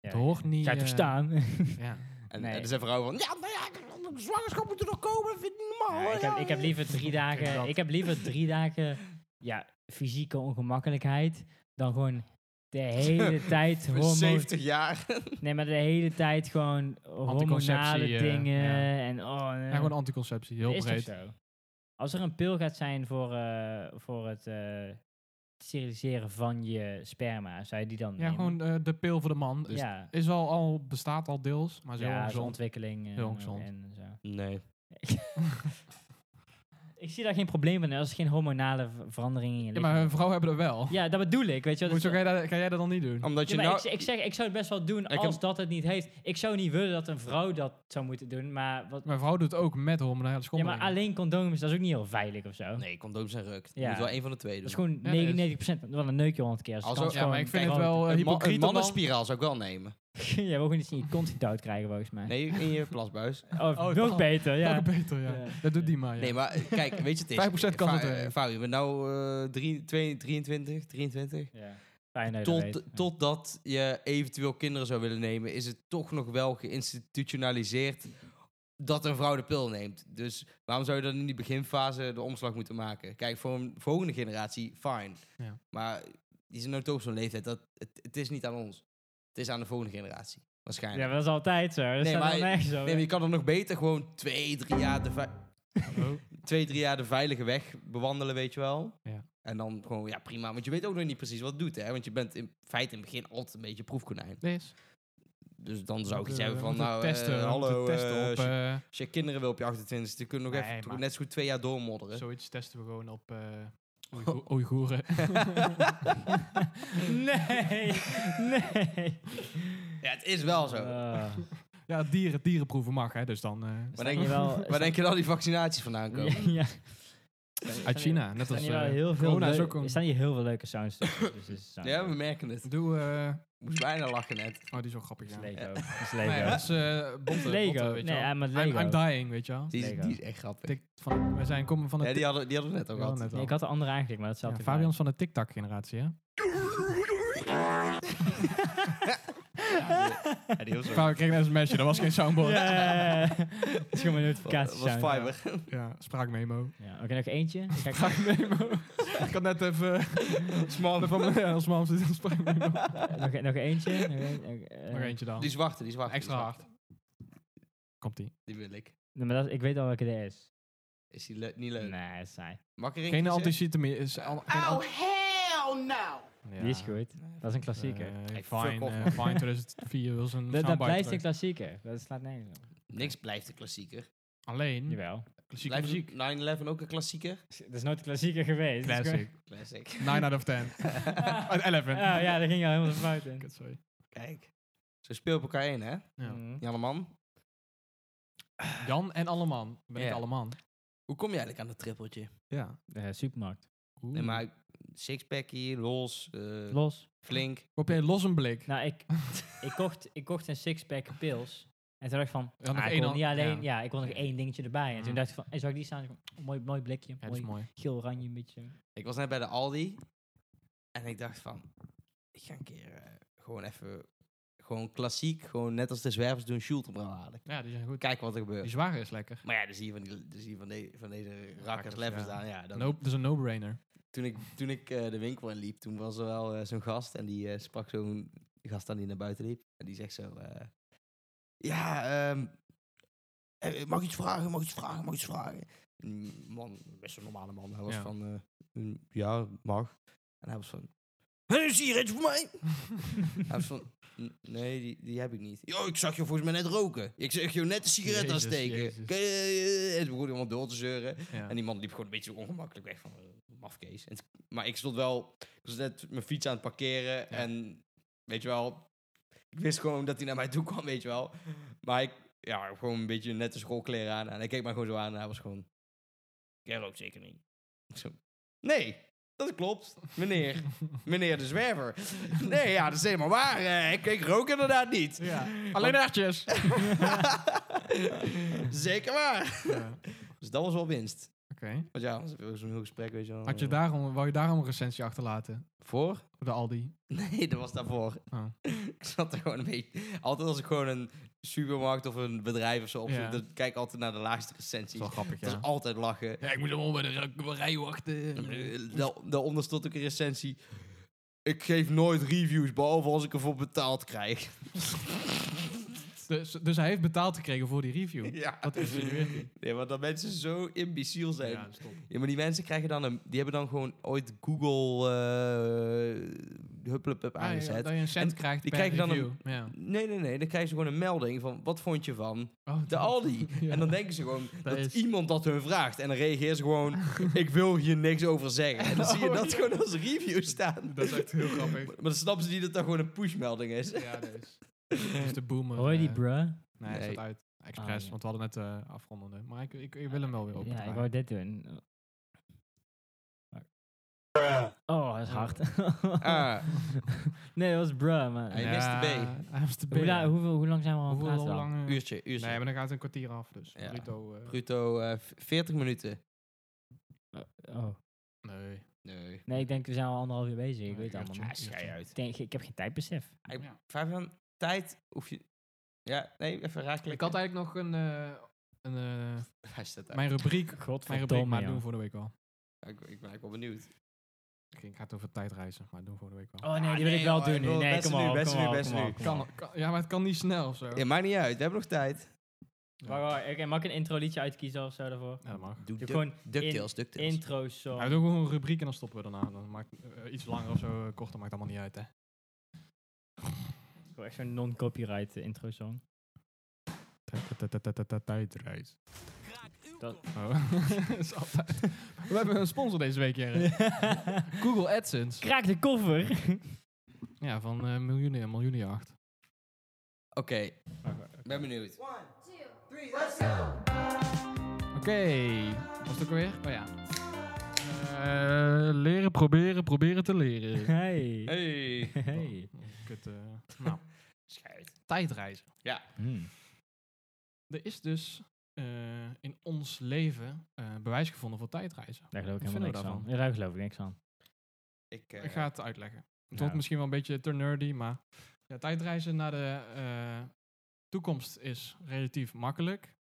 Speaker 1: Het hoort niet.
Speaker 4: Ga je toch
Speaker 1: eh,
Speaker 4: staan?
Speaker 1: Ja.
Speaker 3: En,
Speaker 4: Nee.
Speaker 3: en zijn vrouw van, ja, nou ja, ik- de zwangerschap moet er nog komen, vind ik niet normaal.
Speaker 4: Ja, ik, heb,
Speaker 3: ja."
Speaker 4: ik heb liever drie dagen... Ik heb liever drie dagen... Ja, fysieke ongemakkelijkheid... Dan gewoon de hele tijd...
Speaker 3: Voor
Speaker 4: hormoon,
Speaker 3: 70 jaar.
Speaker 4: nee, maar de hele tijd gewoon... Hormonale
Speaker 1: Anticonceptie, eh,
Speaker 4: dingen.
Speaker 1: ja.
Speaker 4: En oh... nee.
Speaker 1: ja, gewoon anticonceptie. Heel
Speaker 4: Dat is
Speaker 1: breed.
Speaker 4: toch zo? Als er een pil gaat zijn voor, eh, voor het eh, steriliseren van je sperma, zou je die dan
Speaker 1: Ja,
Speaker 4: nemen?
Speaker 1: gewoon eh, de pil voor de man. Is,
Speaker 4: ja,
Speaker 1: is wel al, bestaat al deels, maar zo
Speaker 4: ja zo'n
Speaker 1: ongezond.
Speaker 4: ontwikkeling eh,
Speaker 1: Heel ongezond.
Speaker 4: en zo.
Speaker 3: Nee.
Speaker 4: Ik zie daar geen probleem in. Dat is geen hormonale v- verandering in je
Speaker 1: Ja,
Speaker 4: lichaam.
Speaker 1: maar eh, vrouwen hebben dat wel.
Speaker 4: Ja, dat bedoel ik. Weet je, wat
Speaker 1: Hoezo ga, je dat, ga jij dat dan niet doen?
Speaker 3: Omdat je
Speaker 4: Ja, maar
Speaker 3: nou...
Speaker 4: ik, ik zeg, ik zou het best wel doen
Speaker 3: Ik
Speaker 4: als
Speaker 3: heb-
Speaker 4: dat het niet heeft. Ik zou niet willen dat een vrouw dat zou moeten doen, maar wat...
Speaker 1: Mijn vrouw doet het ook met hormonale
Speaker 4: Ja,
Speaker 1: schommelingen.
Speaker 4: maar alleen condooms, dat is ook niet heel veilig of zo.
Speaker 3: Nee, condooms zijn rukt. Je
Speaker 4: Ja.
Speaker 3: moet wel één van de twee
Speaker 4: Dat is
Speaker 3: doen.
Speaker 4: gewoon
Speaker 1: dat is-
Speaker 4: 99%, want dan neuk je honderd keer. Dus
Speaker 3: Als
Speaker 4: de
Speaker 3: ook-
Speaker 4: kans
Speaker 1: ja, maar
Speaker 4: gewoon
Speaker 1: ik vind het
Speaker 4: groot.
Speaker 1: wel eh,
Speaker 3: Een, ma- een
Speaker 1: hypocriet om dan-
Speaker 3: mannenspiraal zou ik wel nemen.
Speaker 4: Jij wil gewoon iets in je kont geduwd krijgen, volgens mij.
Speaker 3: Nee, in je plasbuis.
Speaker 4: Oh,
Speaker 1: Oh,
Speaker 4: nog
Speaker 1: dat-
Speaker 4: beter, ja.
Speaker 1: Nog beter, ja.
Speaker 4: Ja.
Speaker 1: Dat doet die maar, ja.
Speaker 3: Nee, maar eh, kijk, weet je het is?
Speaker 1: 5% kans
Speaker 3: Va-
Speaker 1: dat er-
Speaker 3: eh, Fabio, je bent nou eh, drie- twee- 23, 23.
Speaker 4: Ja. Fijn dat je dat
Speaker 3: Tot,
Speaker 4: weet.
Speaker 3: totdat je eventueel kinderen zou willen nemen, is het toch nog wel geïnstitutionaliseerd dat een vrouw de pil neemt. Dus waarom zou je dan in die beginfase de omslag moeten maken? Kijk, voor een volgende generatie, fine.
Speaker 1: Ja.
Speaker 3: Maar die zijn nou toch op zo'n leeftijd. Dat, het, het is niet aan ons. Het is aan de volgende generatie.
Speaker 4: Ja,
Speaker 3: Waarschijnlijk.
Speaker 4: maar dat is altijd zo. Dat
Speaker 3: Nee,
Speaker 4: staat
Speaker 3: maar-
Speaker 4: helemaal nergens zo.
Speaker 3: nee, maar je kan er nog beter gewoon twee, drie jaar de, vei-
Speaker 1: Oh.
Speaker 3: twee, drie jaar de veilige weg bewandelen, weet je wel.
Speaker 1: Ja.
Speaker 3: En dan gewoon, ja prima. Want je weet ook nog niet precies wat het doet, hè. Want je bent in feite in het begin altijd een beetje proefkonijn.
Speaker 1: Deze.
Speaker 3: Dus dan zou ik
Speaker 1: We
Speaker 3: iets hebben van,
Speaker 1: moeten
Speaker 3: nou,
Speaker 1: testen,
Speaker 3: eh,
Speaker 1: we moeten
Speaker 3: hallo, eh,
Speaker 1: testen op,
Speaker 3: als, je,
Speaker 1: eh,
Speaker 3: als je kinderen wil op je 28 dan kun je nog
Speaker 1: Nee,
Speaker 3: even
Speaker 1: maar-
Speaker 3: net zo goed twee jaar doormodderen.
Speaker 1: zoiets testen we gewoon op eh Oeigo- Oeigoeren.
Speaker 4: nee, nee.
Speaker 3: Ja, het is wel zo.
Speaker 4: Eh,
Speaker 1: ja, dieren, dierenproeven mag, hè. Dus dan eh,
Speaker 4: staan
Speaker 3: denk-
Speaker 4: hier wel-
Speaker 3: Waar denk je dat die vaccinaties vandaan komen?
Speaker 4: Ja, ja.
Speaker 1: uit China. Net
Speaker 4: Er
Speaker 1: als
Speaker 4: staan hier wel
Speaker 1: eh,
Speaker 4: heel veel
Speaker 1: corona is
Speaker 4: leu-
Speaker 1: ook een-
Speaker 4: er staan hier heel veel leuke sounds tussen. Dus is
Speaker 3: Ja, we merken het. Ik
Speaker 1: Doe... eh,
Speaker 3: moest bijna lachen net.
Speaker 1: oh, die is wel grappig,
Speaker 4: is
Speaker 1: ja.
Speaker 4: Lego. is
Speaker 1: Nee,
Speaker 4: Lego.
Speaker 1: dat is eh botten,
Speaker 4: Lego.
Speaker 1: botten, weet je
Speaker 4: Nee,
Speaker 1: wel.
Speaker 4: ja, maar
Speaker 1: I'm-
Speaker 4: Lego.
Speaker 1: I'm, dying, weet je wel.
Speaker 3: Die is,
Speaker 4: Lego.
Speaker 3: die is echt grappig.
Speaker 1: Tik van, we zijn komen van de...
Speaker 3: Ja, die hadden, die hadden we net al
Speaker 1: tik-
Speaker 3: gehad.
Speaker 1: net
Speaker 4: Nee,
Speaker 1: al.
Speaker 4: ik had de andere aangeklikt, maar dat
Speaker 1: Ja,
Speaker 4: zat er
Speaker 1: Fabian is van de TikTok-generatie, hè?
Speaker 3: Ja, die heel zo.
Speaker 1: Fabian kreeg net een mesje, dat was geen soundboard.
Speaker 4: Ja,
Speaker 1: ja.
Speaker 4: ja, ja. Het is gewoon een notificatie.
Speaker 3: was
Speaker 4: sound, ja.
Speaker 3: fiber.
Speaker 1: spraakmemo.
Speaker 4: Ja, Oké, nog eentje. Dan ga ik-
Speaker 1: Spraakmemo. ik had net even... eh, Smam. Ja, als mam zit in spraakmemo.
Speaker 4: nog, e-, nog eentje. Nog, een- nog, eh,
Speaker 1: Nog eentje dan.
Speaker 3: Die zwarte, die zwarte.
Speaker 1: Extra
Speaker 3: die
Speaker 1: hard.
Speaker 3: zwarte.
Speaker 1: Komt-ie.
Speaker 3: Die wil ik.
Speaker 4: nee, maar dat, ik weet al welke dit is.
Speaker 3: Is die le- niet leuk?
Speaker 4: Nee, dat is saai.
Speaker 3: Mag ik er
Speaker 1: Geen
Speaker 3: eentje
Speaker 1: anticytamine. Is al, geen
Speaker 2: Oh,
Speaker 1: anti-
Speaker 2: hell no!
Speaker 1: Ja.
Speaker 4: Die is goed.
Speaker 3: zeggen?
Speaker 4: Dat is een klassieker.
Speaker 1: Eh,
Speaker 3: Hey,
Speaker 1: Vine,
Speaker 3: fuck off,
Speaker 1: eh,
Speaker 3: man.
Speaker 1: Vine 2004 was een
Speaker 4: dat, dat
Speaker 1: soundbite
Speaker 4: blijft een
Speaker 1: terug.
Speaker 4: klassieker. Dat slaat nergens op.
Speaker 3: Niks blijft een klassieker.
Speaker 1: Alleen,
Speaker 4: Jawel.
Speaker 1: klassieke
Speaker 3: Blijft
Speaker 1: muziek.
Speaker 3: 9-11 ook een klassieker?
Speaker 4: Dat is nooit een klassieker geweest. Dat is gewoon-
Speaker 1: Classic.
Speaker 3: Classic.
Speaker 1: 9 out of 10. Uit 11.
Speaker 4: Oh ja, daar ging je al helemaal de fout in.
Speaker 1: Kut, sorry.
Speaker 3: Kijk. Zo speel op elkaar heen, hè?
Speaker 1: Ja.
Speaker 4: Mm.
Speaker 3: Janneman.
Speaker 1: Jan en Alleman. Ben ik
Speaker 3: Ja.
Speaker 1: Alleman?
Speaker 3: Hoe kom je eigenlijk aan dat trippeltje?
Speaker 1: Ja.
Speaker 4: Eh, supermarkt.
Speaker 1: Oeh.
Speaker 3: Nee, maar sixpackie, los, eh,
Speaker 4: Los.
Speaker 3: flink.
Speaker 1: Koop jij los een blik?
Speaker 4: Nou, ik, ik, kocht, ik kocht een sixpack pils. En toen dacht ik van,
Speaker 1: Ja, nog
Speaker 4: ah, ik
Speaker 1: één
Speaker 4: wil
Speaker 1: al-
Speaker 4: niet alleen,
Speaker 1: ja.
Speaker 4: ja. ik wil nog één dingetje erbij. En toen
Speaker 1: Mhm.
Speaker 4: dacht ik van, en zag ik die staan, Ik dacht van, mooi, mooi blikje,
Speaker 1: ja, dat
Speaker 4: mooi
Speaker 1: is mooi.
Speaker 4: geel-oranje een beetje.
Speaker 3: Ik was net bij de Aldi. En ik dacht van... Ik ga een keer eh, gewoon even... Gewoon klassiek, gewoon net als de zwervers doen, Schulterbrouw halen.
Speaker 1: Ja, die zijn goed.
Speaker 3: Kijken wat er gebeurt.
Speaker 1: Die zware is lekker.
Speaker 3: Maar ja, dan zie je van, die, dan zie je van, de- van deze rakkers
Speaker 1: Rakkers,
Speaker 3: levers
Speaker 1: ja.
Speaker 3: aan. Ja, dan,
Speaker 1: Nope, dat is een no-brainer.
Speaker 3: Toen ik, toen ik eh, de winkel inliep, toen was er wel eh, zo'n gast. En die eh, sprak zo'n gast aan die naar buiten liep. En die zegt zo... eh, ja, ehm, eh, mag ik iets vragen? Mag ik iets vragen? Mag ik iets vragen? Een man, best een normale man. Hij was
Speaker 1: Ja.
Speaker 3: van... eh, mm, ja, mag. En hij was van... Hé, is hier iets voor mij? hij was van... "N- Nee, die, die heb ik niet. Ja, ik zag je volgens mij net roken. Ik zag je net een sigaret
Speaker 1: Jezus,
Speaker 3: aansteken. eh,
Speaker 1: Jezus.
Speaker 3: Kan je- En toen begon hij allemaal door te zeuren.
Speaker 1: Ja.
Speaker 3: En die man liep gewoon een beetje ongemakkelijk weg van eh, mafkees. En t- maar ik stond wel, ik was net mijn fiets aan het parkeren en weet je wel, ik wist gewoon dat hij naar mij toe kwam, weet je wel. Maar ik, ja, gewoon een beetje nette schoolkleren aan en hij keek mij gewoon zo aan en hij was gewoon, jij rookt zeker niet. Ik zo, nee, dat klopt, meneer, meneer de zwerver. Nee, ja, dat is helemaal waar. eh, ik, ik rook inderdaad niet.
Speaker 1: Ja. Alleen hartjes.
Speaker 3: zeker waar.
Speaker 1: Ja. Oké.
Speaker 3: Dus dat was wel winst.
Speaker 4: Oh,
Speaker 3: Want ja, anders heb je ook zo'n heel gesprek, weet je wel.
Speaker 1: Had je
Speaker 3: eh,
Speaker 1: daarom, wou je daarom een recensie achterlaten?
Speaker 3: Voor?
Speaker 1: Op de Aldi?
Speaker 3: Nee, dat was daarvoor.
Speaker 1: Oh.
Speaker 3: Ik zat er gewoon een beetje... Altijd als ik gewoon een supermarkt of een bedrijf of zo opzoek,
Speaker 1: Ja.
Speaker 3: dan kijk ik altijd naar de laagste recensies.
Speaker 1: Dat is wel grappig,
Speaker 3: Dat
Speaker 1: ja.
Speaker 3: is altijd lachen.
Speaker 1: Ja, ik moet allemaal bij de ra- rij wachten.
Speaker 3: Eh, da- Daaronder stond ook een recensie. Ik geef nooit reviews, behalve als ik ervoor betaald krijg.
Speaker 1: Dus, dus hij heeft betaald gekregen voor die review.
Speaker 3: Ja.
Speaker 1: Dat insinueert hij.
Speaker 3: Nee, want dat mensen zo imbeciel zijn.
Speaker 1: Ja,
Speaker 3: Ja.
Speaker 1: stop.
Speaker 3: maar die mensen krijgen dan een... Die hebben dan gewoon ooit Google... eh hupplepup
Speaker 1: Ah, ja,
Speaker 3: aangezet.
Speaker 1: dat je een cent
Speaker 3: En
Speaker 1: krijgt
Speaker 3: die
Speaker 1: per
Speaker 3: krijgen dan een-
Speaker 1: review. ja.
Speaker 3: Nee, nee, nee. Dan krijgen ze gewoon een melding van... Wat vond je van
Speaker 1: Oh,
Speaker 3: de
Speaker 1: dat-
Speaker 3: Aldi?
Speaker 1: Ja.
Speaker 3: En dan denken ze gewoon dat,
Speaker 1: is-
Speaker 3: iemand dat hun vraagt. En dan reageren ze gewoon... ik wil hier niks over zeggen. En dan zie je
Speaker 1: Oh,
Speaker 3: dat
Speaker 1: ja.
Speaker 3: gewoon als review staan.
Speaker 1: Dat is echt heel grappig.
Speaker 3: Maar dan snappen ze niet dat dat gewoon een pushmelding is.
Speaker 1: Ja, dat is. dat is de boomer.
Speaker 4: Hoor je die
Speaker 1: eh,
Speaker 4: bruh?
Speaker 1: Nee, hij
Speaker 3: Nee.
Speaker 1: staat uit. Express,
Speaker 4: ja.
Speaker 1: want we hadden net eh afrondende. Maar ik, ik, ik wil hem wel weer open.
Speaker 4: Ja, ik wou dit doen. Oh, dat is hard.
Speaker 3: Ah,
Speaker 4: nee, dat was bruh, maar...
Speaker 3: Hij mist de B.
Speaker 1: Hij mist de B.
Speaker 4: Hoe, la-
Speaker 1: ja.
Speaker 4: hoeveel, hoe lang zijn we al aan het
Speaker 1: Hoeveel
Speaker 4: praten
Speaker 1: hoe
Speaker 4: dan?
Speaker 1: lang? eh,
Speaker 3: uurtje, uurtje.
Speaker 1: Nee, maar dan gaat het een kwartier af. Dus
Speaker 3: Dus Ja.
Speaker 1: Bruto. eh,
Speaker 3: Bruto eh, v- 40 minuten.
Speaker 4: Oh.
Speaker 1: nee.
Speaker 3: Nee.
Speaker 4: Nee, ik denk we zijn al anderhalf uur bezig. Ik
Speaker 1: Ja,
Speaker 4: weet het allemaal
Speaker 1: uurtje.
Speaker 4: niet.
Speaker 3: schei uit.
Speaker 4: Ik, denk, ik heb geen tijdbesef.
Speaker 3: Ik-
Speaker 1: Ja.
Speaker 3: Vraag van tijd hoef je... Ja, nee, even raken.
Speaker 1: Ik had eigenlijk nog een, eh, een eh,
Speaker 3: Hij staat daar.
Speaker 1: mijn rubriek. Mijn rubriek, maar doen
Speaker 4: joh.
Speaker 1: we voor de week wel.
Speaker 3: Ik, ik ben eigenlijk wel benieuwd.
Speaker 1: Ik ik ga het over tijdreizen, maar doen we voor de week wel.
Speaker 4: Oh nee,
Speaker 3: Ah,
Speaker 4: die wil
Speaker 3: nee,
Speaker 4: ik wel
Speaker 3: joh, ik
Speaker 4: doen
Speaker 3: wil
Speaker 4: nu. Nee,
Speaker 3: best
Speaker 4: kom
Speaker 3: nu,
Speaker 4: op,
Speaker 3: best
Speaker 4: kom
Speaker 3: nu,
Speaker 4: op,
Speaker 3: best
Speaker 4: kom
Speaker 3: nu.
Speaker 4: op, kom op.
Speaker 1: Kan, kan- ja, maar het kan niet snel of zo.
Speaker 3: Ja, maakt niet uit, we hebben nog tijd.
Speaker 4: Wacht, wacht, Oké, mag ik een intro liedje uitkiezen of zo daarvoor?
Speaker 1: Ja, dat mag.
Speaker 3: Doe
Speaker 4: Doe gewoon
Speaker 3: DuckTales, DuckTales.
Speaker 4: intro
Speaker 1: Ja,
Speaker 4: song.
Speaker 1: we doen gewoon een rubriek en dan stoppen we daarna. Dan maakt eh, iets langer of zo, eh, korter maakt allemaal niet uit, hè.
Speaker 4: Ik wil echt zo'n non-copyright eh, intro song.
Speaker 1: Tijdreis.
Speaker 4: Dat-
Speaker 1: Oh, dat is altijd. We hebben een sponsor deze week, Jere. Google AdSense.
Speaker 4: Kraak de koffer!
Speaker 1: Ja, van eh miljoenen en miljoenen jacht.
Speaker 3: Oké, ben benieuwd.
Speaker 1: Oké, was het ook alweer? Oh ja. Eh, leren, proberen, proberen te leren.
Speaker 4: Hey.
Speaker 3: Hey.
Speaker 4: Hey.
Speaker 1: Kut, eh, nou,
Speaker 3: Schijt.
Speaker 1: tijdreizen.
Speaker 4: Hmm.
Speaker 1: Er is dus eh, in ons leven eh, bewijs gevonden voor tijdreizen.
Speaker 4: Daar geloof ik
Speaker 1: Wat
Speaker 4: helemaal niks
Speaker 1: vinden we
Speaker 4: aan. Ja, daar geloof ik niks aan.
Speaker 3: Ik, eh,
Speaker 1: Ik ga het uitleggen. Het
Speaker 4: Nou.
Speaker 1: wordt misschien wel een beetje te nerdy, maar ja, tijdreizen naar de eh, toekomst is relatief makkelijk.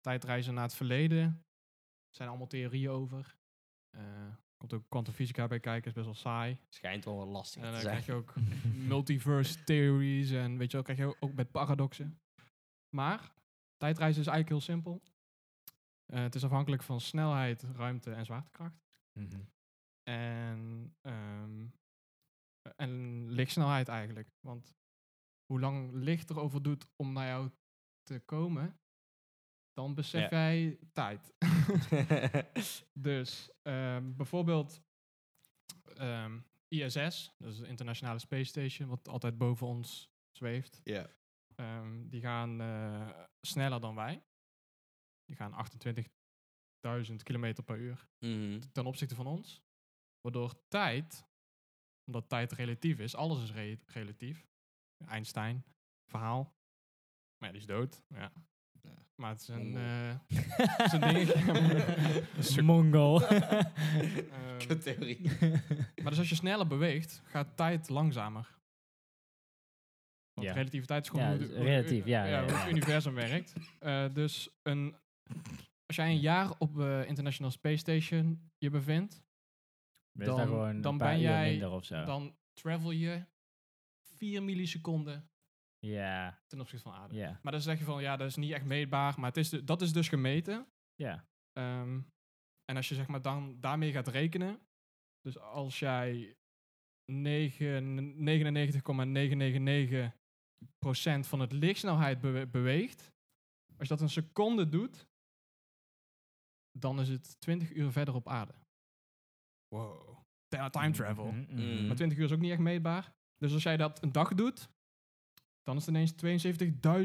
Speaker 1: Tijdreizen naar het verleden zijn allemaal theorieën over. Eh, komt ook kwantumfysica bij kijken, is best wel saai.
Speaker 3: Schijnt wel wat lastig
Speaker 1: En
Speaker 3: te
Speaker 1: dan
Speaker 3: zijn.
Speaker 1: krijg je ook multiverse theories en weet je wel, krijg je ook met paradoxen. Maar tijdreizen is eigenlijk heel simpel. Eh, het is afhankelijk van snelheid, ruimte en zwaartekracht. En, ehm, en lichtsnelheid eigenlijk. Want hoe lang licht erover doet om naar jou te komen, dan besef
Speaker 3: Ja.
Speaker 1: jij tijd. Dus ehm, bijvoorbeeld ehm, ISS, dat is de Internationale Space Station, wat altijd boven ons zweeft.
Speaker 3: Ja.
Speaker 1: Ehm, die gaan eh, sneller dan wij. Die gaan 28.000 kilometer per uur
Speaker 3: Mhm.
Speaker 1: ten opzichte van ons. Waardoor tijd, omdat tijd relatief is, alles is re- relatief. Einstein, verhaal. Maar ja, die is dood. Ja.
Speaker 3: Ja.
Speaker 1: Maar het is een,
Speaker 3: Mongol.
Speaker 1: eh, het is een dingetje.
Speaker 4: Mongol.
Speaker 1: Ehm,
Speaker 3: Kut theorie.
Speaker 1: maar dus als je sneller beweegt, gaat tijd langzamer. Want
Speaker 4: Ja.
Speaker 1: relativiteit is gewoon
Speaker 4: Ja,
Speaker 1: hoe
Speaker 4: dus
Speaker 1: het- hoe-
Speaker 4: relatief, ja, ja,
Speaker 1: hoe
Speaker 4: ja.
Speaker 1: het universum werkt. Eh, dus een, als jij een jaar op eh International Space Station je bevindt,
Speaker 4: Dan, dan,
Speaker 1: Dan-
Speaker 4: gewoon
Speaker 1: dan
Speaker 4: een paar
Speaker 1: ben
Speaker 4: uur
Speaker 1: jij-
Speaker 4: minder of zo.
Speaker 1: dan travel je 4 milliseconden
Speaker 4: ja,
Speaker 1: ten opzichte van aarde.
Speaker 4: ja,
Speaker 1: Maar dan zeg je van, ja, dat is niet echt meetbaar, maar het is de- dat is dus gemeten.
Speaker 4: ja.
Speaker 1: Ehm, en als je zeg maar dan daarmee gaat rekenen, dus als jij negen- 99,999% van het lichtsnelheid bewe- beweegt, als je dat een seconde doet, dan is het 20 uur verder op aarde. Wow. Time travel.
Speaker 4: Mhm, mhm.
Speaker 3: Mm.
Speaker 1: Maar 20 uur is ook niet echt meetbaar. Dus als jij dat een dag doet, dan is het ineens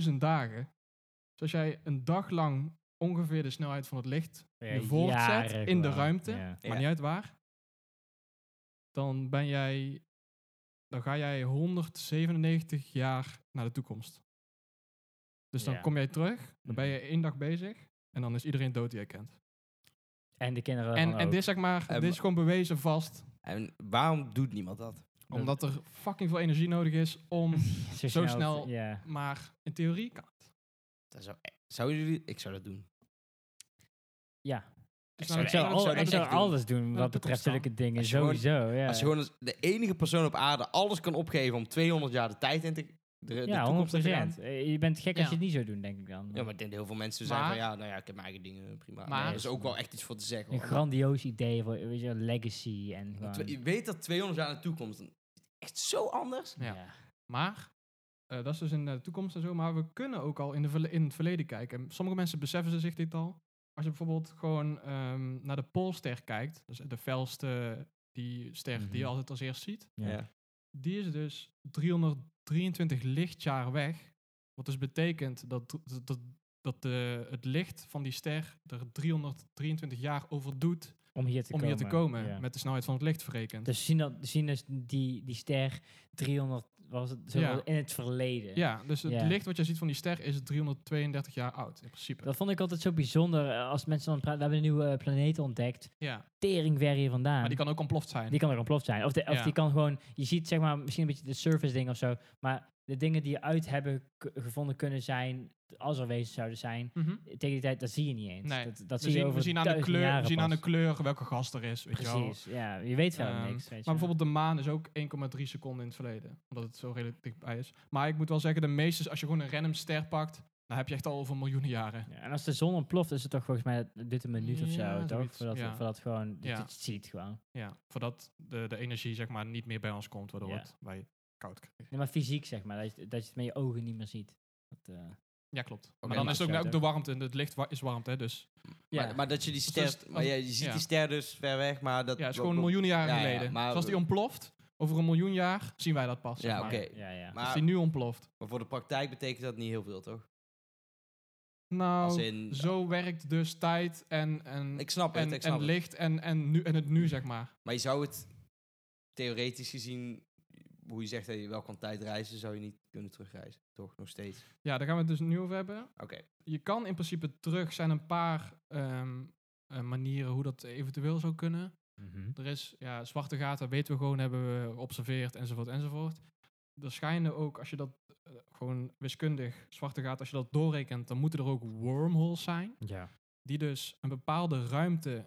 Speaker 1: 72.000 dagen. Dus als jij een dag lang ongeveer de snelheid van het licht,
Speaker 4: Ja,
Speaker 1: je voortzet
Speaker 4: jaren
Speaker 1: in de
Speaker 4: gewoon,
Speaker 1: ruimte.
Speaker 4: ja.
Speaker 3: Ja.
Speaker 1: maar niet uit waar, dan ben jij, dan ga jij 197 jaar naar de toekomst. Dus dan
Speaker 4: Ja. Mhm.
Speaker 1: kom jij terug, dan ben je één dag bezig en dan is iedereen dood die je kent.
Speaker 4: En de kinderen
Speaker 1: En,
Speaker 4: van
Speaker 1: en
Speaker 4: ook. Ehm, dus-
Speaker 1: dit is zeg maar,
Speaker 3: En
Speaker 1: dit is gewoon bewezen vast,
Speaker 3: En waarom doet niemand dat?
Speaker 1: omdat er fucking veel energie nodig is om zo
Speaker 4: zo snel...
Speaker 1: snel-
Speaker 4: Ja.
Speaker 1: Maar in theorie kan het.
Speaker 3: dat zou, zou jullie... Ik zou dat doen.
Speaker 4: ja.
Speaker 1: Dus
Speaker 3: zou-
Speaker 1: nou,
Speaker 3: dat
Speaker 4: Ik zou,
Speaker 3: zou
Speaker 4: al,
Speaker 3: ik
Speaker 4: ik zou
Speaker 3: echt doen.
Speaker 4: alles doen
Speaker 1: Ja,
Speaker 4: wat
Speaker 1: dat
Speaker 4: betreft
Speaker 1: toekomst
Speaker 4: zulke dingen.
Speaker 3: Als je gewoon-
Speaker 4: Sowieso, ja.
Speaker 3: Als je gewoon als de enige persoon op aarde alles kan opgeven om 200 jaar de tijd in te De, de
Speaker 4: ja, 100
Speaker 3: toekomst ervan aan.
Speaker 4: Eh, Je bent gek als je
Speaker 1: Ja.
Speaker 4: het niet zou doen, denk ik dan.
Speaker 3: Ja, maar ik denk dat heel veel mensen zijn
Speaker 1: Maar-
Speaker 3: van, ja, nou ja, ik heb mijn eigen dingen, prima.
Speaker 1: Maar-
Speaker 3: Maar er is ook wel echt iets voor te zeggen.
Speaker 4: Een
Speaker 3: hoor.
Speaker 4: grandioos idee voor weet je, een legacy en
Speaker 3: Want
Speaker 4: gewoon...
Speaker 3: Je weet dat 200 jaar in de toekomst dan is het echt zo anders.
Speaker 1: Ja. Maar, eh, dat is dus in de toekomst en zo. Maar we kunnen ook al in, de verle- in het verleden kijken. En sommige mensen beseffen ze zich dit al. Als je bijvoorbeeld gewoon ehm, naar de Poolster kijkt. Dus de felste die ster die je
Speaker 4: Mhm.
Speaker 1: altijd als eerst ziet.
Speaker 4: Ja.
Speaker 1: Die is dus 323 lichtjaar weg. Wat dus betekent dat, d- dat, dat de, het licht van die ster er 323 jaar over doet
Speaker 4: Om hier te
Speaker 1: om
Speaker 4: komen.
Speaker 1: hier te komen.
Speaker 4: Ja.
Speaker 1: Met de snelheid van het licht verrekend.
Speaker 4: Dus zien, dat, zien dus die, die ster 300 was het, zo
Speaker 1: Ja.
Speaker 4: in het verleden.
Speaker 1: ja, dus het
Speaker 4: Ja.
Speaker 1: licht wat je ziet van die ster is 332 jaar oud in principe.
Speaker 4: Dat vond ik altijd zo bijzonder. eh, Als mensen dan praten, we hebben een nieuwe eh, planeet ontdekt.
Speaker 1: ja.
Speaker 4: Tering ver hier vandaan.
Speaker 1: Maar die kan ook ontploft zijn.
Speaker 4: Die kan er ontploft zijn. Of, de, of
Speaker 1: Ja.
Speaker 4: die kan gewoon, je ziet zeg maar misschien een beetje de surface ding of zo. Maar de dingen die je uit hebben k- gevonden kunnen zijn, als er wezens zouden zijn,
Speaker 1: Mhm.
Speaker 4: tegen die tijd, dat zie je niet eens.
Speaker 1: Nee.
Speaker 4: Dat, dat
Speaker 1: we,
Speaker 4: zie je
Speaker 1: zien,
Speaker 4: over
Speaker 1: we zien aan de
Speaker 4: duizenden
Speaker 1: kleur,
Speaker 4: jaren
Speaker 1: we zien aan de
Speaker 4: pas.
Speaker 1: kleur welke gas er is. Weet je wel.
Speaker 4: Precies, ja. Je weet verder
Speaker 1: Ehm,
Speaker 4: niks. Weet
Speaker 1: Maar
Speaker 4: je wel.
Speaker 1: bijvoorbeeld de maan is ook 1,3 seconden in het verleden. Omdat het zo redelijk dichtbij is. Maar ik moet wel zeggen, de meeste, als je gewoon een random ster pakt, dan heb je echt al over miljoenen jaren.
Speaker 4: Ja, en als de zon ontploft, is het toch volgens mij, dat duurt een minuut
Speaker 1: Ja,
Speaker 4: of zo, toch?
Speaker 1: zoiets,
Speaker 4: Voordat,
Speaker 1: ja.
Speaker 4: voordat gewoon, dat
Speaker 1: Ja.
Speaker 4: je het ziet gewoon.
Speaker 1: Ja, voordat de, de energie zeg maar niet meer bij ons komt, waardoor
Speaker 4: Ja.
Speaker 1: het wij koud krijgen.
Speaker 4: Nee, maar fysiek zeg maar, dat je, dat je het met je ogen niet meer ziet. Dat, eh,
Speaker 1: Ja, klopt.
Speaker 3: maar
Speaker 1: maar dan
Speaker 4: dat
Speaker 1: is het ook,
Speaker 4: is
Speaker 1: ook de
Speaker 4: zo,
Speaker 1: warmte. en Het licht wa- is warmte, hè, dus.
Speaker 4: ja.
Speaker 3: Maar, maar dat je die
Speaker 1: dat
Speaker 3: ster...
Speaker 1: is-
Speaker 3: maar ja, je ziet
Speaker 1: ja.
Speaker 3: die ster dus ver weg, maar dat...
Speaker 1: Ja, het is gewoon miljoenen jaren
Speaker 3: Ja, ja,
Speaker 1: geleden.
Speaker 3: maar-
Speaker 1: dus als die ontploft, over een miljoen jaar zien wij dat pas. zeg
Speaker 3: Ja,
Speaker 1: maar.
Speaker 3: oké.
Speaker 4: ja, ja.
Speaker 3: Maar,
Speaker 1: Als die nu ontploft.
Speaker 3: maar voor de praktijk betekent dat niet heel veel, toch? Als
Speaker 1: Nou,
Speaker 3: in...
Speaker 1: zo werkt dus tijd en, en
Speaker 3: Ik snap het,
Speaker 1: en,
Speaker 3: ik snap
Speaker 1: en
Speaker 3: het.
Speaker 1: licht en, en, nu, en het nu, zeg maar.
Speaker 3: Maar je zou het theoretisch gezien, hoe je zegt dat je wel kan tijdreizen, zou je niet kunnen terugreizen. Toch, nog steeds.
Speaker 1: Ja, daar gaan we het dus nu over hebben.
Speaker 3: Oké.
Speaker 1: Je kan in principe terug. zijn een paar ehm, eh, manieren hoe dat eventueel zou kunnen.
Speaker 4: Mhm.
Speaker 1: Er is, ja, zwarte gaten weten we gewoon, hebben we geobserveerd, enzovoort, enzovoort. Er schijnen ook, als je dat eh, gewoon wiskundig, zwarte gaten, als je dat doorrekent, dan moeten er ook wormholes zijn.
Speaker 4: ja.
Speaker 1: die dus een bepaalde ruimte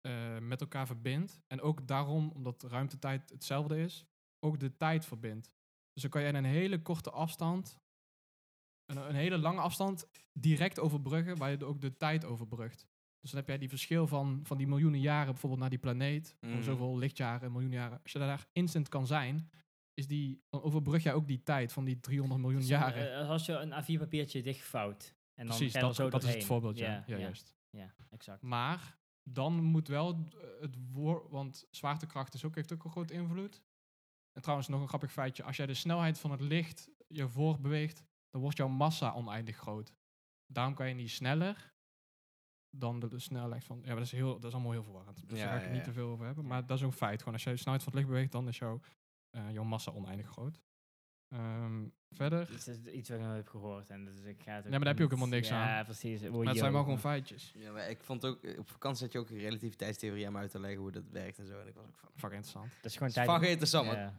Speaker 1: eh, met elkaar verbindt. En ook daarom, omdat ruimtetijd hetzelfde is, ook de tijd verbindt. Dus dan kan je in een hele korte afstand, een, een hele lange afstand, direct overbruggen, waar je de- ook de tijd overbrugt. Dus dan heb jij die verschil van, van die miljoenen jaren bijvoorbeeld naar die planeet, van
Speaker 4: Mm.
Speaker 3: Mhm.
Speaker 1: zoveel lichtjaren, miljoen jaren. Als je daar instant kan zijn, is die, dan overbrug jij ook die tijd van die 300 miljoen
Speaker 4: Dus,
Speaker 1: jaren.
Speaker 4: eh, als je een A4-papiertje dichtvouwt. En dan
Speaker 1: Precies,
Speaker 4: ga je er
Speaker 1: dat,
Speaker 4: zo
Speaker 1: dat is het
Speaker 4: doorheen.
Speaker 1: voorbeeld, ja.
Speaker 4: Ja, ja,
Speaker 1: ja juist.
Speaker 4: ja, exact.
Speaker 1: Maar dan moet wel eh, het woord, want zwaartekracht is ook, heeft ook een grote invloed. En trouwens, nog een grappig feitje. Als jij de snelheid van het licht je voorbeweegt, dan wordt jouw massa oneindig groot. Daarom kan je niet sneller dan de, de snelheid van... Ja, maar dat is, heel, dat is allemaal heel verwarrend. Dus
Speaker 3: Ja,
Speaker 1: daar ga ik
Speaker 3: ja,
Speaker 1: het niet
Speaker 3: ja.
Speaker 1: te veel over hebben. Maar dat is een feit. Gewoon als jij de snelheid van het licht beweegt, dan is jouw, eh, jouw massa oneindig groot. Ehm, verder.
Speaker 4: Iets, dat is iets wat ik nog heb gehoord. En dus ik ga het ook
Speaker 1: Ja, maar daar heb je ook
Speaker 4: niet-
Speaker 1: helemaal niks
Speaker 4: ja,
Speaker 1: aan.
Speaker 4: precies.
Speaker 1: Maar het zijn wel
Speaker 4: eh,
Speaker 1: gewoon feitjes.
Speaker 3: Ja, maar ik vond ook, eh, op vakantie had je ook een relativiteitstheorie aan me uit te leggen hoe dat werkt en zo. En ik was ook van,
Speaker 1: Fuck interessant.
Speaker 4: Dat is gewoon
Speaker 3: het is fucking
Speaker 4: tijd.
Speaker 3: interessant, maar
Speaker 4: Ja.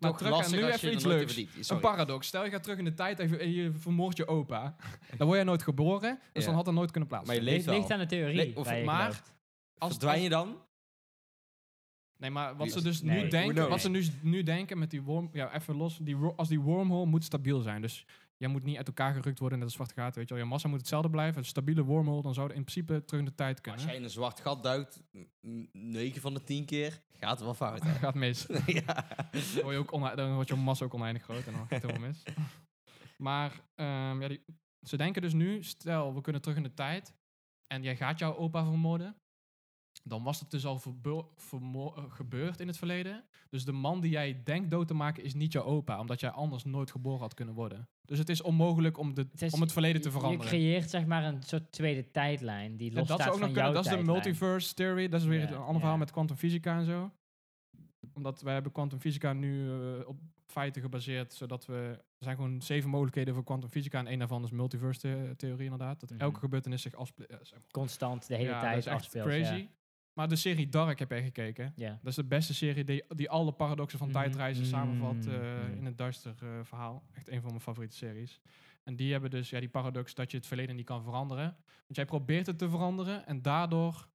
Speaker 1: Maar
Speaker 3: toch
Speaker 1: terug aan
Speaker 3: lastig
Speaker 1: nu
Speaker 3: als
Speaker 1: even
Speaker 3: je er
Speaker 1: iets
Speaker 3: nooit in
Speaker 1: leuks.
Speaker 3: verdiept is.
Speaker 1: Een
Speaker 3: Sorry.
Speaker 1: paradox. Stel, je gaat terug in de tijd en je- en je vermoordt je opa. Dan word jij nooit geboren, dus
Speaker 3: Ja.
Speaker 1: dan had dat nooit kunnen
Speaker 3: Maar je
Speaker 1: plaatsvinden.
Speaker 3: leeft
Speaker 4: Ligt,
Speaker 3: wel.
Speaker 4: ligt aan de theorie.
Speaker 3: Nee, of-
Speaker 4: waar je
Speaker 1: maar-
Speaker 4: gelooft.
Speaker 1: Als-
Speaker 3: Verdwijn je dan?
Speaker 1: Nee, maar wat
Speaker 3: Wie-
Speaker 1: ze dus
Speaker 4: Nee,
Speaker 1: nu
Speaker 4: who
Speaker 1: denken,
Speaker 4: knows?
Speaker 1: wat ze nu, nu denken met die worm, ja, even los, die, wor- als die wormhole moet stabiel zijn. Dus jij moet niet uit elkaar gerukt worden in de zwarte gaten, weet je wel. Je massa moet hetzelfde blijven, een stabiele wormhole, dan zou het in principe terug in de tijd
Speaker 3: Als
Speaker 1: kunnen.
Speaker 3: jij in een zwart gat duikt, 9 van de 10 keer gaat het wel fout. hè?
Speaker 1: Gaat mis.
Speaker 3: ja.
Speaker 1: Dan word, je ook onei- dan wordt je massa ook oneindig groot en dan gaat het helemaal mis. Maar ehm, ja, die- ze denken dus nu, stel we kunnen terug in de tijd en jij gaat jouw opa vermoorden. Dan was het dus al verbo- vermo- eh, gebeurd in het verleden. Dus de man die jij denkt dood te maken is niet jouw opa, omdat jij anders nooit geboren had kunnen worden. Dus het is onmogelijk om, de,
Speaker 4: Het is-
Speaker 1: om het verleden te
Speaker 4: je- Je
Speaker 1: veranderen.
Speaker 4: creëert zeg maar een soort tweede tijdlijn die
Speaker 1: En
Speaker 4: los
Speaker 1: dat
Speaker 4: staat
Speaker 1: zou
Speaker 4: van
Speaker 1: ook nog kunnen.
Speaker 4: jouw
Speaker 1: Dat is de
Speaker 4: tijdlijn.
Speaker 1: multiverse theory. Dat is weer
Speaker 4: Ja,
Speaker 1: een ander
Speaker 4: ja.
Speaker 1: verhaal met kwantumfysica en zo. Omdat wij hebben kwantumfysica nu eh, op feiten gebaseerd, zodat we... Er zijn gewoon zeven mogelijkheden voor kwantumfysica en één daarvan is multiverse the- theorie inderdaad. Dat
Speaker 4: Mhm.
Speaker 1: elke gebeurtenis zich afspeelt. Ja, zeg maar.
Speaker 4: Constant de hele
Speaker 1: Ja, dat
Speaker 4: tijd
Speaker 1: is echt
Speaker 4: afspeelt.
Speaker 1: crazy.
Speaker 4: Ja.
Speaker 1: Maar de serie Dark heb jij gekeken. hè?
Speaker 4: Ja.
Speaker 1: Dat is de beste serie die, die alle paradoxen van
Speaker 4: Mhm.
Speaker 1: tijdreizen samenvat eh,
Speaker 4: Mhm.
Speaker 1: in het duister eh, verhaal. Echt een van mijn favoriete series. En die hebben dus ja, die paradox dat je het verleden niet kan veranderen. Want jij probeert het te veranderen en daardoor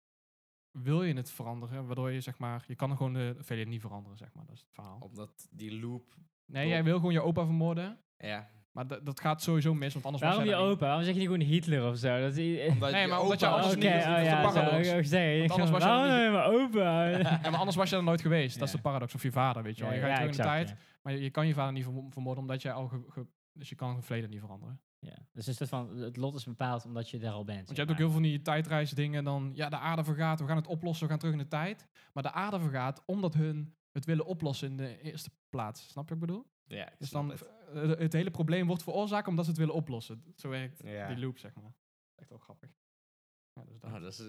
Speaker 1: wil je het veranderen. Waardoor je zeg maar, je kan gewoon de verleden niet veranderen, zeg maar. Dat is het verhaal.
Speaker 3: Omdat die loop...
Speaker 1: Nee,
Speaker 3: Klopt.
Speaker 1: jij wil gewoon je opa vermoorden.
Speaker 3: Ja.
Speaker 1: Maar da- dat gaat sowieso mis, want anders
Speaker 4: Waarom
Speaker 1: was
Speaker 4: je
Speaker 1: jij daar niet.
Speaker 4: opa? Waarom zeg je niet gewoon Hitler of zo? Dat is i- Oké,
Speaker 3: Omdat
Speaker 1: Nee, maar omdat
Speaker 3: opa
Speaker 1: je alles
Speaker 3: was
Speaker 1: niet- dat is
Speaker 4: oh
Speaker 1: de
Speaker 4: ja, dat zou
Speaker 1: paradox.
Speaker 4: ik ook zeggen. Ik
Speaker 1: Want anders
Speaker 4: gewoon,
Speaker 1: was je dan
Speaker 4: Waarom noem je mijn opa?
Speaker 1: Ja, maar anders was je er nooit geweest. Dat is
Speaker 3: Ja.
Speaker 1: de paradox. Of je vader, weet je wel. Je gaat terug in de
Speaker 4: exact,
Speaker 1: tijd.
Speaker 4: ja.
Speaker 1: Maar je, je kan je vader niet vermo- vermoorden omdat jij al... Ge, ge- dus je kan het verleden niet veranderen.
Speaker 4: Ja. Dus het, is van, het lot is bepaald omdat je daar al bent.
Speaker 1: Want
Speaker 4: zeg
Speaker 1: je hebt ook
Speaker 4: maar.
Speaker 1: heel veel van die tijdreisdingen. en Dan, ja, de aarde vergaat. We gaan het oplossen. We gaan terug in de tijd. Maar de aarde vergaat omdat hun het willen oplossen in de eerste plaats. Snap je wat ik bedoel?
Speaker 3: Ja, ik
Speaker 1: Dus
Speaker 3: snap
Speaker 1: dan
Speaker 3: het.
Speaker 1: eh, het hele probleem wordt veroorzaakt omdat ze het willen oplossen. Zo werkt
Speaker 3: Ja.
Speaker 1: die loop, zeg maar. Echt wel grappig. Ja, dus dat.
Speaker 3: Oh, dat, is,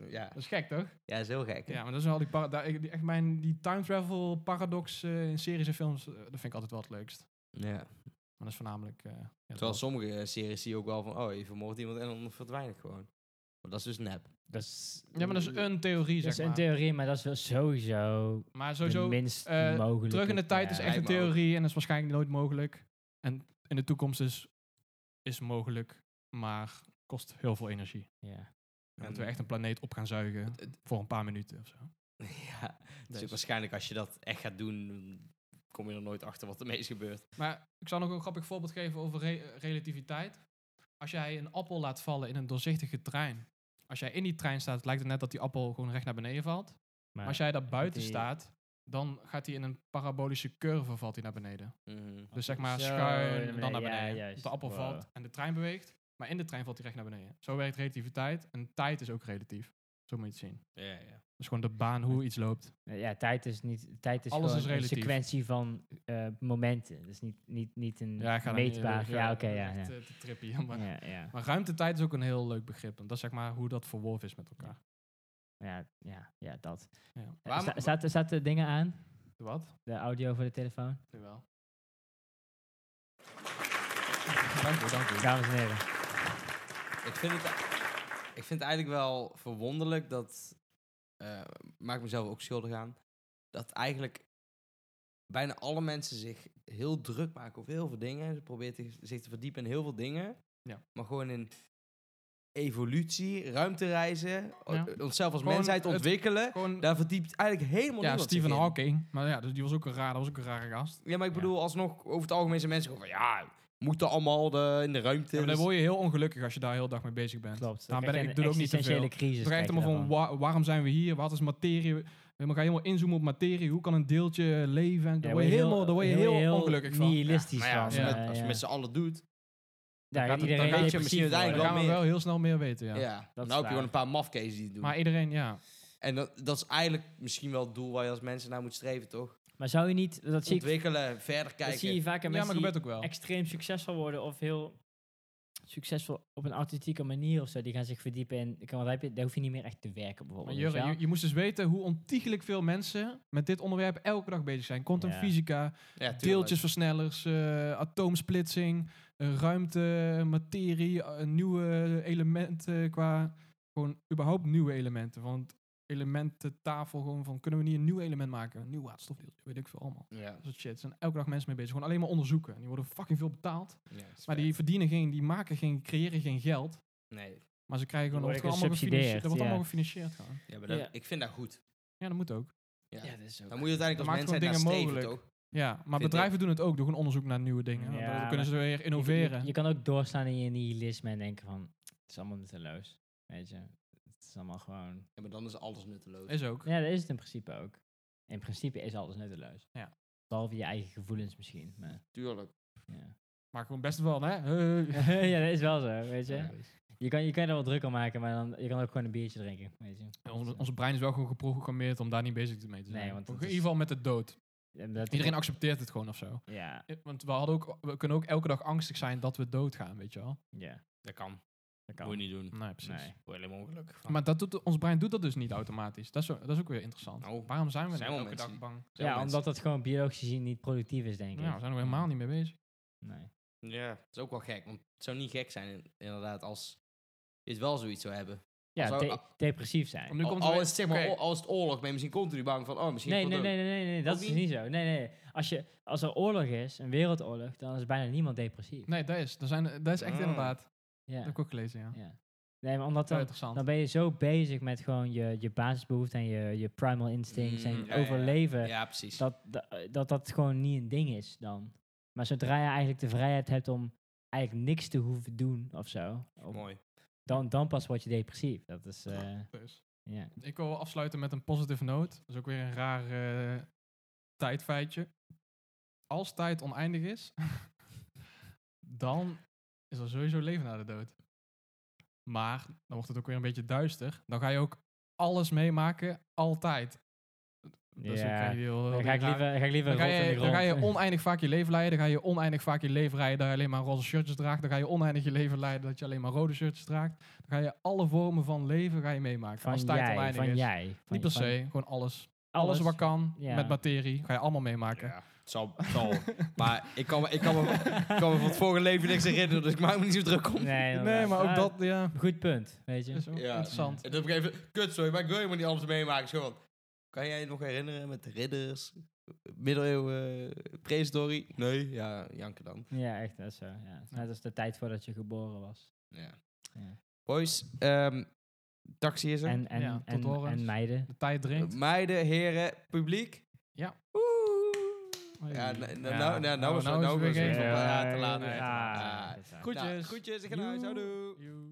Speaker 3: eh, ja.
Speaker 1: dat is gek, toch?
Speaker 3: ja, is heel gek. hè?
Speaker 1: Ja, maar dat is wel die, para- daar- ik- die- echt mijn, die time travel paradox eh, in series en films, eh, dat vind ik altijd wel het leukst.
Speaker 3: Ja.
Speaker 1: Maar dat is voornamelijk... eh, ja, dat
Speaker 3: Terwijl
Speaker 1: wel-
Speaker 3: sommige eh, series zie je ook wel van, oh, je vermoordt iemand en dan verdwijnt het gewoon. Maar dat is dus nep.
Speaker 4: Dat is,
Speaker 1: ja, maar dat is een theorie,
Speaker 4: dat is
Speaker 1: zeg
Speaker 4: een
Speaker 1: maar.
Speaker 4: theorie, maar dat is wel sowieso,
Speaker 1: Maar
Speaker 4: de
Speaker 1: sowieso,
Speaker 4: minst
Speaker 1: eh,
Speaker 4: mogelijke.
Speaker 1: terug in de tijd is
Speaker 4: Ja,
Speaker 1: echt een
Speaker 3: lijkt me ook.
Speaker 1: theorie en dat is waarschijnlijk nooit mogelijk. En in de toekomst is, is mogelijk, maar kost heel veel energie.
Speaker 4: Ja.
Speaker 1: Dat we echt een planeet op gaan zuigen voor een paar minuten of zo.
Speaker 3: ja, dus
Speaker 1: Dus-
Speaker 3: ook waarschijnlijk als je dat echt gaat doen, kom je er nooit achter wat ermee is gebeurd.
Speaker 1: Maar ik zal nog een grappig voorbeeld geven over re- relativiteit. Als jij een appel laat vallen in een doorzichtige trein. Als jij in die trein staat, lijkt het net dat die appel gewoon recht naar beneden valt. Maar
Speaker 4: Maar
Speaker 1: als jij daar buiten
Speaker 4: die-
Speaker 1: staat, dan gaat hij in een parabolische curve valt hij naar beneden.
Speaker 3: Mhm.
Speaker 1: Dus zeg maar
Speaker 4: Zo,
Speaker 1: schuin en
Speaker 4: naar
Speaker 1: dan naar
Speaker 4: beneden. Ja,
Speaker 1: beneden. Want
Speaker 4: juist.
Speaker 1: de appel
Speaker 4: Wow.
Speaker 1: valt en de trein beweegt, maar in de trein valt hij recht naar beneden. Zo werkt relativiteit en tijd is ook relatief. Zo moet je het zien.
Speaker 3: Ja, ja.
Speaker 1: Dat is gewoon de baan hoe iets loopt.
Speaker 4: Eh, ja, tijd is niet. Tijd is
Speaker 1: Alles
Speaker 4: gewoon
Speaker 1: is
Speaker 4: een
Speaker 1: relatief.
Speaker 4: sequentie van eh, momenten. Dus niet, niet, niet een
Speaker 1: Ja, ik ga daar niet-
Speaker 4: meetbaar.
Speaker 1: ik ga
Speaker 4: ja, oké, ja.
Speaker 1: echt,
Speaker 4: ja.
Speaker 1: eh, te trippy, maar
Speaker 4: Ja, ja,
Speaker 1: Maar ruimtetijd is ook een heel leuk begrip. En dat is zeg maar hoe dat verworven is met elkaar.
Speaker 4: ja, ja, ja, dat.
Speaker 1: Ja.
Speaker 4: Eh, sta- staat, staat de dingen aan?
Speaker 1: Wat?
Speaker 4: De audio voor de telefoon?
Speaker 1: Jawel. Dank u, dank u.
Speaker 4: Dames en heren.
Speaker 3: Ik, vind het, ik vind het eigenlijk wel verwonderlijk dat, eh maak ik mezelf ook schuldig aan, dat eigenlijk bijna alle mensen zich heel druk maken over heel veel dingen. Ze proberen te- zich te verdiepen in heel veel dingen.
Speaker 1: Ja.
Speaker 3: Maar gewoon in evolutie, ruimtereizen, o-
Speaker 1: Ja.
Speaker 3: onszelf als
Speaker 1: Gewoon
Speaker 3: mensheid
Speaker 1: het-
Speaker 3: ontwikkelen.
Speaker 1: Gewoon,
Speaker 3: Daar verdiept eigenlijk helemaal
Speaker 1: ja,
Speaker 3: niemand zich
Speaker 1: Stephen
Speaker 3: in.
Speaker 1: Hawking. Maar ja, dus die was ook een, raar, dat was ook een rare gast.
Speaker 3: Ja, maar ik bedoel, alsnog, over het algemeen zijn mensen gewoon van, ja, moeten allemaal de, in de
Speaker 1: Ja,
Speaker 3: ruimte.
Speaker 1: maar dan
Speaker 3: dus-
Speaker 1: word je heel ongelukkig als je daar heel dag mee bezig bent.
Speaker 4: Klopt.
Speaker 1: Daarom Nou, ben ik, ik doe er ook niet te veel.
Speaker 4: crisis.
Speaker 1: Het draait
Speaker 4: krijg je
Speaker 1: helemaal van, wa-
Speaker 4: daarvan.
Speaker 1: waarom zijn we hier? Wat is materie? We gaan helemaal inzoomen op materie. Hoe kan een deeltje leven? En
Speaker 4: Ja,
Speaker 1: daar word je helemaal, daar word je heel, ongelukkig van.
Speaker 4: Nihilistisch
Speaker 3: maar ja, als je
Speaker 4: van.
Speaker 1: ja,
Speaker 3: met,
Speaker 4: eh,
Speaker 3: als je
Speaker 4: ja.
Speaker 3: met z'n allen doet,
Speaker 4: Daar
Speaker 1: gaat het-
Speaker 4: iedereen
Speaker 1: dan gaat
Speaker 3: je misschien
Speaker 4: depressief worden.
Speaker 1: Dan
Speaker 3: uiteindelijk
Speaker 1: gaan we
Speaker 3: meer.
Speaker 1: wel heel snel meer weten, ja.
Speaker 3: ja.
Speaker 4: dat
Speaker 3: dan
Speaker 4: is
Speaker 3: heb je
Speaker 4: waar.
Speaker 3: gewoon een paar mafkees die het doen.
Speaker 1: Maar iedereen, ja.
Speaker 3: en dat, dat is eigenlijk misschien wel het doel waar je als mensen naar moet streven, toch?
Speaker 4: Maar zou je niet, dat zie ik,
Speaker 3: Ontwikkelen, verder
Speaker 4: dat
Speaker 3: kijken.
Speaker 4: zie je vaak aan
Speaker 1: Ja, maar
Speaker 4: mensen
Speaker 1: gebeurt
Speaker 4: die
Speaker 1: ook wel.
Speaker 4: extreem succesvol worden of heel succesvol op een artistieke manier of zo. Die gaan zich verdiepen in, ik kan wel lijpen, daar hoef je niet meer echt te
Speaker 1: Maar
Speaker 4: werken bijvoorbeeld. weet
Speaker 1: Jurre,
Speaker 4: je wel?
Speaker 1: je, je moest dus weten hoe ontiegelijk veel mensen met dit onderwerp elke dag bezig zijn. Quantum
Speaker 4: Ja.
Speaker 1: fysica,
Speaker 3: ja,
Speaker 1: deeltjesversnellers, eh, atoomsplitsing, eh, ruimte, materie, eh, nieuwe elementen qua... Gewoon überhaupt nieuwe elementen. Want elemententafel gewoon van, kunnen we niet een nieuw element maken? Een nieuw waterstofdeeltje, weet ik veel allemaal.
Speaker 3: Ja,
Speaker 1: Dat soort shit. Er zijn elke dag mensen mee bezig. Gewoon alleen maar onderzoeken. En die worden fucking veel betaald.
Speaker 3: ja, dat is
Speaker 1: Maar
Speaker 3: vet.
Speaker 1: die verdienen geen, die maken geen, creëren geen geld.
Speaker 3: Nee,
Speaker 1: Maar ze krijgen gewoon,
Speaker 4: worden
Speaker 1: dat wordt allemaal
Speaker 4: gesubsidieerd,
Speaker 1: gefinancierd. Dat wordt
Speaker 4: ja.
Speaker 1: allemaal gefinancierd gewoon.
Speaker 3: ja, maar dat-
Speaker 4: Ja.
Speaker 3: ik vind dat goed.
Speaker 1: Ja, dat moet ook.
Speaker 3: Ja.
Speaker 4: Ja, dat is ook-
Speaker 3: Dan moet je
Speaker 1: Dat
Speaker 3: uiteindelijk als
Speaker 1: maakt gewoon
Speaker 3: mensheid naar
Speaker 1: dingen
Speaker 3: streven,
Speaker 1: mogelijk.
Speaker 3: toch?
Speaker 1: Ja, maar
Speaker 3: Vind
Speaker 1: bedrijven doen het ook. Doen gewoon onderzoek naar nieuwe dingen.
Speaker 4: Ja,
Speaker 1: dan
Speaker 4: maar
Speaker 1: kunnen ze weer
Speaker 4: Je- je-
Speaker 1: innoveren.
Speaker 4: Je, kan ook doorslaan in je nihilisme en denken van, het is allemaal nutteloos. Weet je, het is allemaal gewoon...
Speaker 3: Ja, maar dan is alles nutteloos.
Speaker 1: Is ook.
Speaker 4: Ja, dat is het in principe ook. In principe is alles nutteloos.
Speaker 1: Ja.
Speaker 4: Behalve je eigen gevoelens misschien. Maar,
Speaker 3: Tuurlijk.
Speaker 4: ja.
Speaker 1: Maar gewoon best wel, hè? Eh.
Speaker 4: ja, dat is wel zo, weet je.
Speaker 1: Ja.
Speaker 4: Je kan, je kan er wel druk aan maken, maar dan, je kan ook gewoon een biertje drinken, weet je.
Speaker 1: Ja, Onze, onze brein is wel gewoon geprogrammeerd om daar niet bezig mee te zijn.
Speaker 4: Nee, want
Speaker 1: in
Speaker 4: het
Speaker 1: ieder
Speaker 4: is-
Speaker 1: geval met de dood.
Speaker 4: Ja, dat-
Speaker 1: Iedereen accepteert het gewoon of zo.
Speaker 4: Ja,
Speaker 1: Eh, Want we, hadden ook, we kunnen ook elke dag angstig zijn dat we doodgaan, weet je wel?
Speaker 4: ja,
Speaker 3: Dat kan.
Speaker 4: dat kan.
Speaker 3: Moet je niet doen.
Speaker 1: Nee, precies.
Speaker 4: Nee.
Speaker 3: Word je helemaal ongelukkig van.
Speaker 1: Mm. Maar dat doet, ons brein doet dat dus niet automatisch. Dat is, zo- dat is ook weer interessant.
Speaker 3: Nou,
Speaker 1: Waarom zijn we
Speaker 3: zijn
Speaker 1: nou
Speaker 3: wel
Speaker 1: elke dag
Speaker 3: mensen
Speaker 1: bang?
Speaker 3: Zijn
Speaker 4: Ja,
Speaker 3: mensen-
Speaker 4: omdat dat gewoon biologisch gezien niet productief is, denk ik.
Speaker 1: Ja, we zijn er helemaal niet mee bezig.
Speaker 4: Nee.
Speaker 3: Ja, dat is ook wel gek. Want het zou niet gek zijn in- inderdaad als je het wel zoiets zou hebben.
Speaker 4: Ja,
Speaker 3: Als-
Speaker 4: de- depressief zijn.
Speaker 1: Om nu
Speaker 3: Al,
Speaker 1: komt
Speaker 3: al
Speaker 1: er
Speaker 3: is het, zeg maar,
Speaker 1: Oké.
Speaker 3: o- als het oorlog ben je misschien continu bang van, oh, misschien
Speaker 4: Nee,
Speaker 3: ik
Speaker 4: nee,
Speaker 3: word
Speaker 4: nee, nee, nee, nee, dat
Speaker 3: Ook
Speaker 4: is
Speaker 3: niet?
Speaker 4: niet zo. Nee, nee. Als, je, als er oorlog is, een wereldoorlog, dan is bijna niemand depressief.
Speaker 1: Nee, dat is, dat zijn, dat is echt
Speaker 3: Ah.
Speaker 1: inderdaad. Dat
Speaker 4: Ja.
Speaker 1: heb ik ook gelezen, ja.
Speaker 4: ja. Nee, maar omdat
Speaker 1: Dat is wel
Speaker 4: dan,
Speaker 1: interessant.
Speaker 4: dan ben je zo bezig met gewoon je, je basisbehoeften en je, je primal instincts en
Speaker 3: Mm,
Speaker 4: je
Speaker 3: ja, ja, ja.
Speaker 4: overleven,
Speaker 3: dood. Ja, precies.
Speaker 4: Dat, dat, dat dat gewoon niet een ding is dan. Maar zodra je eigenlijk de vrijheid hebt om eigenlijk niks te hoeven doen of zo, om-
Speaker 3: Mooi.
Speaker 4: dan, dan pas word je depressief. Dat is, eh,
Speaker 1: Dus.
Speaker 4: ja.
Speaker 1: Ik wil afsluiten met een positive note. Dat is ook weer een raar eh, tijdfeitje. Als tijd oneindig is, dan is er sowieso leven na de dood. Maar dan wordt het ook weer een beetje duister. Dan ga je ook alles meemaken, altijd. Dus dan
Speaker 4: Ja,
Speaker 1: krijg je heel, heel
Speaker 4: Dan ga
Speaker 1: die
Speaker 4: ik
Speaker 1: raar-
Speaker 4: liever, dan ga ik liever
Speaker 1: Dan ga,
Speaker 4: rot in de
Speaker 1: je, dan
Speaker 4: grond.
Speaker 1: ga je oneindig vaak je leven leiden. Dan ga je oneindig vaak je leven rijden dat je alleen maar roze shirtjes draagt. Dan ga je oneindig je leven leiden dat je alleen maar rode shirtjes draagt. Dan ga je alle vormen van leven ga je meemaken. als
Speaker 4: van
Speaker 1: tijd
Speaker 4: jij,
Speaker 1: oneindig
Speaker 4: van
Speaker 1: is.
Speaker 4: jij. van-
Speaker 1: Niet per
Speaker 4: van
Speaker 1: se, gewoon alles. Alles, wat kan,
Speaker 4: Ja.
Speaker 1: met materie, ga je allemaal meemaken.
Speaker 3: Ja, het zal, het zal. maar ik kan, me, ik, kan me, ik kan me van het vorige leven niks herinneren, dus ik maak me niet zo druk om.
Speaker 4: Nee,
Speaker 1: Nee,
Speaker 4: inderdaad.
Speaker 1: maar ook
Speaker 4: Ah,
Speaker 1: dat, ja,
Speaker 4: Goed punt, weet je.
Speaker 1: is ook
Speaker 3: Ja.
Speaker 1: interessant.
Speaker 3: En dan heb ik even, kut sorry, maar ik wil helemaal niet alles meemaken. Zo van, kan jij je nog herinneren met de ridders, middeleeuwen, prehistorie? Nee, ja, janken dan.
Speaker 4: Ja, echt, dat is zo. Ja. Net als de tijd voordat je geboren was.
Speaker 3: Ja.
Speaker 4: Ja.
Speaker 3: Boys, ehm, taxi is er.
Speaker 4: En, en,
Speaker 1: Ja, tot
Speaker 4: en,
Speaker 1: horens.
Speaker 4: en meiden.
Speaker 1: De tijd dringt.
Speaker 3: Meiden, heren, publiek.
Speaker 1: Ja.
Speaker 3: Woe! Ja, nou, nou, nou, nou, nou, is het-
Speaker 1: nou is
Speaker 3: nou
Speaker 1: het
Speaker 3: is
Speaker 1: weer
Speaker 3: het
Speaker 1: geen-
Speaker 3: van,
Speaker 1: Ja,
Speaker 3: ah, te laat.
Speaker 1: ja,
Speaker 3: Ah.
Speaker 4: Goed.
Speaker 1: Groetjes.
Speaker 3: Nou, Groetjes, ik ga naar huis.
Speaker 1: Joe.
Speaker 3: Houdoe.
Speaker 1: Joe.